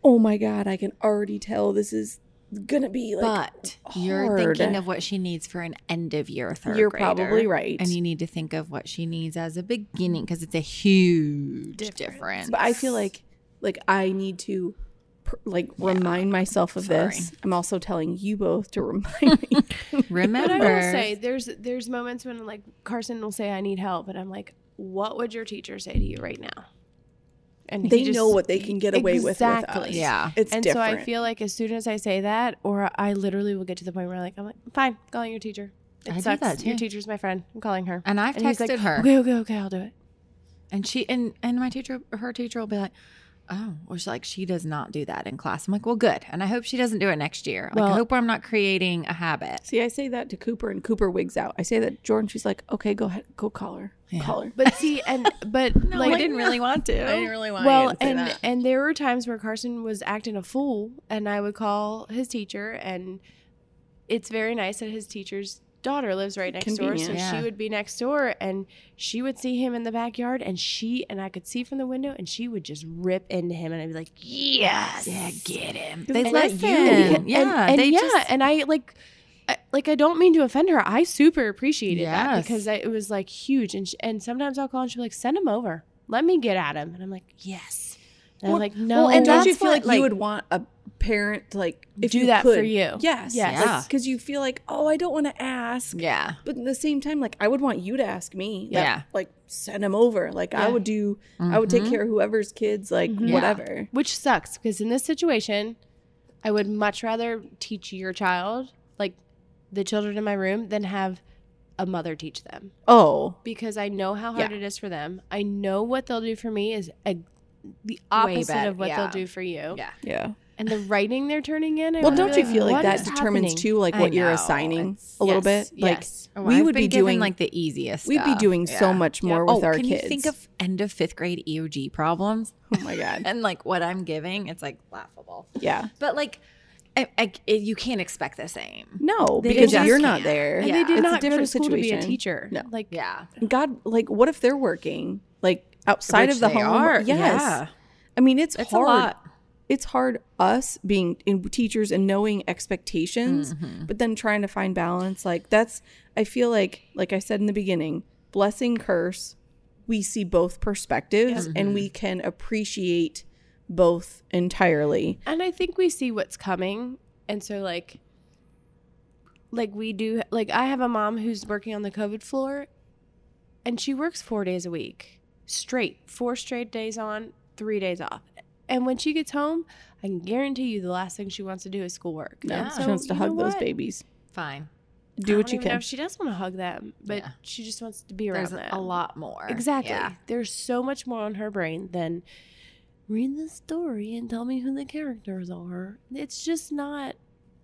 S1: oh my God, I can already tell this is gonna be like
S4: but you're
S1: hard.
S4: thinking of what she needs for an end of year third
S1: You're
S4: grader.
S1: probably right.
S4: and you need to think of what she needs as a beginning because it's a huge difference.
S3: Difference.
S1: but I feel like like I need to per- like remind myself of this.
S4: Sorry.
S1: I'm also telling you both to remind me.
S3: But
S4: remember,
S3: I will say there's there's moments when like Carson will say I need help and I'm like what would your teacher say to you right now? And he
S1: they
S3: just-
S1: know what they can get away with with us.
S3: Exactly.
S4: Yeah.
S1: It's
S3: and
S1: different.
S3: so I feel like as soon as I say that, or I literally will get to the point where like I'm like, fine, calling your teacher. It
S4: I do
S3: sucks.
S4: that,
S3: Your
S4: too.
S3: teacher's my friend. I'm calling her.
S4: and I've
S3: And he's
S4: texted
S3: like,
S4: her,
S3: Okay, okay, okay, I'll do it.
S4: and she and and my teacher, her teacher will be like. Oh, or she's like, she does not do that in class. I'm like, well, good. And I hope she doesn't do it next year. Like, I
S3: Well-
S4: hope I'm not creating a habit.
S1: See, I say that to Cooper, and Cooper wigs out. I say that to Jordan. She's like, "Okay, go ahead, go call her,
S4: Yeah.
S1: call her."
S3: But see, and but like,
S4: really want to.
S3: I didn't
S4: really want
S3: well, and and there were times where Carson was acting a fool, and I would call his teacher, and it's very nice that his teacher's daughter lives right next door, so
S1: Convenient.
S4: Yeah.
S3: she would be next door, and she would see him in the backyard, and she and I could see from the window, and she would just rip into him, and I'd be like, yes,
S4: yeah, get him.
S1: They
S4: They
S1: let
S4: listen.
S1: you.
S3: and,
S1: And-
S4: yeah,
S3: and,
S4: they
S3: yeah,
S4: just
S3: and I like, I, like I don't mean to offend her. I super appreciated that
S4: Yes.
S3: because I, it was like huge. And sh and sometimes I'll call and she'll be like, send him over, let me get at him, and I'm like, yes. And
S1: Well-
S3: I'm like, no,
S1: Well, and don't
S4: that's
S1: you feel
S4: what,
S1: like,
S4: like-
S1: you would want a parent to, like if
S3: Do
S1: you
S3: that for
S1: could-
S3: you.
S1: Yes,
S3: Yes.
S4: Yeah.
S1: because you feel like, oh, I don't want to ask,
S4: yeah.
S1: but at the same time, like I would want you to ask me. Like,
S4: Yeah.
S1: like send him over. Like I
S3: Yeah.
S1: would do. I would take
S4: Mhm.
S1: care of whoever's kids, like
S3: Mhm.
S4: Yeah.
S1: whatever.
S3: which sucks because in this situation, I would much rather teach your child, like the children in my room, than have a mother teach them
S1: Oh,
S3: because I know how hard
S1: Yeah.
S3: it is for them. I know what they'll do for me is a, the opposite
S4: better,
S3: of what
S4: yeah.
S3: they'll do for you.
S4: Yeah.
S1: yeah.
S3: and the writing they're turning in. I
S1: Well,
S3: would
S1: don't
S3: be
S1: you feel like
S3: "What
S1: that
S3: is
S1: determines
S3: happening?"
S1: too, like
S4: I
S1: what you're
S4: know.
S1: assigning
S4: It's-
S1: a little
S3: yes,
S1: bit? Like
S3: yes.
S4: Oh,
S1: we
S4: I've
S1: would
S4: been
S1: be
S4: given,
S1: doing
S4: like the easiest.
S1: we'd be
S4: stuff.
S1: doing so
S4: Yeah.
S1: much
S3: Yeah.
S1: more
S4: Oh,
S1: with our
S4: can
S1: kids.
S4: you think of end of fifth grade EOG problems
S1: oh my god,
S4: and like what I'm giving? It's like laughable.
S1: yeah,
S4: But like, I, I, it, you can't expect the same.
S1: no,
S4: They
S1: because
S4: just
S1: you're not
S4: can't.
S1: there.
S3: And
S4: Yeah.
S3: they did
S1: It's a
S3: not go to
S1: different
S3: school to be a
S1: situation.
S3: teacher.
S1: No.
S3: Like,
S4: Yeah.
S1: God, like what if they're working like outside
S4: Which
S1: of the
S4: they
S1: home?
S4: are,
S1: Yes,
S4: yeah.
S1: I mean it's,
S4: It's
S1: hard.
S4: a lot.
S1: It's hard us being in teachers and knowing expectations, but then trying to find balance. Like that's I feel like like I said in the beginning, blessing curse. We see both perspectives and we can appreciate both entirely.
S3: and I think we see what's coming, and so like, like we do like I have a mom who's working on the COVID floor and she works 4 days a week straight, 4 straight days on, 3 days off. And when she gets home, I can guarantee you the last thing she wants to do is schoolwork.
S1: No,
S3: And
S4: Yeah.
S1: she wants to
S3: you know
S1: hug those
S3: what?
S1: babies.
S4: Fine.
S1: Do
S3: I
S1: what
S3: don't
S1: you
S3: even know
S1: can.
S3: if she does want to hug them, but
S4: Yeah.
S3: she just wants to be around
S4: There's
S3: them.
S4: a lot more.
S3: Exactly.
S4: Yeah.
S3: There's so much more on her brain than read the story and tell me who the characters are. It's just not.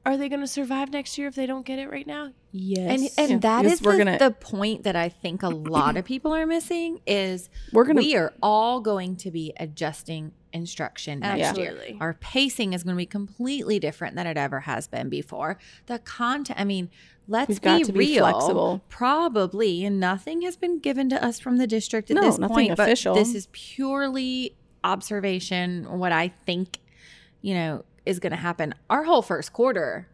S3: Are they going to survive next year if they don't get it right now?
S4: And
S3: Yes.
S1: Yeah.
S4: and that
S1: Yes,
S4: is
S1: we're
S4: the,
S1: gonna-
S4: the point that I think a lot of people are missing is
S1: We're gonna.
S4: we are all going to be adjusting instruction next year.
S3: absolutely.
S4: Our pacing is going to be completely different than it ever has been before. The content, I mean, let's
S1: we've
S4: be
S1: got to
S4: real.
S1: be flexible.
S4: Probably, and nothing has been given to us from the district at
S1: No,
S4: this
S1: nothing
S4: point.
S1: official.
S4: But this is purely observation. What I think, you know, is going to happen. Our whole first quarter,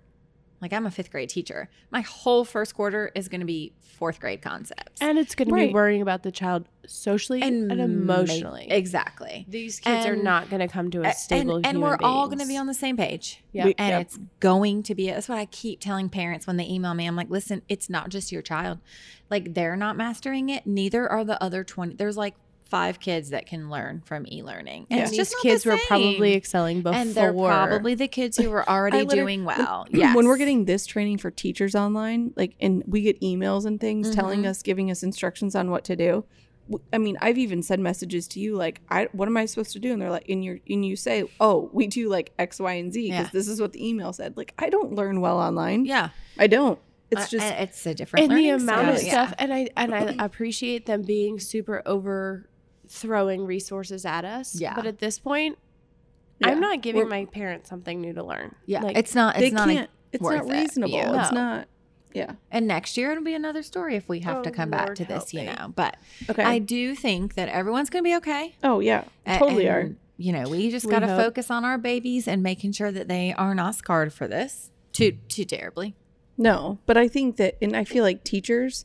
S4: like I'm a fifth grade teacher, my whole first quarter is going to be fourth grade concepts
S3: And it's going to
S1: Right.
S3: be worrying about the child socially and,
S4: ma-
S3: emotionally.
S4: exactly.
S3: These kids are
S4: and-
S3: not going to come to a stable
S4: and, and
S3: human
S4: we're all going
S3: beings.
S4: to be on the same page.
S3: Yeah.
S1: We-
S4: and
S1: yep.
S4: it's going to be that's what i keep telling parents when they email me i'm like listen it's not just your child like they're not mastering it neither are the other 20 there's like five kids that can learn from e-learning and
S3: And
S4: it's
S3: these
S4: just not the
S3: kids were probably
S4: same.
S3: excelling before.
S4: and they're probably the kids who were already
S1: literally-
S4: doing well
S1: When-
S4: yeah
S1: When we're getting this training for teachers online, like, and we get emails and things telling
S4: Mm-hmm.
S1: us, giving us instructions on what to do. w- I mean, I've even said messages to you like, "I what am I supposed to do?" And they're like, "And you and you say, oh, we do like X, Y, and Z because
S4: Yeah.
S1: this is what the email said." Like, I don't learn well online.
S4: yeah
S1: I don't. It's
S4: I-
S1: just
S4: I- it's a different
S3: and the
S4: learning
S3: amount of
S4: style.
S3: stuff and i and i appreciate them being super over throwing resources at us
S4: Yeah.
S3: but at this point
S1: Yeah.
S3: i'm not giving
S1: We're-
S3: my parents something new to learn
S4: yeah, yeah.
S3: like,
S4: it's not
S1: they
S4: it's not a-
S1: can't. it's not
S4: worth it.
S1: reasonable.
S4: Yeah.
S1: It's
S3: No.
S1: not. Yeah.
S4: and next year it'll be another story if we have
S3: Oh,
S4: to come back
S3: Lord
S4: to this
S3: help
S4: you
S3: me.
S4: know but
S1: Okay.
S4: i do think that everyone's gonna be okay
S1: oh yeah.
S4: A-
S1: Totally are.
S4: and, You know, we just
S3: We
S4: got to
S3: hope.
S4: focus on our babies and making sure that they are not scarred for this too too terribly.
S1: No, but I think that, and I feel like teachers,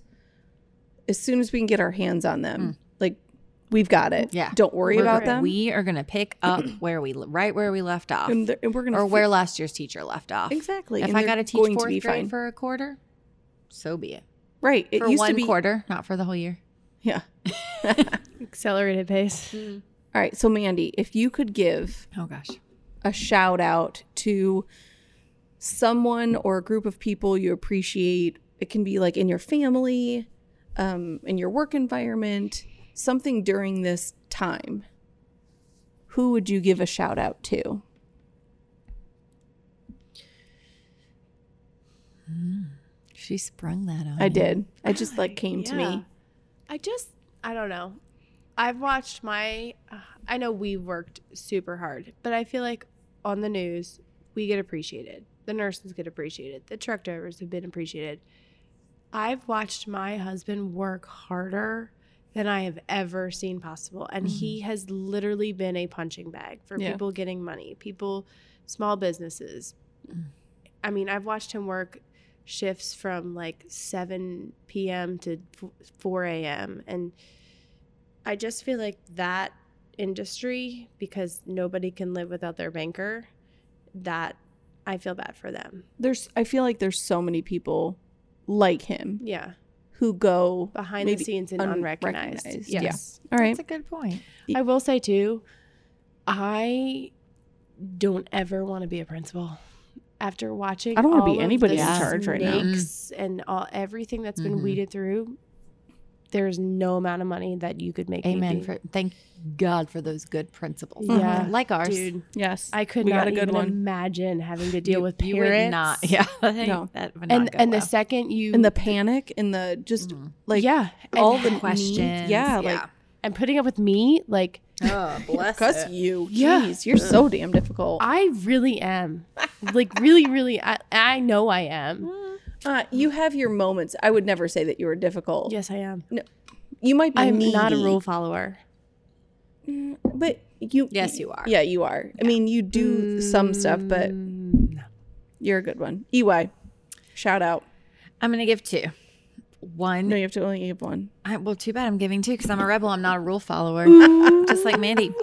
S1: as soon as we can get our hands on them, like we've got it.
S4: Mm. Yeah.
S1: Don't worry
S4: We're
S1: about
S4: gonna-
S1: them.
S4: We are going to pick up where we right where we left off,
S1: and, they're- and we're going to
S4: or where last year's teacher left off.
S1: exactly.
S4: If
S1: and
S4: I
S1: they're
S4: got to teach
S1: going
S4: fourth
S1: be
S4: grade
S1: fine.
S4: for a quarter, so be it.
S1: right. It
S4: for
S1: used
S4: one
S1: to be
S4: quarter, not for the whole year.
S1: Yeah.
S3: accelerated pace
S4: Mm-hmm.
S1: All right. So Mandy, if you could give
S4: Oh gosh.
S1: a shout out to someone or a group of people you appreciate. It can be like in your family, um, in your work environment, something during this time. Who would you give a shout out to?
S4: She sprung that on.
S1: I
S4: you.
S1: did. I just like came to
S3: Yeah.
S1: me.
S3: i just i don't know i've watched my i know we worked super hard but i feel like on the news we get appreciated the nurses get appreciated the truck drivers have been appreciated I've watched my husband work harder than I have ever seen possible. And he has literally been a punching bag for
S1: Yeah.
S3: people getting money, people, small businesses. I mean, I've watched him work shifts from like 7 p.m. to f- 4 a.m. And I just feel like that industry, because nobody can live without their banker, that I feel bad for them.
S1: There's I feel like there's so many people like him
S3: Yeah.
S1: who go
S3: Behind
S1: Maybe
S3: the scenes and unrecognized.
S1: unrecognized. Yeah.
S3: Yes.
S1: all right.
S4: That's a good point.
S3: I will say too, I don't ever want to be a principal. After watching,
S1: I don't wanna
S3: all
S1: be
S3: of
S1: anybody
S3: the
S4: in
S1: charge right now.
S3: snakes
S1: Mm-hmm.
S3: and all everything that's been
S4: Mhm.
S3: weeded through. There's no amount of money that you could make. me
S4: Amen.
S3: be.
S4: For, thank God for those good principles.
S3: Yeah.
S4: like ours.
S3: dude.
S1: Yes.
S3: I could
S1: We got
S3: not
S1: a good
S3: even
S1: one.
S3: imagine having to deal
S4: You-
S3: with
S4: you
S3: parents.
S4: would not. Yeah.
S1: No.
S4: That would not
S3: and
S4: go
S3: and
S4: well.
S3: the second you
S1: and the panic and the just
S4: Mhm.
S1: like
S3: yeah,
S1: all
S3: and,
S1: the Mm. questions. Yeah, like
S3: and putting up with me like
S4: oh, bless
S1: cuss you.
S3: Yeah.
S1: Jeez, you're so damn difficult.
S3: I really am, like really, really. I I know I am.
S1: Uh, you have your moments. I would never say that you were difficult.
S3: Yes, I am.
S1: You might be
S3: I'm not a
S1: needy,
S3: rule follower.
S1: but you
S4: Yes, you are.
S1: Yeah, Mm. you are. I mean, you do some stuff, but you're a good one. EY. Shout out.
S4: I'm gonna give two. One,
S1: No, you have to only give one.
S4: I, well, too bad I'm giving two because I'm a rebel. I'm not a rule follower, just like Mandy.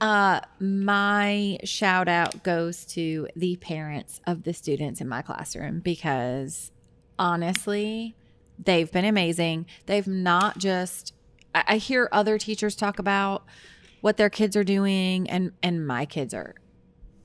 S4: Uh, my shout out goes to the parents of the students in my classroom because honestly, they've been amazing. They've not just, I, I hear other teachers talk about what their kids are doing, and, and my kids are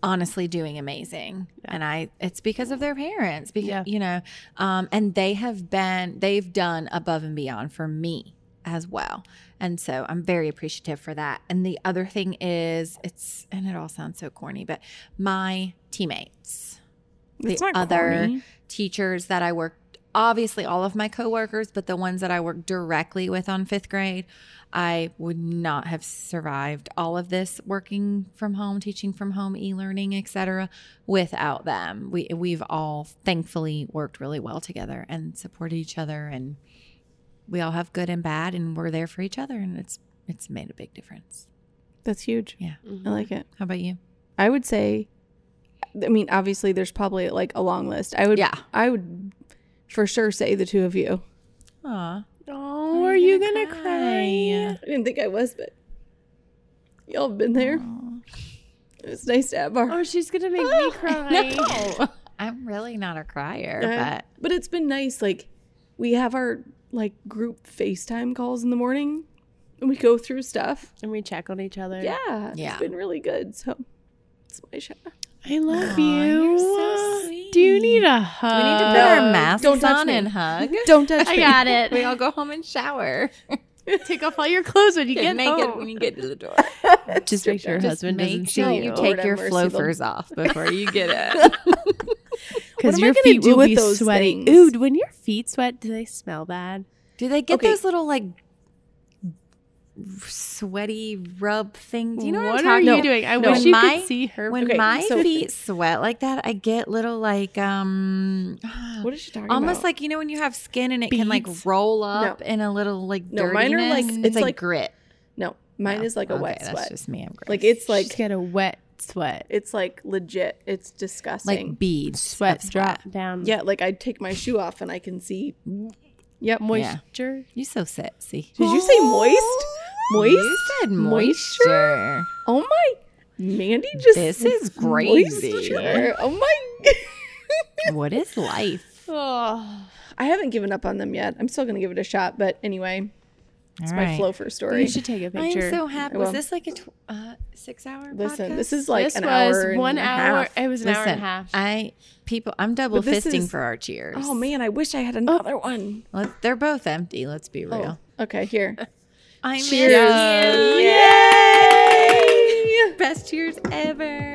S4: honestly doing amazing
S3: Yeah.
S4: and i it's because of their parents because
S3: Yeah.
S4: you know um and they have been they've done above and beyond for me as well and so i'm very appreciative for that and the other thing is it's and it all sounds so corny but my teammates
S1: It's
S4: the
S1: not
S4: other
S1: corny.
S4: teachers that i worked obviously all of my coworkers but the ones that i worked directly with on fifth grade I would not have survived all of this working from home, teaching from home, e-learning, etc. without them. We we've all thankfully worked really well together and supported each other and we all have good and bad and we're there for each other and it's it's made a big difference.
S1: That's huge. I like it.
S4: How about you?
S1: I would say, I mean, obviously, there's probably like a long list. I would,
S4: Yeah.
S1: I would for sure say the two of you.
S4: Aw.
S3: Oh,
S4: Are
S3: are
S4: you
S3: you
S4: gonna
S3: gonna
S4: cry?
S3: cry?
S1: I didn't think I was, but y'all have been there. It was nice to have our.
S3: Oh, she's gonna make me cry.
S4: No. I'm really not a crier,
S1: Uh, but it's been nice. Like we have our like group FaceTime calls in the morning, and we go through stuff.
S3: And we check on each other.
S1: Yeah,
S4: Yeah.
S1: It's been really good. So it's my shot.
S3: I love
S4: Aw,
S3: you.
S4: you're so sweet.
S3: Do you need a
S4: but
S3: hug?
S4: we need to put our masks
S1: don't touch
S4: on
S1: me.
S4: and hug.
S1: Don't touch me.
S3: it.
S4: We all go home and shower.
S3: Take off all your clothes when you
S4: Get
S3: get
S4: naked
S3: home.
S4: when you get to the door.
S3: Just make sure your
S4: Just
S3: husband
S4: make
S3: doesn't
S4: sure
S3: see
S4: you
S3: you
S1: Lord
S4: take your
S1: have mercy, Lord.
S4: flofers off before you get it.
S1: What am
S3: because
S1: I
S3: your
S1: gonna
S3: feet
S1: do
S3: will
S1: with
S3: be
S1: those
S3: sweating.
S1: things?
S3: Ooh, when your feet sweat, do they smell bad?
S4: Do they get
S1: Okay.
S4: those little like sweaty rub things? You know what,
S3: what
S4: I'm talking
S3: are you
S4: about?
S3: doing? I
S4: No,
S3: wish
S4: when
S3: you
S4: my-
S3: could see her.
S4: When
S1: Okay,
S4: my
S1: so-
S4: feet sweat like that, I get little like um
S3: Ah,
S1: What is she talking about?
S4: almost like you know when you have skin and it can like
S3: Beads?
S4: roll up in a little like
S1: No,
S4: dirtiness.
S1: mine are, like-
S4: it's,
S1: it's
S4: like,
S1: like-
S4: grit.
S1: no. Mine
S4: No.
S1: is like a
S4: Okay,
S1: wet
S4: that's
S1: sweat.
S4: just me. I'm gross.
S1: Like it's like
S3: like she's got a wet sweat.
S1: it's like legit. It's disgusting.
S4: like beads, of
S3: Sweat drop down.
S1: yeah, like I take my shoe off and I can see.
S3: Yep. Moisture.
S4: You so sexy.
S1: Did you say moist? Moist?
S4: You said moisture.
S1: Oh my, Mandy just
S4: This is crazy.
S1: moisture. Oh my.
S4: what is life?
S3: Oh.
S1: I haven't given up on them yet. I'm still gonna give it a shot. But anyway, it's
S4: All
S1: my
S4: right.
S1: flofer story.
S3: You should take a
S4: I'm
S3: picture.
S4: so happy.
S1: I
S4: Was
S1: will.
S4: this like a tw- uh, six hour?
S1: Listen,
S4: podcast?
S1: this is like
S3: this
S1: an
S3: was
S1: hour.
S3: one
S1: and a
S3: hour.
S1: half.
S3: It was an
S4: Listen,
S3: hour and a half.
S4: I people. I'm double
S1: But this
S4: fisting
S1: is-
S4: for our cheers.
S1: Oh man, I wish I had another one.
S4: Let- they're both empty. Let's be real.
S1: Oh, okay, here.
S4: I'm
S1: Cheers.
S4: empty.
S1: Yay!
S4: Best cheers ever.